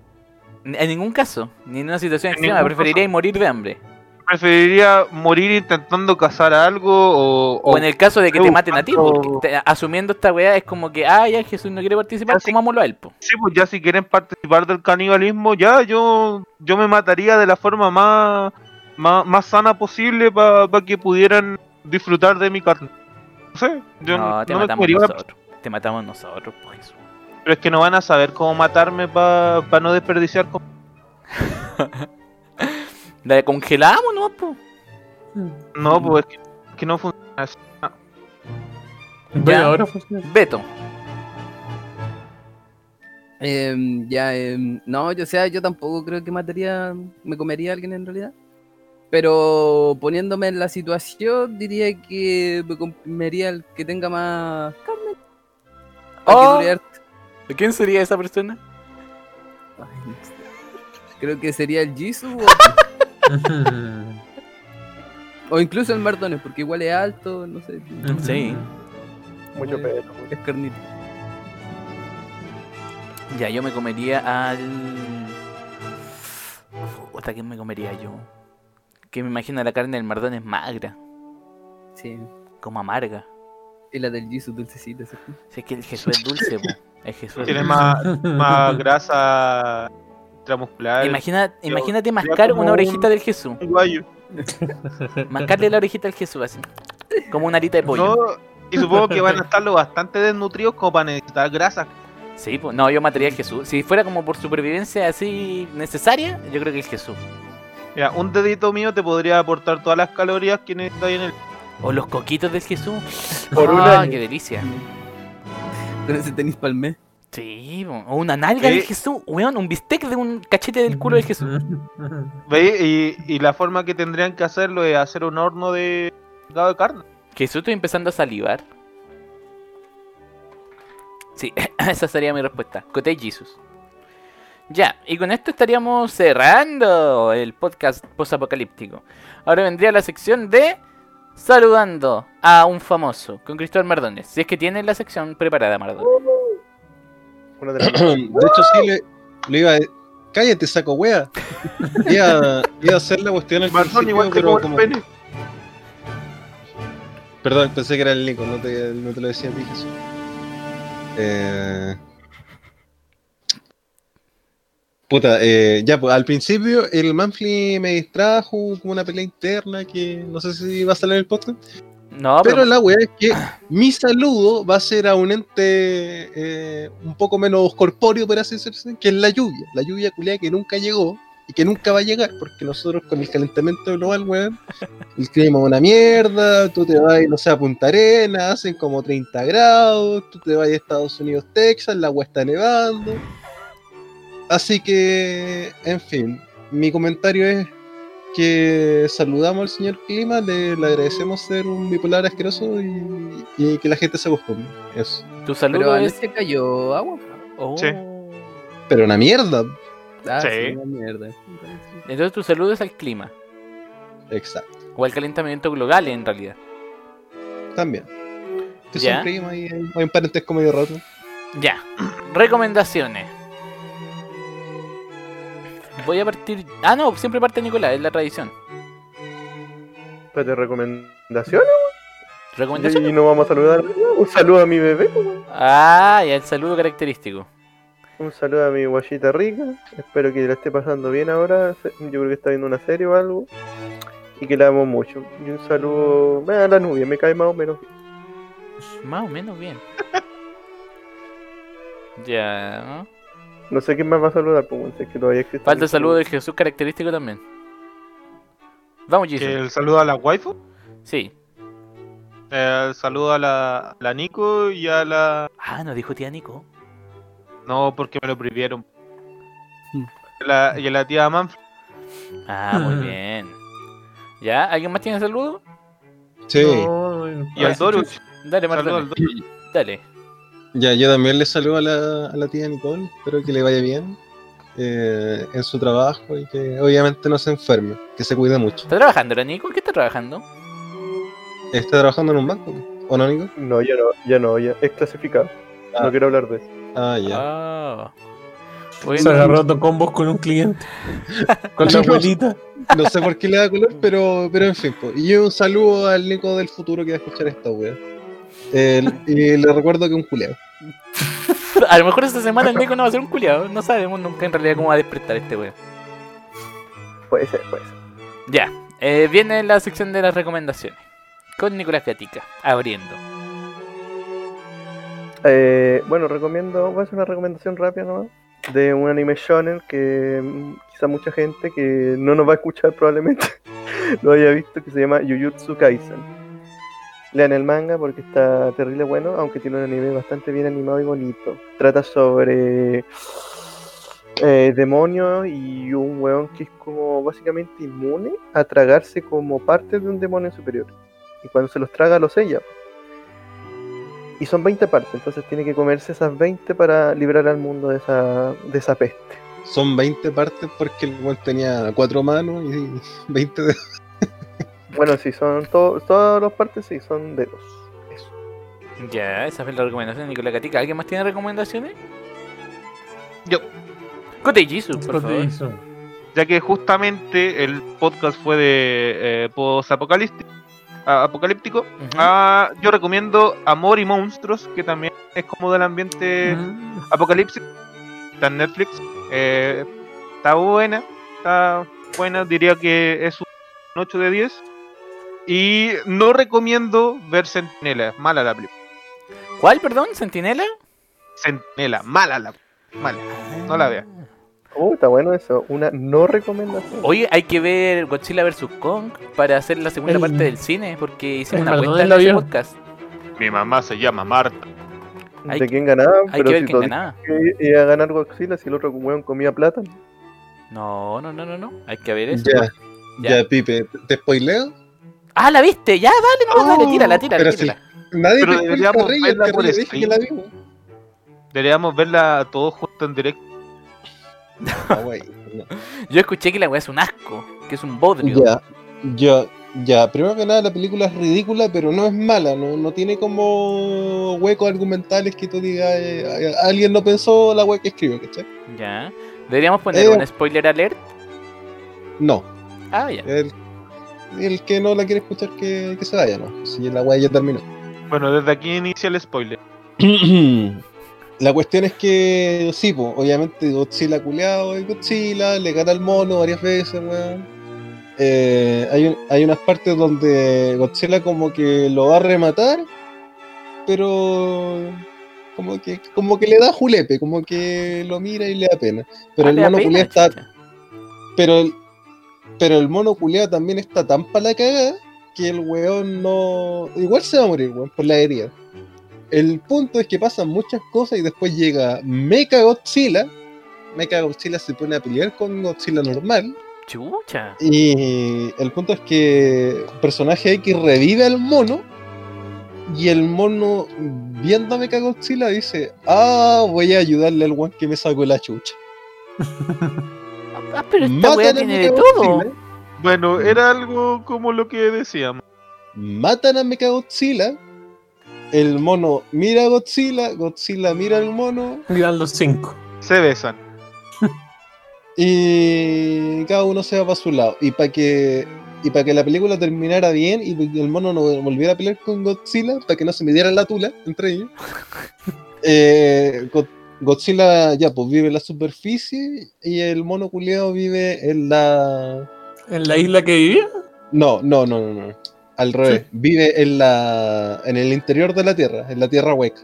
S1: en ningún caso, ni en una situación
S3: En
S1: extrema,
S3: ningún
S1: preferiría morir de hambre.
S3: Preferiría morir intentando cazar algo o,
S1: O en el caso de que
S3: estoy
S1: te maten a ti,
S3: buscando-
S1: porque te- asumiendo esta weá es como que, ah, ya Jesús no quiere participar,
S3: Así-
S1: comámoslo a él, po.
S3: Sí, pues ya si quieren participar del canibalismo, ya yo, yo me mataría de la forma más, más, más sana posible para que pudieran disfrutar de mi carne. No sé, yo
S1: No, te
S3: no me
S1: matamos
S3: comería una
S1: nosotros. Te matamos nosotros, po, Jesús.
S3: persona, pero es que no van a saber cómo matarme para no desperdiciar com-
S1: La congelamos, ¿no, po?
S3: No, pues es que, es que no funciona así.
S4: Bueno,
S1: Ya.
S4: ahora funciona.
S1: Beto.
S6: Em, ya, em, no, yo, o sea, yo tampoco creo que mataría, me comería a alguien en realidad. Pero poniéndome en la situación, diría que me comería al que tenga más carne. Para que
S1: Oh.
S6: dure harto.
S1: ¿Quién sería esa persona?
S6: Ay, no sé. Creo que sería el Jisoo o, o incluso el Mardones, porque igual es alto, no sé.
S1: Sí.
S2: Mucho
S6: Igual
S2: pedo.
S6: Es carnita.
S1: Ya, yo me comería al. ¿Hasta quién me comería yo? Que me imagino la carne del mardón es magra,
S6: Sí.
S1: como amarga.
S6: Y la del Jisoo dulcecita. ¿sí?
S1: Si es que el Jesús es dulce, po. El Jesús es
S3: Tiene
S1: dulce.
S3: más, más grasa intramuscular.
S1: Imagina,
S3: Yo-
S1: imagínate mascar
S3: como
S1: una orejita
S3: un-
S1: del Jesús.
S3: Un guayo.
S1: Mascarle la orejita al Jesús así. Como una arita de pollo.
S3: No, y supongo que van a estar lo bastante desnutridos como para necesitar grasa.
S1: Sí, po. no, yo mataría al Jesús. Si fuera como por supervivencia así necesaria, yo creo que el Jesús.
S3: Mira, un dedito mío te podría aportar todas las calorías que necesitas ahí en el.
S1: O los coquitos del Jesús.
S2: Por un
S1: ah,
S2: año.
S1: qué delicia.
S6: Con ese tenis palmé.
S1: Sí, po. o una nalga del
S3: Sí.
S1: Jesús, weón, un bistec de un cachete del culo del Jesús.
S3: ¿Veis? Y, y la forma que tendrían que hacerlo es hacer un horno de. pescado de carne.
S1: Jesús, estoy empezando a salivar. Sí, esa sería mi respuesta. Cote Jesus. Ya, y con esto estaríamos cerrando el podcast posapocalíptico. Ahora vendría la sección de saludando a un famoso con Cristóbal Mardones. Si es que tiene la sección preparada, Mardones.
S2: Una de las
S5: De hecho, sí, le, le iba a. Cállate, saco wea. Iba, iba a hacer la cuestión al
S3: Marlon,
S5: principio,
S3: igual que
S5: pero
S3: como el
S5: como.
S3: pene.
S5: Perdón, pensé que era el Nico, no te, no te lo decía, dije eso. Eh... Puta, eh, ya, pues al principio el Manfly me distrajo con una pelea interna que no sé si va a salir en el podcast.
S1: No, pero,
S5: pero la weá es que mi saludo va a ser a un ente eh, un poco menos corpóreo, por así decirse, que es la lluvia. La lluvia culiada que nunca llegó y que nunca va a llegar, porque nosotros con el calentamiento global, weón, el clima es una mierda, tú te vas, no sé, a Punta Arenas, hacen como 30 grados, tú te vas a Estados Unidos, Texas, la agua está nevando. Así que, en fin, mi comentario es que saludamos al señor Clima, le, le agradecemos ser un bipolar asqueroso y, y que la gente se busque. Eso.
S1: tu saludo
S6: Pero
S1: es...
S6: anoche cayó agua.
S1: Oh.
S3: Sí.
S5: Pero una mierda.
S6: Ah, sí.
S3: Sí.
S6: una mierda.
S1: Entonces tu saludo es al clima.
S5: Exacto.
S1: O al calentamiento global en realidad.
S5: También. Que
S1: Ya.
S5: son primos y hay, hay un parentesco medio roto.
S1: Ya. Recomendaciones. Voy a partir. Ah, no, siempre parte Nicolás, es la tradición.
S2: de recomendaciones.
S1: ¿Recomendaciones?
S2: Y no vamos a saludar. Un saludo a mi bebé.
S1: Ah, ya el saludo característico.
S2: Un saludo a mi guachita rica. Espero que la esté pasando bien ahora. se- Yo creo que está viendo una serie o algo. Y que la amo mucho. Y un saludo a la nubia. Me cae más o menos. bien.
S1: Más o menos bien. Ya. ¿no?
S2: No sé quién más va a saludar. Pues, bueno, si es que todavía existe.
S1: Falta el saludo de Jesús característico también. Vamos,
S3: Que
S1: Jesús.
S3: el saludo a la waifu,
S1: Sí.
S3: el saludo a la, a la Nico y a la.
S1: Ah, nos dijo tía Nico.
S3: No, porque me lo prohibieron.
S6: Hmm.
S3: La- y a la tía Manfred.
S1: Ah, muy bien. ¿Ya? ¿Alguien más tiene saludo?
S5: Sí.
S3: Y al Doru.
S1: Dale,
S3: Saludo al
S1: Marlon.
S3: Doru.
S1: Dale.
S5: Ya, yo también le saludo a la, a la tía Nicole. Espero que le vaya bien eh, en su trabajo y que obviamente no se enferme. Que se cuide mucho.
S1: ¿Está trabajando la Nico? ¿Qué está trabajando?
S5: ¿Está trabajando en un banco? ¿O no, Nico?
S2: No, ya no, ya no, ya. Es clasificado.
S5: Ah.
S2: No quiero hablar de eso.
S5: Ah, ya.
S1: Ah.
S4: Se
S1: Bueno,
S4: agarró a combos con un cliente. Con la abuelita.
S5: No sé por qué le da color, pero, pero en fin. po. Y un saludo al Nico del futuro que va a escuchar esta wea. El- y le recuerdo que es un culeo.
S1: a lo mejor esta semana el Nico no va a ser un culiado. No sabemos nunca en realidad cómo va a despertar este weón.
S2: Puede ser, puede ser.
S1: Ya, eh, viene la sección de las recomendaciones. Con Nicolás Fiatica, abriendo.
S2: Eh, bueno, recomiendo, voy a hacer una recomendación rápida nomás. De un anime shonen que mm, quizá mucha gente que no nos va a escuchar probablemente lo haya visto, que se llama Jujutsu Kaisen. Lean el manga porque está terrible bueno, aunque tiene un anime bastante bien animado y bonito. Trata sobre eh, demonios y un weón que es como básicamente inmune a tragarse como parte de un demonio superior. Y cuando se los traga, los sella. Y son 20 partes, entonces tiene que comerse esas 20 para liberar al mundo de esa, de esa peste.
S5: Son 20 partes porque el weón tenía cuatro manos y 20 de.
S2: Bueno, sí, son to- todas las partes, sí, son dedos. Eso.
S1: Ya, esa fue la recomendación de Nicolás Fiatica. ¿Alguien más tiene recomendaciones?
S3: Yo.
S1: Cote Jisoo, por favor.
S4: Eso.
S3: ya que justamente el podcast fue de eh, post-apocalíptico. a- apocalíptico.
S1: Ujú.
S3: Ah, yo recomiendo Amor y Monstruos, que también es como del ambiente
S4: Mm.
S1: Ah.
S3: apocalipsis. Está en Netflix. eh, está buena, está buena, diría que es un 8 de 10. Y no recomiendo ver Sentinela, mala la película.
S1: ¿Cuál, perdón? ¿Sentinela?
S3: Sentinela, mala la mala. No la vea.
S2: Uh, está bueno eso, una no recomendación.
S1: Oye, hay que ver Godzilla vs. Kong para hacer la segunda
S4: El-
S1: parte del cine, porque hicimos
S4: el
S1: una
S4: Maldonado
S1: apuesta en
S4: la
S1: ese
S4: vio.
S1: podcast.
S3: Mi mamá se llama Marta.
S1: hay
S2: ¿De
S1: que-
S2: quién ganaba?
S1: Hay que ver
S2: si
S1: quién
S2: todos
S1: ganaba.
S2: dijeron que iba a ganar Godzilla si el otro weón comía plátano.
S1: No, no, no, no, no. Hay que ver eso.
S5: Ya,
S1: Ya.
S5: ya, Pipe. ¿Te spoileo?
S1: Ah, la viste, ya, dale, no, dale,
S3: Oh,
S1: tírala, tírala,
S5: pero sí.
S1: tírala.
S5: Nadie
S3: Pero
S5: te escucha,
S3: deberíamos
S5: Rey,
S3: verla
S5: el
S3: por
S5: Rey dije que la vimos.
S3: Deberíamos verla todos juntos en directo.
S5: Ah, güey, no.
S1: Yo escuché que la weá es un asco, que es un bodrio.
S5: Ya, ya, ya. Primero que nada, la película es ridícula, pero no es mala. No, no tiene como huecos argumentales que tú digas. eh, a- alguien no pensó la wea que escribe, ¿cachai?
S1: Ya. Deberíamos poner
S5: Eh.
S1: un spoiler alert.
S5: No.
S1: Ah, ya.
S5: El, el que no la quiere escuchar, que, que se vaya, ¿no? Si la wea ya terminó.
S3: Bueno, desde aquí inicia el spoiler.
S5: La cuestión es que, sí, po, obviamente Godzilla culeado, y Godzilla le gana al mono varias veces, weón. Eh, hay, un- hay unas partes donde Godzilla como que lo va a rematar, pero como que, como que le da julepe, como que lo mira y le da pena. Pero
S1: Ah,
S5: el
S1: le da
S5: mono
S1: pena,
S5: culeado está
S1: chucha.
S5: pero el, pero el mono culeado también está tan para la cagada que el weón no. Igual se va a morir, weón, por la herida. El punto es que pasan muchas cosas y después llega Mecha Godzilla. Mecha Godzilla se pone a pelear con Godzilla normal.
S1: Chucha.
S5: Y el punto es que personaje X revive al mono. Y el mono, viendo a Mecha Godzilla, dice: Ah, voy a ayudarle al weón que me sacó la chucha.
S1: Ah, pero esta
S5: Matan
S1: weá
S5: a
S1: tiene de
S5: Mecha
S1: todo.
S5: Godzilla.
S3: Bueno, era algo como lo que decíamos.
S5: matan a Mechagodzilla. El mono mira a Godzilla, Godzilla mira al mono
S4: Miran los cinco.
S3: Se besan.
S5: y cada uno se va para su lado. Y para que y para que la película terminara bien y pa' que el mono no volviera a pelear con Godzilla, para que no se midieran la tula entre ellos. eh, Go- Godzilla ya pues vive en la superficie y el mono culeado vive en la
S4: En la isla que vivía.
S5: No, no, no, no, no. Al revés. Vive en la en el interior de la Tierra, en la Tierra hueca.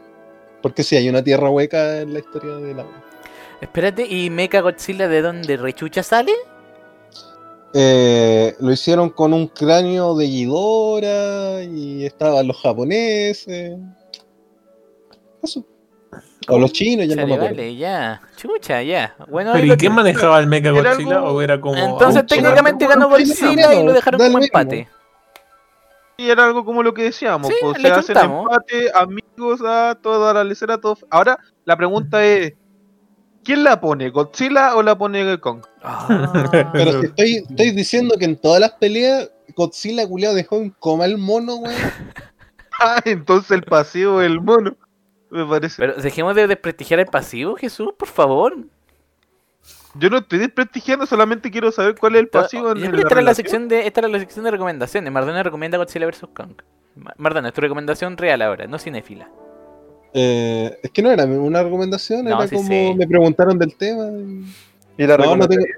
S5: Porque sí, hay una Tierra hueca en la historia de la
S1: Espérate, ¿y Mecha Godzilla de dónde rechucha sale?
S5: Eh, lo hicieron con un cráneo de Ghidorah y estaban los japoneses. Eso. O los chinos, ya
S1: Sale,
S5: no me acuerdo.
S1: vale, ya. Chucha, ya. Bueno, ahí
S4: ¿Pero
S1: lo
S4: y quién
S1: tiene.
S4: manejaba el Mecha
S3: Era
S4: Godzilla?
S3: algo-
S4: ¿O era como.?
S1: Entonces
S5: Ah,
S1: técnicamente
S5: chingada.
S1: ganó Godzilla y lo dejaron
S5: Da
S1: como
S5: lo mismo.
S1: empate.
S3: Y era algo como lo que decíamos,
S1: Sí,
S3: pues,
S1: le
S3: se hacen
S1: chuntamos.
S3: empate, amigos, a toda la lecera, a todos. Ahora, la pregunta es, ¿quién la pone? ¿Godzilla o la pone Kong?
S1: Ah.
S5: Pero si estoy, estoy diciendo que en todas las peleas Godzilla culiado dejó en coma al mono, weón.
S3: Ah, entonces el pasivo del mono. Me parece.
S1: Pero dejemos de desprestigiar el pasivo, Jesús, por favor.
S3: Yo no estoy desprestigiando, solamente quiero saber cuál es el pasivo. en
S1: Yo creo
S3: el-
S1: que esta, era la sección de, esta era la sección de recomendaciones. Mardana recomienda Godzilla vs. Kong. Ma- Mardana, es tu recomendación real ahora, no cinéfila.
S5: Eh, es que no era una recomendación,
S1: No,
S5: era
S1: sí,
S5: como
S1: sí.
S5: me preguntaron del tema. y-
S2: Y la
S5: No, no tengo,
S2: recomendaría.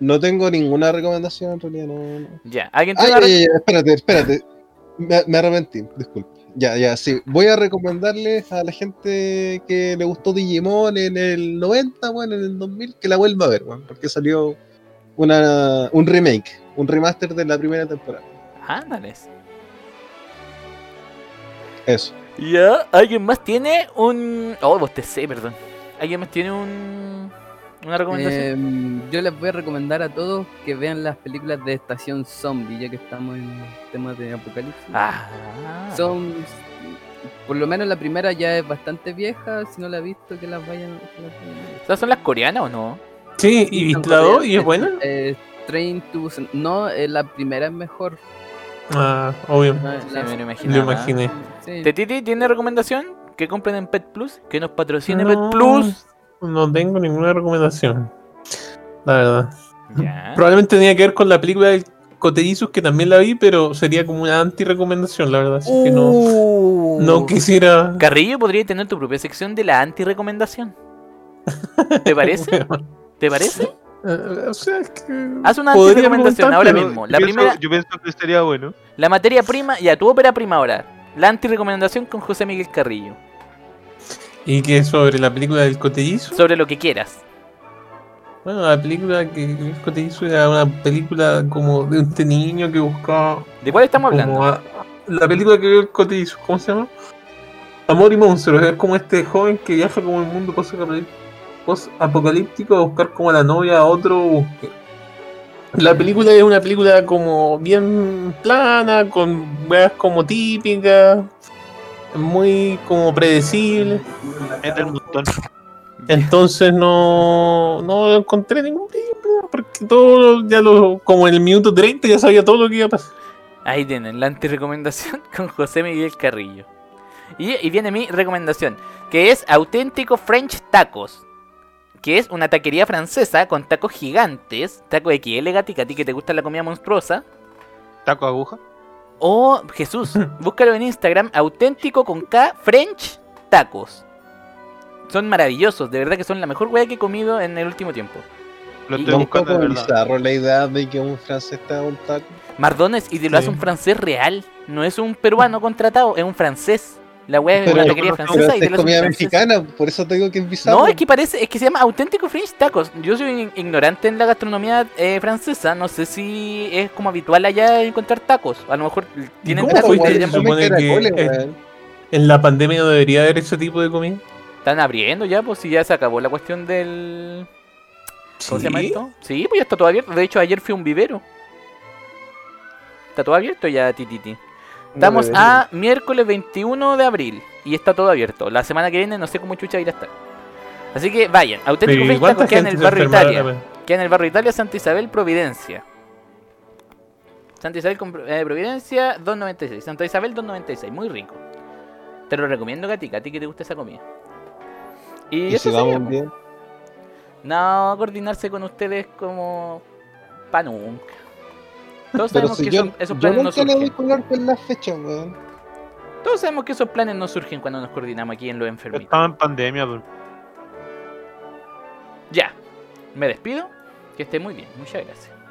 S5: no tengo ninguna recomendación en realidad. No, no.
S1: Ya, ¿alguien
S5: Ay,
S1: tiene una
S5: ay, ay, espérate, espérate. Me, me arrepentí, disculpe. Ya, ya, sí. Voy a recomendarles a la gente que le gustó Digimon en el 90, bueno, en el 2000, que la vuelva a ver, bueno, porque salió una, un remake, un remaster de la primera temporada.
S1: recomendación? Ándales.
S5: Eso.
S1: Ya, ¿alguien más tiene un. Oh, vos te sé, perdón. ¿Alguien más tiene un. Una recomendación?
S6: Em, yo les voy a recomendar a todos que vean las películas de Estación Zombie, ya que estamos en temas de apocalipsis.
S1: ah,
S6: Son, por lo menos la primera ya es bastante vieja, si no la he visto, que las vayan, que las vayan a ver.
S1: ¿Esas son las coreanas o no?
S4: Sí, y viste la dos y es buena.
S6: Eh, Train to Busan- No, eh, la primera es mejor.
S4: Ah, obviamente.
S6: La-
S1: Sí,
S6: la-
S1: me lo imaginaba.
S4: Lo imaginé.
S6: sí.
S1: Tetiti tiene recomendación que compren en Pet Plus, que nos patrocine Pet
S4: No.
S1: Plus.
S4: No tengo ninguna recomendación. La verdad.
S1: Ya.
S4: Probablemente tenía que ver con la película del Cotellizus, que también la vi, pero sería como una anti-recomendación, la verdad. Así que no,
S1: Uh.
S4: no quisiera.
S1: Carrillo podría tener tu propia sección de la anti-recomendación. ¿Te parece? ¿Te parece?
S4: Eh, o sea, es que.
S1: Haz una
S4: podría
S1: anti-recomendación
S4: preguntar,
S1: ahora
S4: pero-
S1: mismo. La
S3: yo,
S1: primera,
S3: pienso, yo pienso que sería bueno.
S1: la materia prima, ya tu ópera prima ahora. La anti-recomendación con José Miguel Carrillo.
S4: ¿Y qué es sobre la película del Cotellizus?
S1: Sobre lo que quieras.
S4: Bueno, la película que el Cotellizus era una película como de un niño que buscaba.
S1: ¿De cuál estamos
S4: como
S1: hablando?
S4: a- la película que vio el Cotellizus, ¿cómo se llama? Amor y monstruos. Es como este joven que viaja como el mundo post-apocalí- post-apocalíptico a buscar como a la novia a otro bosque. La película es una película como bien plana, con weas como típicas, muy como predecibles.
S3: Entra el montón.
S4: Entonces no, no encontré ningún problema, porque todo ya lo, como en el minuto 30 ya sabía todo lo que iba a pasar.
S1: Ahí tienen, la antirecomendación con José Miguel Carrillo. Y, y viene mi recomendación, que es auténtico French Tacos. Que es una taquería francesa con tacos gigantes, taco XL, gatica, a ti que te gusta la comida monstruosa.
S3: Taco aguja.
S1: O Jesús, búscalo en Instagram, auténtico con K, French Tacos. Son maravillosos, de verdad que son la mejor weá que he comido en el último tiempo.
S3: Lo
S1: Y
S3: estoy
S1: no
S5: Un
S3: buscando
S5: poco
S3: de verdad.
S5: bizarro la idea de que un francés está un taco.
S1: Mardones, y te lo
S4: Sí.
S1: hace un francés real. No es un peruano contratado, es un francés. La weá es
S5: Pero-
S1: una taquería
S3: pero
S5: Pero
S1: francesa y
S5: esta
S1: te
S5: es
S1: lo hace un
S5: comida
S1: francés.
S5: mexicana, por eso te digo que es bizarro.
S1: No, es que parece, es que se llama auténtico French Tacos. Yo soy in- ignorante en la gastronomía eh, francesa, no sé si es como habitual allá encontrar tacos. A lo mejor tienen
S4: cómo
S1: tacos y
S4: fuiste?
S1: te
S4: Se
S1: llaman-
S4: supone que- eh, En la pandemia no debería haber ese tipo de comida.
S1: están abriendo ya, pues si ya se acabó la cuestión del ¿Cómo se llama
S4: Sí.
S1: esto? Sí, pues ya está todo abierto. De hecho, ayer fui a un vivero. Está todo abierto ya, tititi. Estamos a miércoles 21 de abril y está todo abierto. La semana que viene no sé cómo chucha irá a estar. Así que vayan, auténtico
S4: Pero ¿y
S1: French
S4: cuánta
S1: Tacos queda en
S4: gente
S1: el
S4: se
S1: barrio
S4: enfermará
S1: Italia.
S4: también?
S1: Queda en el barrio Italia, Santa Isabel, Providencia. Santa Isabel con Pro- eh, Providencia, 2.96. Santa Isabel, 2.96. Muy rico. Te lo recomiendo, Gatica, a ti que te gusta esa comida. Y,
S5: Y
S1: eso
S5: si
S1: sería, pues.
S5: vamos
S1: po.
S5: bien.
S1: No, coordinarse con ustedes como pa' nunca. Todos
S5: Pero
S1: sabemos
S5: si
S1: que
S5: yo,
S1: esos, esos
S5: yo
S1: planes no
S5: nunca le doy
S1: surgen.
S5: color con las fechas, weón.
S1: Todos sabemos que esos planes no surgen cuando nos coordinamos aquí en los enfermitos.
S3: Estaba en pandemia, pero.
S1: Ya, me despido. Que esté muy bien. Muchas gracias.